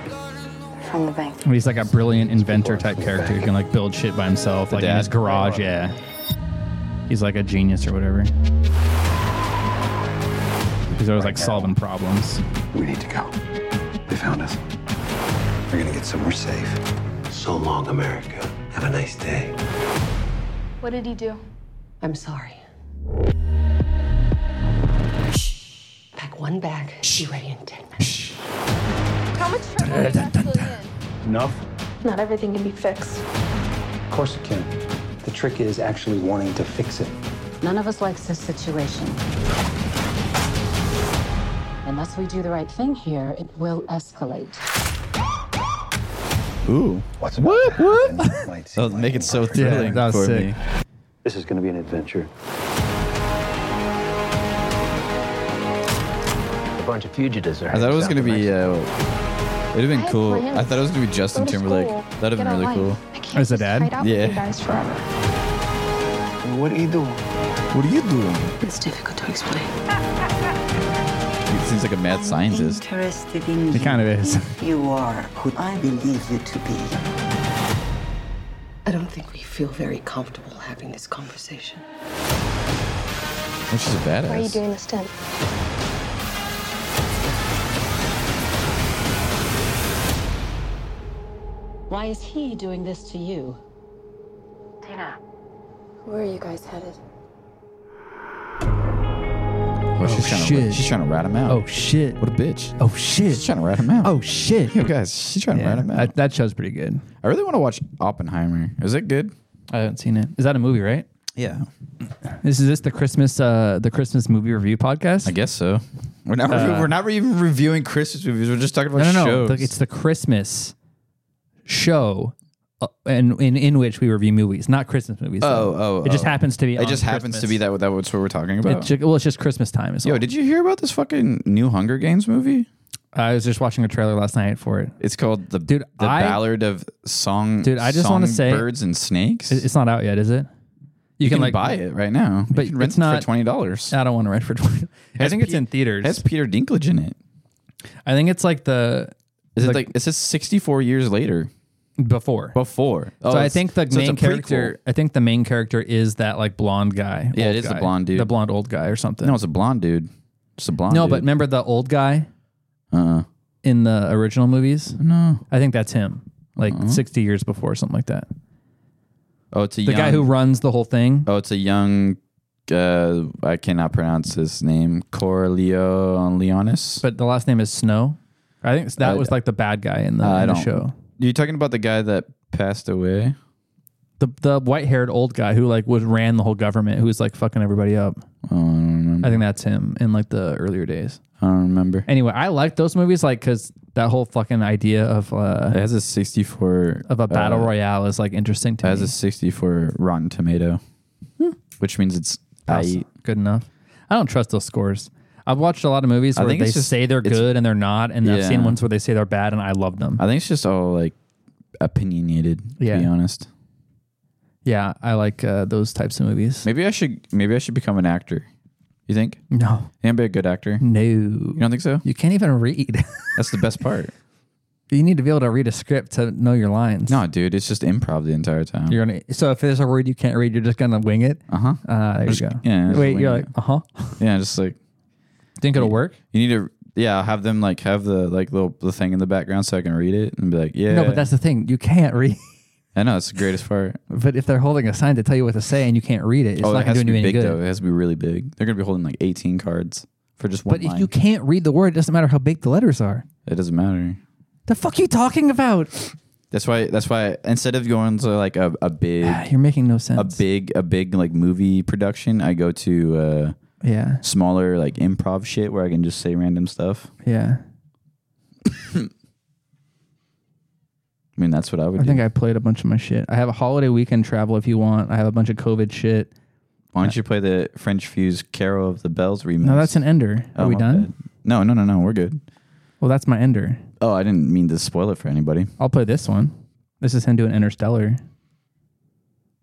S19: From the bank.
S2: But He's like a brilliant inventor type character who can like build shit by himself, like in his garage. Yeah, he's like a genius or whatever. He's always like solving problems.
S13: We need to go. They found us. We're gonna get somewhere safe. So long, America. Have a nice day.
S19: What did he do? I'm sorry.
S12: Pack one bag. Be ready in ten
S19: How much trouble is actually in?
S13: Enough?
S19: Not everything can be fixed.
S13: Of course it can. The trick is actually wanting to fix it.
S23: None of us likes this situation. Unless we do the right thing here, it will escalate.
S1: Ooh. What's what? What? That'll make it so thrilling
S2: that was
S1: for
S2: sick.
S1: me.
S13: This is gonna be an adventure.
S24: A bunch of fugitives are.
S1: I thought it was gonna be. Uh, it'd have been cool. I thought it was gonna be Justin
S19: Go to
S1: Timberlake.
S19: school.
S1: That'd
S19: Get
S1: have been
S19: a
S1: really
S19: life.
S1: cool.
S19: I can't As a just dad? hide out with you guys forever.
S13: What are you doing?
S1: What are you doing?
S23: It's difficult to explain.
S1: He seems like a mad scientist.
S23: Interested in
S2: He kind of is.
S23: you are who I believe you to be.
S12: I don't think we feel very comfortable having this conversation.
S1: Oh, she's a
S19: Why are you
S1: badass.
S19: doing this to him?
S23: Why is he doing this to you?
S19: Dana. Where are you guys headed?
S1: Oh, she's trying to. She's trying to rat him out.
S2: Oh shit!
S1: What a bitch.
S2: Oh shit!
S1: She's trying to rat him out.
S2: Oh shit!
S1: Yo, guys, she's trying to
S2: Yeah,
S1: rat him out.
S2: That, that show's pretty good.
S1: I really want to watch Oppenheimer. Is it good?
S2: I haven't seen it. Is that a movie, right?
S1: Yeah.
S2: This is this the Christmas uh the Christmas movie review podcast.
S1: I guess so. We're not. re-
S2: Uh,
S1: we're not even reviewing Christmas movies. We're just talking about
S2: no, no,
S1: shows.
S2: no. The- It's the Christmas show, uh, and in in which we review movies, not Christmas movies.
S1: oh,
S2: though.
S1: oh.
S2: It just
S1: oh.
S2: happens to be.
S1: It
S2: on
S1: just happens to
S2: Christmas.
S1: be that. That what's what we're talking
S2: It
S1: about.
S2: ju- well, it's just Christmas time. Is
S1: Yo,
S2: all.
S1: did you hear about this fucking new Hunger Games movie?
S2: I was just watching a trailer last night for it.
S1: It's called the
S2: Dude,
S1: the
S2: I-
S1: Ballad of Song.
S2: Dude, I just wanna say-
S1: birds and snakes.
S2: It- It's not out yet, is it?
S1: You, can, buy it right now,
S2: but
S1: you can rent
S2: it's not Uh,
S1: it for twenty dollars.
S2: I don't want to rent for
S1: *laughs*
S2: twenty. I think it's in theaters.
S1: Has Peter Dinklage in it?
S2: I think it's like the
S1: Is it like it says sixty four years later?
S2: before.
S1: Before. Oh,
S2: so I
S1: it's-
S2: think the
S1: so it's a
S2: main character. I think the main character is that like blonde guy.
S1: Yeah, it
S2: old
S1: is the
S2: guy.
S1: blonde dude.
S2: The blonde old guy or something.
S1: prequel. No, it's a blonde dude. Sublime.
S2: no,
S1: dude.
S2: but remember the old guy
S1: Uh-uh.
S2: in the original movies?
S1: No.
S2: I think that's him. Like
S1: Uh-uh.
S2: 60 years before, or something like that.
S1: Oh, it's a
S2: The
S1: young,
S2: guy who runs the whole thing.
S1: Oh, it's a young. Uh, I cannot pronounce his name. Corleo Leonis.
S2: But the last name is Snow. I think that
S1: I- Uh,
S2: was like the bad guy in the,
S1: I
S2: in the
S1: don't-
S2: show.
S1: You talking about the guy that passed away?
S2: The the white haired old guy who like was ran the whole government, who was like fucking everybody up.
S1: Oh, I don't remember.
S2: I think that's him in like the earlier days.
S1: I don't remember.
S2: Anyway, I like those movies like because that whole fucking idea of
S1: It
S2: uh
S1: has a sixty-four
S2: of a battle
S1: uh,
S2: royale is like interesting
S1: It
S2: to
S1: has
S2: me.
S1: a sixty-four Rotten Tomato,
S2: Hmm.
S1: which means it's
S2: That's
S1: I.
S2: good enough. I don't trust those scores. I've watched a lot of movies
S1: I
S2: where
S1: think
S2: they
S1: it's just-
S2: say they're
S1: it's-
S2: good and they're not, and I've seen
S1: Yeah.
S2: ones where they say they're bad and I love them.
S1: I think it's just all like opinionated.
S2: Yeah.
S1: To be honest,
S2: Yeah, I like uh, those types of movies.
S1: maybe I should maybe I should become an actor. You think?
S2: No,
S1: And be a good actor.
S2: no, you
S1: don't think so?
S2: You can't even read. *laughs*
S1: That's the best *laughs* part.
S2: you need to be able to read a script to know your lines.
S1: no, dude, it's just improv the entire time.
S2: You're gonna. So if there's a word you can't read, you're just gonna wing it.
S1: Uh-huh.
S2: Uh There
S1: Just-
S2: you go.
S1: yeah, just
S2: Wait, you're
S1: wing
S2: like, uh huh.
S1: yeah, just like
S2: Think it'll work?
S1: you need to yeah have them like have the like little the thing in the background so I can read it and be like yeah.
S2: No, but that's the thing. You can't read. *laughs*
S1: I know it's the greatest part.
S2: But if they're holding a sign to tell you what to say and you can't read it, it's
S1: oh, it
S2: not
S1: has
S2: gonna
S1: to
S2: do you
S1: be
S2: any
S1: big
S2: good.
S1: though. It has to be really big. They're gonna be holding like eighteen cards for just one
S2: But
S1: line.
S2: if you can't read the word, it doesn't matter how big the letters are.
S1: it doesn't matter.
S2: The fuck you talking about?
S1: That's why. That's why instead of going to like a, a big
S2: Ah, You're making no
S1: a
S2: sense.
S1: big a big like movie production, I go to uh,
S2: yeah,
S1: smaller like improv shit where I can just say random stuff.
S2: yeah.
S1: I mean, that's what I would.
S2: I
S1: do.
S2: think I played a bunch of my shit. I have a holiday weekend travel if you want. I have a bunch of COVID shit.
S1: Why don't you play the French Fuse "Carol of the Bells" remix?
S2: No, that's an ender. Are
S1: Oh,
S2: we
S1: my
S2: done?
S1: bad. No, no, no, no. We're good.
S2: Well, that's my ender.
S1: Oh, I didn't mean to spoil it for anybody.
S2: I'll play this one. This is him doing Interstellar.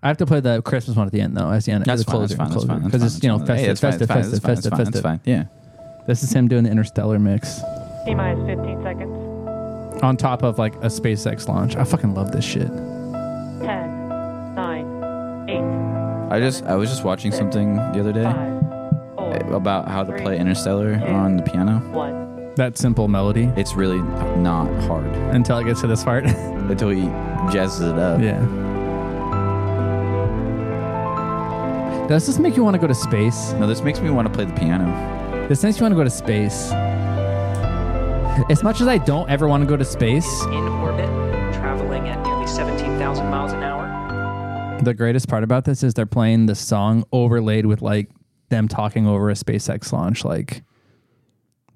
S2: I have to play the Christmas one at the end though. As the end, as a closer, closer, because it's you know festive, festive, festive, festive, festive.
S1: Yeah.
S2: This is him doing the Interstellar mix
S5: T minus 15 seconds.
S2: on top of like a SpaceX launch. I fucking love this shit.
S5: 10, 9, 8.
S1: I just I was just watching something the other day about how to play Interstellar on the piano.
S2: That simple melody.
S1: It's really not hard
S2: Until it gets to this part. *laughs*
S1: until he jazzes it up.
S2: yeah. Does this make you want to go to space?
S1: No, this makes me want to play the piano.
S2: This makes you want to go to space. As much as I don't ever want to go to space,
S10: in orbit, traveling at nearly 17,000 miles an hour.
S2: the greatest part about this is they're playing the song overlaid with like them talking over a SpaceX launch, like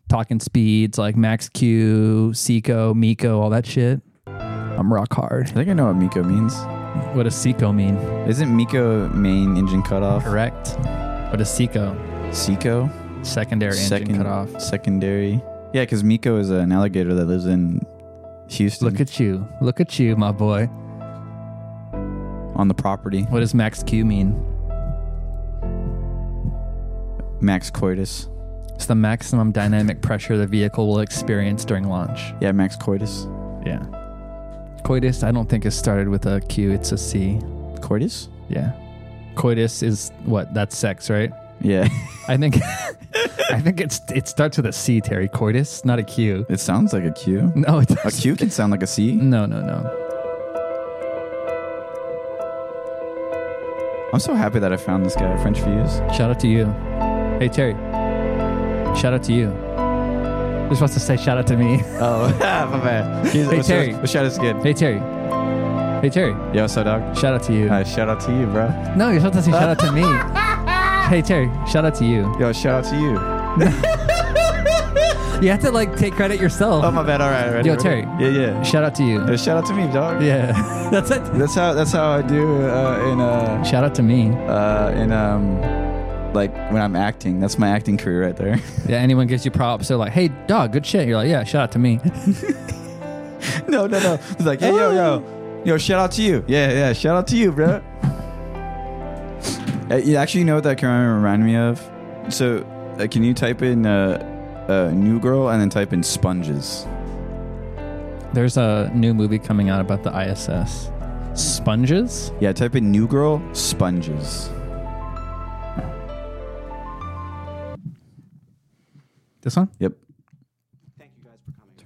S2: talking speeds, like Max Q, Seiko, Miko, all that shit. I'm rock hard.
S1: I think I know what Miko means.
S2: What does Seiko mean?
S1: Isn't Miko main engine cutoff?
S2: Correct. What is Seiko?
S1: Seiko.
S2: Secondary engine cut off.
S1: Secondary. Yeah, because Miko is an alligator that lives in Houston
S2: Look at you. Look at you, my boy.
S1: on the property.
S2: What does Max Q mean?
S1: Max Coitus.
S2: It's the maximum dynamic pressure the vehicle will experience during launch.
S1: Yeah, Max Coitus.
S2: Yeah. Coitus, I don't think is started with a Q. It's a C.
S1: Coitus?
S2: Yeah. Coitus is what? That's sex, right?
S1: Yeah. *laughs*
S2: I think. *laughs* I think it's it starts with a C, Terry. Coitus, not a Q.
S1: it sounds like a Q.
S2: No, it
S1: A
S2: doesn't.
S1: Q can sound like a C.
S2: No, no, no.
S1: I'm so happy that I found this guy, French Fuse.
S2: Shout out to you. Hey, Terry. Shout out to you. You're supposed to say shout out to me. *laughs*
S1: Oh, *laughs* my bad. He's,
S2: Hey,
S1: what's
S2: Terry.
S1: Your, what's your is good?
S2: Hey, Terry. Hey, Terry.
S1: Yo, what's up, dog?
S2: Shout out to you.
S1: Uh, shout out to you, bro.
S2: No, you're supposed to say shout out to me. *laughs* Hey, Terry. Shout out to you.
S1: Yo, shout out to you.
S2: You have to like take credit yourself.
S1: Oh, my bad. All right, ready?
S2: Yo,
S1: ready?
S2: Terry.
S1: Yeah, yeah.
S2: Shout out to you.
S1: Yo, shout out to me, dog.
S2: Yeah, *laughs* that's it.
S1: That's how. That's how I do uh, in uh,
S2: Shout out to me.
S1: uh, in um, like when I'm acting. That's my acting career right there. *laughs*
S2: Yeah, anyone gives you props, they're like, "Hey, dog, good shit." You're like, "Yeah, shout out to *laughs* me."
S1: no, no, no. It's like, hey, yo,
S2: *gasps*
S1: yo, yo, shout out to you. Yeah, yeah, shout out to
S2: *laughs*
S1: you, bro. Uh, you actually know what that kind of reminded me of? So, uh, can you type in uh, uh, "new girl" and then type in "sponges"?
S2: There's a new movie coming out about the ISS. Sponges?
S1: Yeah, type in "new girl sponges."
S2: This one? Oh.
S1: Yep.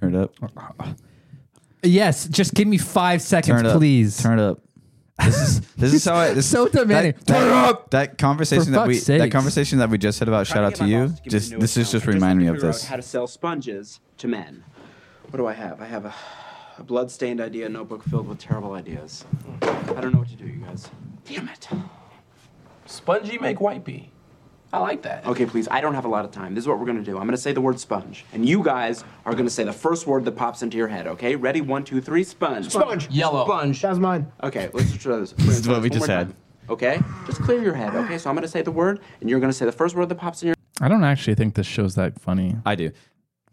S1: Turn it up.
S2: Yes, just give me five seconds,
S1: Turn it up.
S2: please.
S1: Turn it up. This is this is how I, *laughs* this
S2: So demanding.
S1: That,
S2: Turn it
S1: that-
S2: up!
S1: That conversation
S2: For
S1: that we
S2: fuck's
S1: that
S2: sakes.
S1: conversation that we just had about shout out to you. Just this is just remind me of this.
S4: How to sell sponges to men. What do I have? I have a, a blood-stained idea notebook filled with terrible ideas. I don't know what to do, you guys. Damn it. Spongy make whitey. I like that. Okay, please. I don't have a lot of time. This is what we're gonna do. I'm gonna say the word sponge, and you guys are gonna say the first word that pops into your head. Okay? Ready? One, two, three. Sponge. Yellow.
S11: Sponge. That's mine.
S4: Okay, let's just try this.
S1: *laughs* This is what we
S4: One
S1: just
S4: more
S1: had.
S4: time. Okay, just clear your head. Okay, so I'm gonna say the word, and you're gonna say the first word that pops in your
S2: I don't actually think this show's that funny.
S1: I do.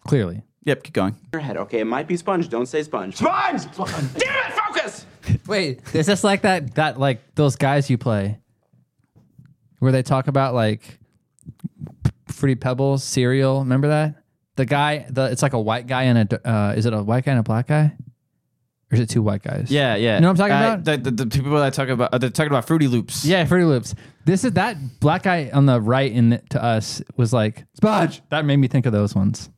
S2: Clearly.
S1: Yep, keep going.
S4: your head. Okay, it might be sponge. Don't say sponge. Sponge. Damn it! Focus.
S2: Wait, is this like that that like those guys you play? Where they talk about like fruity pebbles, cereal, remember that? The guy the it's like a white guy and a uh, is it a white guy and a black guy? Or is it two white guys?
S1: Yeah, yeah.
S2: You know what I'm talking
S1: Uh,
S2: about?
S1: The, the, the people that talk about uh, they're talking about Fruity Loops.
S2: Yeah, Fruity Loops. This is that black guy on the right in the, to us was like Sponge. That made me think of those ones.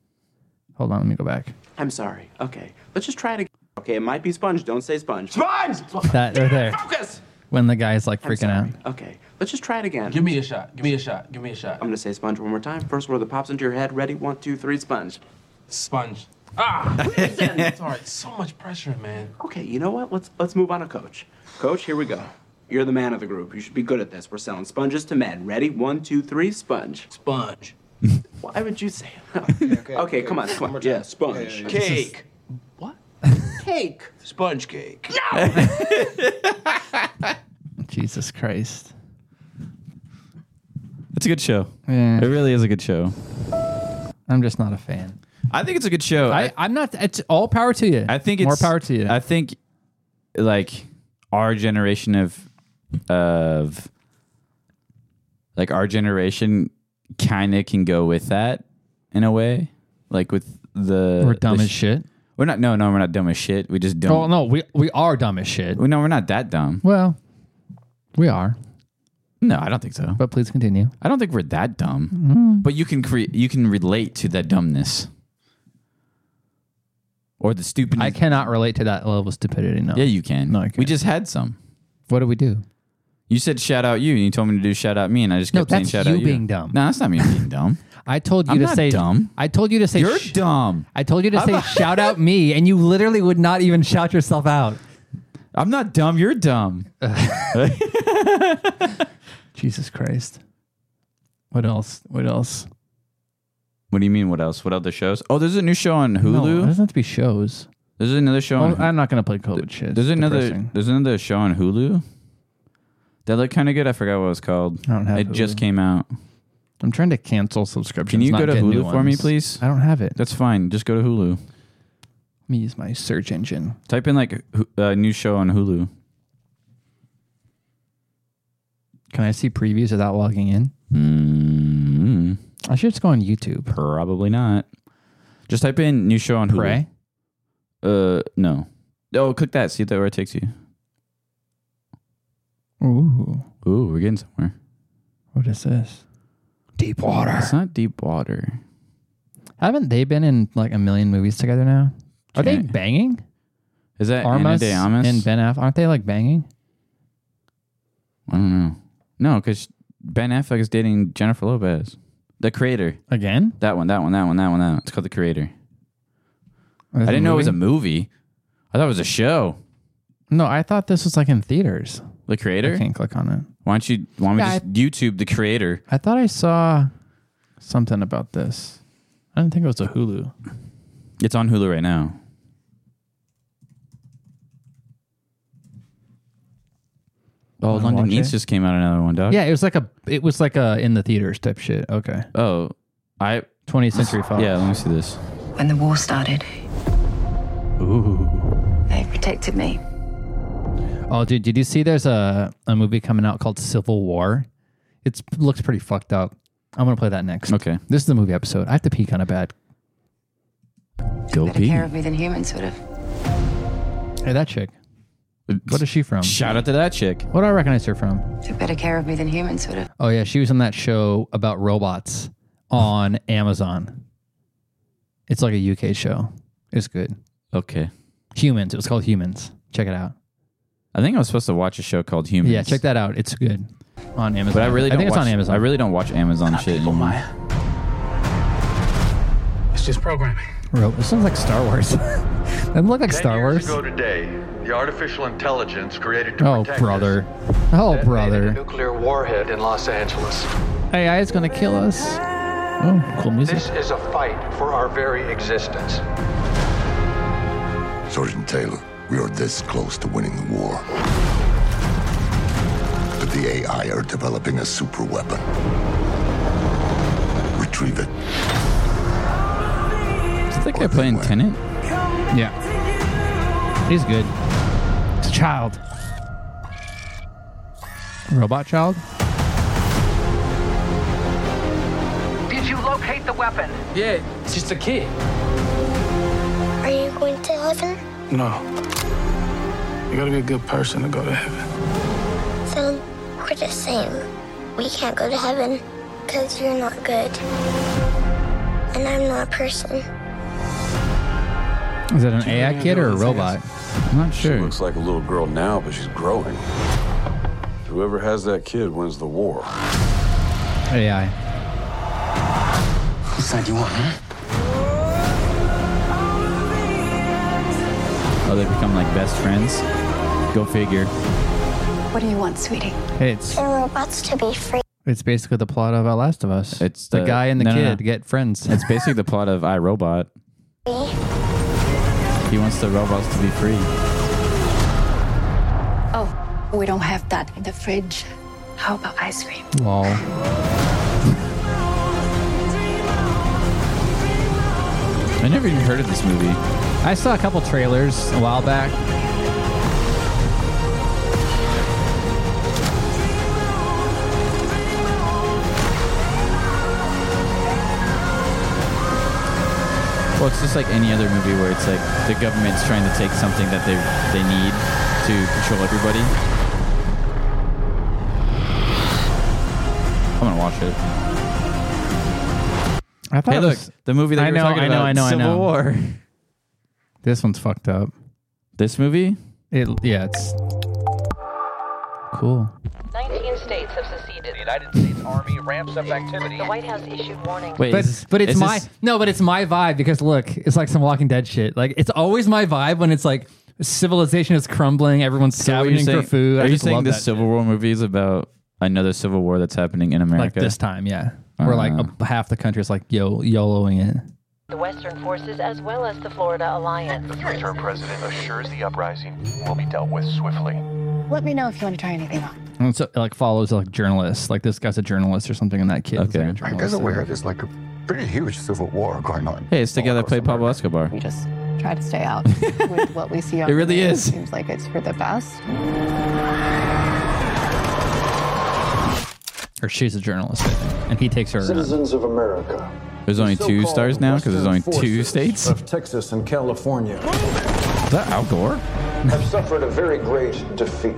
S2: Hold on, let me go back.
S4: I'm sorry. Okay, let's just try it again. Okay, it might be sponge. Don't say sponge. Sponge.
S2: That right there.
S4: Focus.
S2: When the guy's like
S4: I'm
S2: freaking out.
S4: Okay, let's just try it again. Give me a shot. Give me a shot. Give me a shot. I'm gonna say sponge one more time. First word that pops into your head. Ready? One, two, three. Sponge. Sponge. Ah, *laughs* listen. Sorry, so much pressure, man. Okay, you know what? Let's let's move on to coach. Coach, here we go. You're the man of the group. You should be good at this. We're selling sponges to men. Ready? One, two, three. Sponge. Sponge. Why would you say? okay, come on, come on. Yeah, sponge. Cake. What? Cake. Sponge cake.
S2: Jesus Christ.
S1: It's a good show.
S2: Yeah.
S1: It really is a good show.
S2: I'm just not a fan.
S1: I think it's a good show.
S2: I, I'm not. It's all power to you.
S1: I think it's
S2: more power to you.
S1: I think like our generation of of like our generation kind of can go with that in a way, like with the
S2: We're dumb
S1: the
S2: as shit.
S1: We're not. No, no, we're not dumb as shit. We just don't.
S2: Oh no, we we are dumb as shit.
S1: Well, no, we're not that dumb.
S2: Well, we are.
S1: No, I don't think so.
S2: But Mm-hmm. please continue.
S1: I don't think we're that dumb. But you can create. You can relate to that dumbness. Or the stupid.
S2: I cannot relate to that level of stupidity. No.
S1: Yeah, you can. No, we just had some.
S2: What do we do?
S1: You said shout out you, and you told me to do shout out me, and I just
S2: No,
S1: kept saying
S2: that's
S1: shout
S2: you
S1: out you.
S2: being dumb.
S1: No, that's not me being dumb.
S2: I told *laughs* you
S1: I'm
S2: to
S1: not
S2: say
S1: dumb.
S2: I told you to say
S1: You're dumb.
S2: I told you to
S1: I'm
S2: say
S1: *laughs* not-
S2: shout out me, and you literally would not even shout yourself out.
S1: I'm not dumb. You're dumb.
S2: Jesus Christ. What else? What else?
S1: What do you mean? What else? What other shows? Oh, there's a new show on
S2: No, there
S1: Hulu.
S2: doesn't have to be shows.
S1: there's another show.
S2: Well,
S1: On,
S2: I'm not gonna play COVID shit.
S1: there's
S2: It's
S1: another.
S2: depressing.
S1: There's another show on Hulu. That looked kind of good. I forgot what it was called.
S2: I don't have
S1: it just
S2: Hulu.
S1: came out.
S2: I'm trying to cancel subscriptions.
S1: Can you
S2: not
S1: go to
S2: get new
S1: Hulu for me,
S2: ones.
S1: please?
S2: I don't have it. Let
S1: That's fine. Just go to Hulu.
S2: me use my search engine.
S1: Type in like a uh, new show on Hulu.
S2: Can I see previews without logging in?
S1: mm
S2: I should just go on YouTube.
S1: Probably not. Just type in new show on Hulu.
S2: Prey?
S1: Uh, no. Oh, click that. See that where it takes you.
S2: Ooh,
S1: Ooh, we're getting somewhere.
S2: what is this? Deep water.
S1: It's not deep water.
S2: Haven't they been in like a million movies together now? Are they
S1: Giant.
S2: banging?
S1: Is that
S2: Armas
S1: Anna de Armas?
S2: and Ben Affleck aren't they like banging?
S1: I don't know. No, because Ben Affleck is dating Jennifer Lopez, the creator.
S2: Again?
S1: That one, that one, that one, that one, that one. It's called the creator. I didn't know it was a movie. I thought it was a show.
S2: No, I thought this was like in theaters.
S1: The creator.
S2: I can't click on it.
S1: Why don't you? Why don't we
S2: Yeah,
S1: just YouTube the creator?
S2: I thought I saw something about this. I didn't think it was a Hulu.
S1: It's on Hulu right now. Oh,
S2: Wanna
S1: London
S2: watch
S1: Eats
S2: it?
S1: just came out another one, dog.
S2: Yeah, it was like a it was like a in the theaters type shit. Okay.
S1: Oh, I.
S2: 20th Century Fox.
S1: Yeah, let me see this.
S24: When the war started,
S1: Ooh.
S24: they protected me.
S2: Oh, dude, did you see there's a, a movie coming out called Civil War? It looks pretty fucked up. I'm going to play that next.
S1: Okay.
S2: This is the movie episode. I have to pee kind of bad.
S1: Go
S24: Better care of me than humans would have.
S2: Hey, that chick. What is she from?
S1: Shout out to that chick.
S2: What do I recognize her from?
S24: Took better care of me than humans would have.
S2: Oh, yeah. She was on that show about robots on Amazon. It's like a UK show. It's good.
S1: Okay.
S2: Humans. It was called Humans. Check it out.
S1: I think I was supposed to watch a show called Humans.
S2: Yeah, check that out. It's good on Amazon.
S1: But I really don't
S2: think
S1: watch,
S2: it's on Amazon.
S1: I really don't watch Amazon shit anymore.
S16: It's just programming.
S2: Bro, this sounds like Star Wars. *laughs* Doesn't look like Star Wars.
S16: Years ago today, the artificial intelligence created to
S2: Oh
S16: protect
S2: brother. Oh
S16: a
S2: brother.
S16: nuclear warhead in Los Angeles.
S2: AI is gonna kill us. Oh, cool music.
S16: This is a fight for our very existence.
S3: Sergeant Taylor, we are this close to winning the war. But the AI are developing a super weapon. Retrieve it.
S1: Is that guy playing Tenant?
S2: Yeah. He's good. It's a child. Robot child?
S25: Did you locate the weapon?
S16: Yeah, it's just a kid.
S11: Are you going to heaven?
S16: No. You gotta be a good person to go to heaven.
S11: Then we're the same. We can't go to heaven because you're not good. And I'm not a person.
S2: Is that an AI kid or a robot? I'm not sure.
S26: She looks like a little girl now, but she's growing. Whoever has that kid wins the war.
S2: AI.
S26: What side you want, huh?
S1: Oh, they become like best friends. Go figure.
S19: What do you want, sweetie?
S2: Hey, it's
S11: The robots to be free.
S2: it's basically the plot of uh, Last of Us.
S1: It's
S2: the, guy and the
S1: no, no,
S2: kid
S1: no.
S2: get friends.
S1: It's basically the plot of iRobot. He wants the robots to be free.
S19: Oh, we don't have that in the fridge. How about ice cream?
S2: Lol.
S1: I never even heard of this movie.
S2: I saw a couple trailers a while back.
S1: Well, it's just like any other movie where it's like the government's trying to take something that they they need to control everybody. I'm gonna watch it.
S2: I thought
S1: Hey,
S2: it
S1: look,
S2: was-
S1: the movie that
S2: I
S1: we were
S2: know,
S1: talking
S2: I know,
S1: about,
S2: I know, I
S1: Civil
S2: know.
S1: War.
S2: This one's fucked up.
S1: This movie?
S2: It yeah, it's cool.
S17: 19 states have seceded. The United States Army ramps up activity. The White House issued warnings.
S2: but, but it's my no, but it's my vibe because look, it's like some Walking Dead shit. Like it's always my vibe when it's like civilization is crumbling, everyone's
S1: Are you
S2: scavenging
S1: saying,
S2: for food.
S1: Are
S2: I
S1: you
S2: just
S1: saying
S2: love
S1: this
S2: that.
S1: Civil War movie is about another Civil War that's happening in America?
S2: like this time? Yeah, we're like
S1: Uh.
S2: a, half the country is like yo yoloing it.
S17: The Western forces, as well as the Florida Alliance.
S16: Future president assures the uprising will be dealt with swiftly.
S19: Let me know if you want to try anything on.
S2: And so it like follows like journalists. Like this guy's a journalist or something, and that kid. Okay, like a
S3: I guess
S2: journalist.
S3: aware there's like a pretty huge civil war going on.
S1: Hey, it's the guy that played Pablo Escobar.
S19: Try to stay out with what we see on
S1: It really
S19: the news.
S1: is.
S19: Seems like it's for the best.
S2: or she's a journalist, I think. and he takes her. uh,
S8: Citizens of America.
S1: There's only
S8: The
S1: two
S8: so-called
S1: stars now because there's only
S8: Western
S1: two
S8: forces
S1: states. *laughs*
S8: Of Texas and California
S1: Is that Al Gore?
S8: have suffered a very great defeat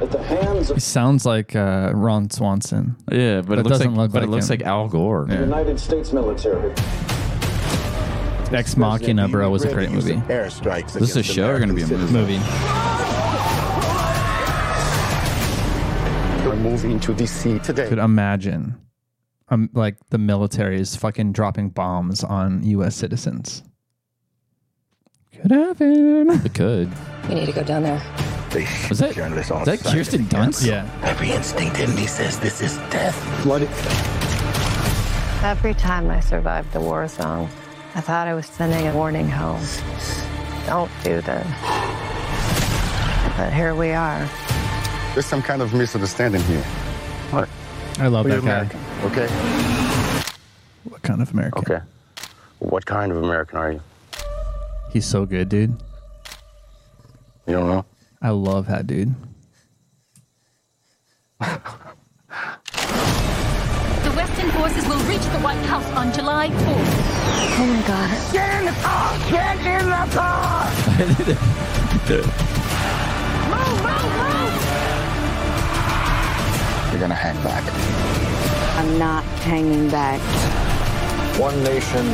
S8: at the hands of
S2: He sounds like uh, Ron Swanson.
S1: Yeah, but, it looks
S2: doesn't
S1: like
S2: look
S1: but
S2: like
S1: it looks
S2: him.
S1: like Al Gore.
S8: the United States military.
S2: Ex Machina, bro, was a great movie.
S1: Is this a show or going to be a movie?
S2: Movie.
S8: We're moving to DC today.
S2: Could imagine, um, like the military is fucking dropping bombs on U.S. citizens. Could happen.
S3: *laughs*
S1: It could.
S19: We need to go down there.
S1: Was that, is that Kirsten Dunst?
S2: Yeah.
S19: Every instinct in me says this is death. Every time I survived the war zone, I thought I was sending a warning home. Don't do this. But here we are.
S3: There's some kind of misunderstanding here. What?
S2: I love
S3: We're
S2: that guy.
S3: American, okay?
S2: What kind of American?
S3: Okay. What kind of American are you?
S2: He's so good, dude.
S3: You don't know?
S2: I love that dude.
S27: The Western forces will reach the White House on July 4th. Oh my god. Get in the car! Get in the car!
S3: You're gonna hang back.
S19: I'm not hanging back.
S8: One nation,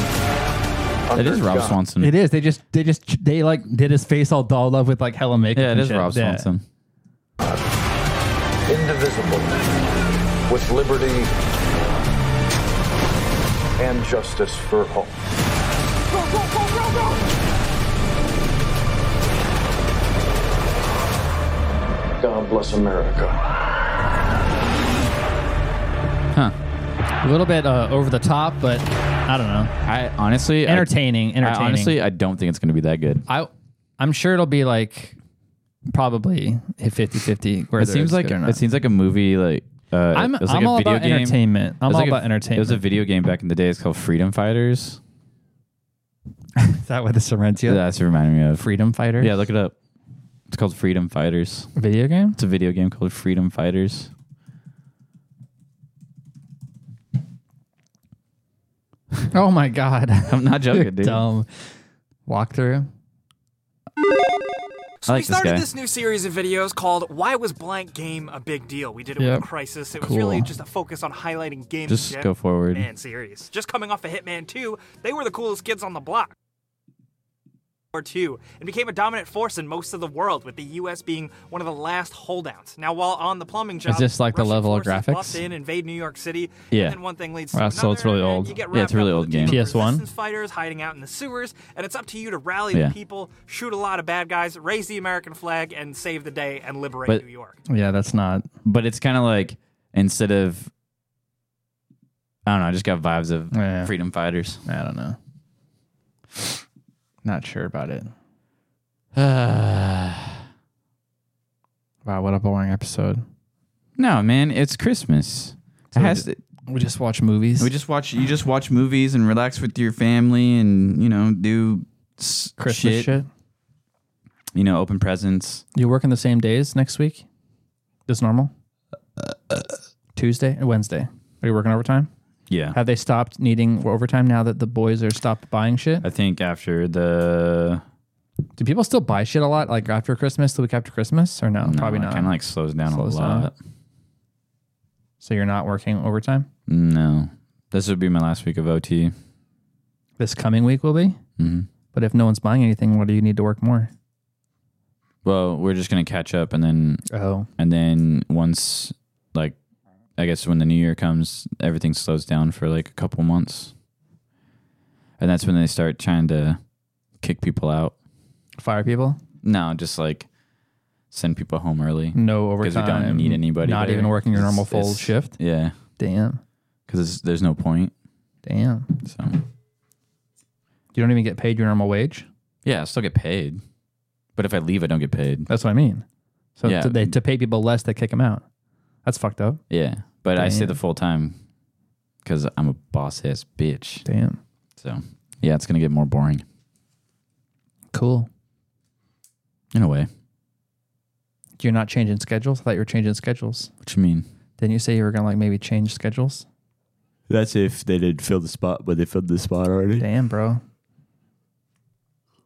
S1: It is Rob Swanson.
S2: It is. They just they just they like did his face all dolled up with like hella makeup.
S1: Yeah, it
S2: and
S1: is
S2: shit.
S1: Rob
S2: Yeah.
S1: Swanson.
S3: indivisible, with liberty and justice for all. God bless America.
S2: Huh. A little bit uh, over the top, but I don't know.
S1: I honestly
S2: entertaining.
S1: I,
S2: entertaining.
S1: I honestly, I don't think it's going to be that good.
S2: I I'm sure it'll be like probably 50-50 whether
S1: it seems
S2: it's
S1: like
S2: good or not.
S1: it seems like a movie like. Uh,
S2: I'm-
S1: it was like
S2: I'm
S1: a
S2: all
S1: video
S2: about
S1: game.
S2: entertainment. I'm
S1: It was
S2: all
S1: like a-
S2: about
S1: It was a video game back in the day. It's called Freedom Fighters.
S2: *laughs* Is that what the Sorrentio?
S1: Yeah, that's reminding me of
S2: Freedom Fighters.
S1: Yeah, look it up. It's called Freedom Fighters.
S2: Video
S1: *laughs*
S2: game?
S1: It's a video game called Freedom Fighters. *laughs*
S2: Oh my god.
S1: I'm not joking,
S2: *laughs*
S1: dude.
S2: Dumb walkthrough.
S1: I
S9: we
S1: like this
S9: started
S1: guy.
S9: this new series of videos called "Why Was Blank Game a Big Deal?" We did it
S1: Yep.
S9: with Crisis. It was
S1: Cool.
S9: really just a focus on highlighting games.
S1: Just
S9: in
S1: go forward.
S9: And series. Just coming off of Hitman 2, they were the coolest kids on the block. War 2 and became a dominant force in most of the world, with the U.S. being one of the last holdouts. Now, while on the plumbing job,
S2: Is this like the
S9: Russian
S2: level of
S9: forces bust
S2: graphics?
S9: in, invade New York City,
S2: Yeah.
S9: and then one thing leads to
S2: Wow,
S9: another.
S2: so it's really
S9: and
S2: old.
S9: you get
S2: Yeah, it's a
S9: wrapped
S2: really
S9: up
S2: old
S9: with a team
S2: game.
S9: of
S2: PS1?
S9: resistance fighters hiding out in the sewers, and it's up to you to rally
S2: Yeah.
S9: the people, shoot a lot of bad guys, raise the American flag, and save the day and liberate
S1: But
S9: New York.
S2: Yeah, that's not.
S1: But it's kind of like instead of I don't know. I just got vibes of
S2: Yeah.
S1: Freedom Fighters.
S2: I don't know. Not sure about *sighs* it. wow, what a boring episode.
S1: No, man, it's Christmas. it has to,
S2: we just watch movies.
S1: We just watch. You just watch movies and relax with your family, and you know do s-
S2: Christmas shit.
S1: You know, open presents.
S2: You working the same days next week? As normal? Tuesday and Wednesday. Are you working overtime?
S1: Yeah.
S2: Have they stopped needing overtime now that the boys are stopped buying shit?
S1: I think after the
S2: Do people still buy shit a lot, like after Christmas, the week after Christmas, or no? Probably
S1: it
S2: not.
S1: Kind of like slows down
S2: Slows
S1: a
S2: down.
S1: lot.
S2: So you're not working overtime?
S1: No, this would be my last week of OT.
S2: This coming week will be?
S1: Mhm.
S2: But if no one's buying anything, what do you need to work more?
S1: Well, we're just gonna catch up, and then
S2: Oh.
S1: and then once like I guess when the new year comes, everything slows down for like a couple months, and that's when they start trying to kick people out.
S2: Fire people?
S1: No, just like send people home early.
S2: No
S1: because we
S2: overtime.
S1: don't need anybody.
S2: Not
S1: there.
S2: even working your
S1: It's-
S2: normal full
S1: it's-
S2: shift.
S1: Yeah,
S2: Damn.
S1: because there's no point.
S2: Damn.
S1: So
S2: You don't even get paid your normal wage?
S1: yeah, I still get paid, but if I leave, I don't get paid.
S2: That's what I mean. So
S1: Yeah.
S2: to, they, to pay people less, they kick them out. That's fucked up.
S1: Yeah, but I stay
S2: Damn.
S1: the full time because I'm a boss ass bitch.
S2: Damn.
S1: So yeah, it's gonna get more boring
S2: Cool.
S1: in a way.
S2: You're not changing schedules? I thought you were changing schedules.
S1: What you mean?
S2: Didn't you say you were going to like maybe change schedules?
S1: That's if they didn't fill the spot, but they filled the spot already.
S2: Damn, bro.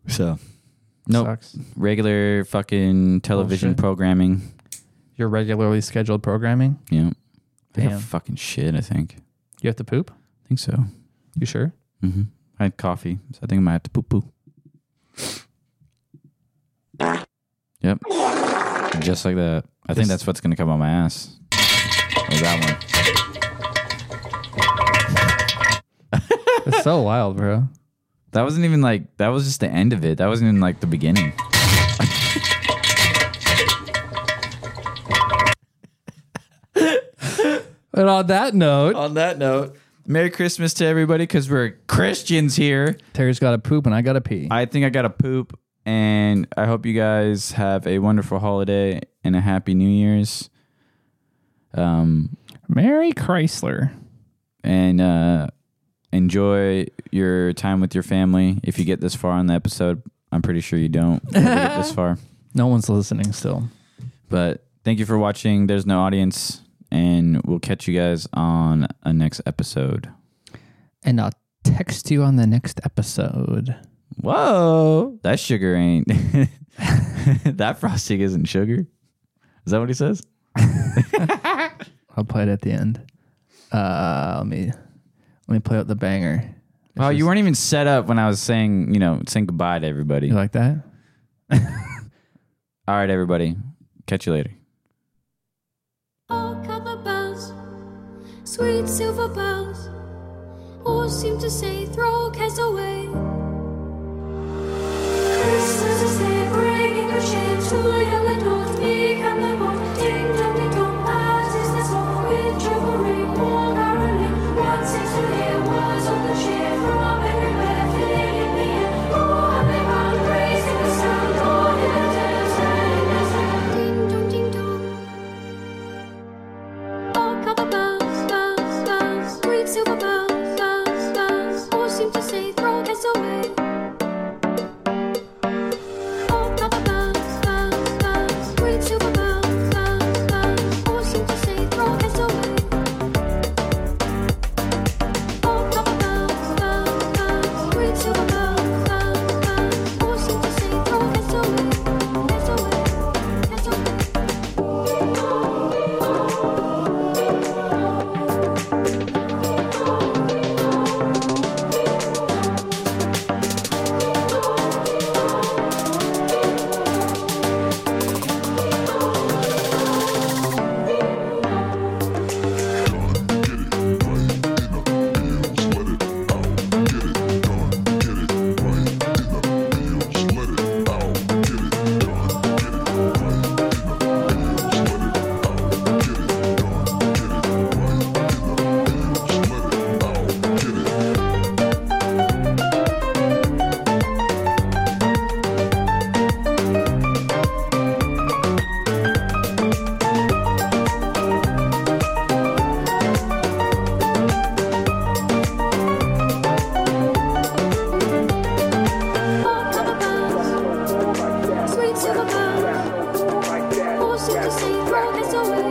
S1: So no
S2: Sucks.
S1: regular
S2: Oh,
S1: fucking television
S2: Bullshit.
S1: programming.
S2: Your regularly scheduled programming?
S1: Yeah, they
S2: Damn.
S1: have fucking shit. I think.
S2: You have to poop?
S1: I think so.
S2: You sure?
S1: Mm-hmm. I had coffee, so I think I might have to poo poo. Yep. Just like that. I think that's what's going to come on my ass. Or that one.
S2: It's so wild, bro.
S1: That wasn't even like, that was just the end of it. That wasn't even like the beginning.
S2: And on that note,
S1: on that note, Merry Christmas to everybody because we're Christians here.
S2: Terry's got to poop and I got to pee.
S1: I think I got to poop, and I hope you guys have a wonderful holiday and a happy New Year's. Um,
S2: Mary Chrysler.
S1: and uh, enjoy your time with your family. If you get this far on the episode, I'm pretty sure you don't if you get this far.
S2: No one's listening still.
S1: But thank you for watching. There's no audience, and we'll catch you guys on a next episode.
S2: And I'll text you on the next episode.
S1: Whoa, that sugar ain't *laughs* that frosting isn't sugar. Is that what he says?
S2: I'll play it at the end. Uh, let me let me play out the banger.
S1: Wow, you weren't even set up when I was saying, you know, saying goodbye to everybody. You
S28: like that?
S1: All right, everybody. Catch you later.
S19: Oh, copper bells, sweet silver bells, all seem to say, throw cares away. Christmas is here, bringing good cheer to young adults, big and the bold. Ding dong, ding dong, that is the song with chivalry, more merrily. One seems to hear words of good cheer from everywhere, filling the air. Oh, happy band, raising the sound, all hills and the sand. Ding dong, ding dong. Oh, copper bells, bells, bells, sweet silver bells, bells, bells, all seem to say, throw cares away. Oh, copper bells, bells, bells, sweet silver bells, bells, bells, all seem to say, throw cares away. Oh, copper bells, bells, bells, sweet silver bells, bells, bells, all seem to say, throw cares away, cares away, cares away. Sweet silver bells. Oh, sister, say, throw this away.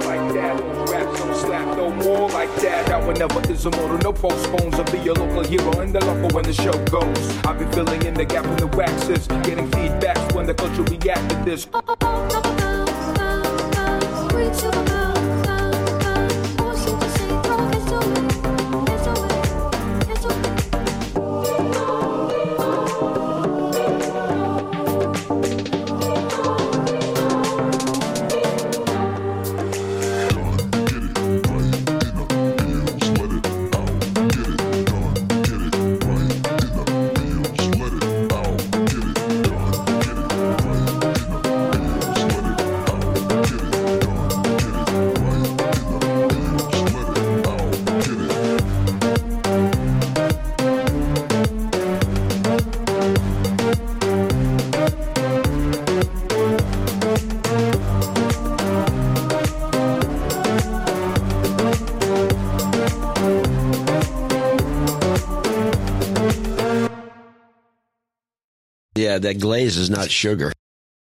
S27: Raps don't slap no more like that. That one never is immortal. No postpones. I'll be your local hero in the local when the show goes. I've been filling in the gap when the wax is getting feedback when the culture react to this.
S19: Sweet silver bells, bells, bells. Oh, sister, say, throw this away. This away, this away.
S8: Yeah, that glaze is not sugar.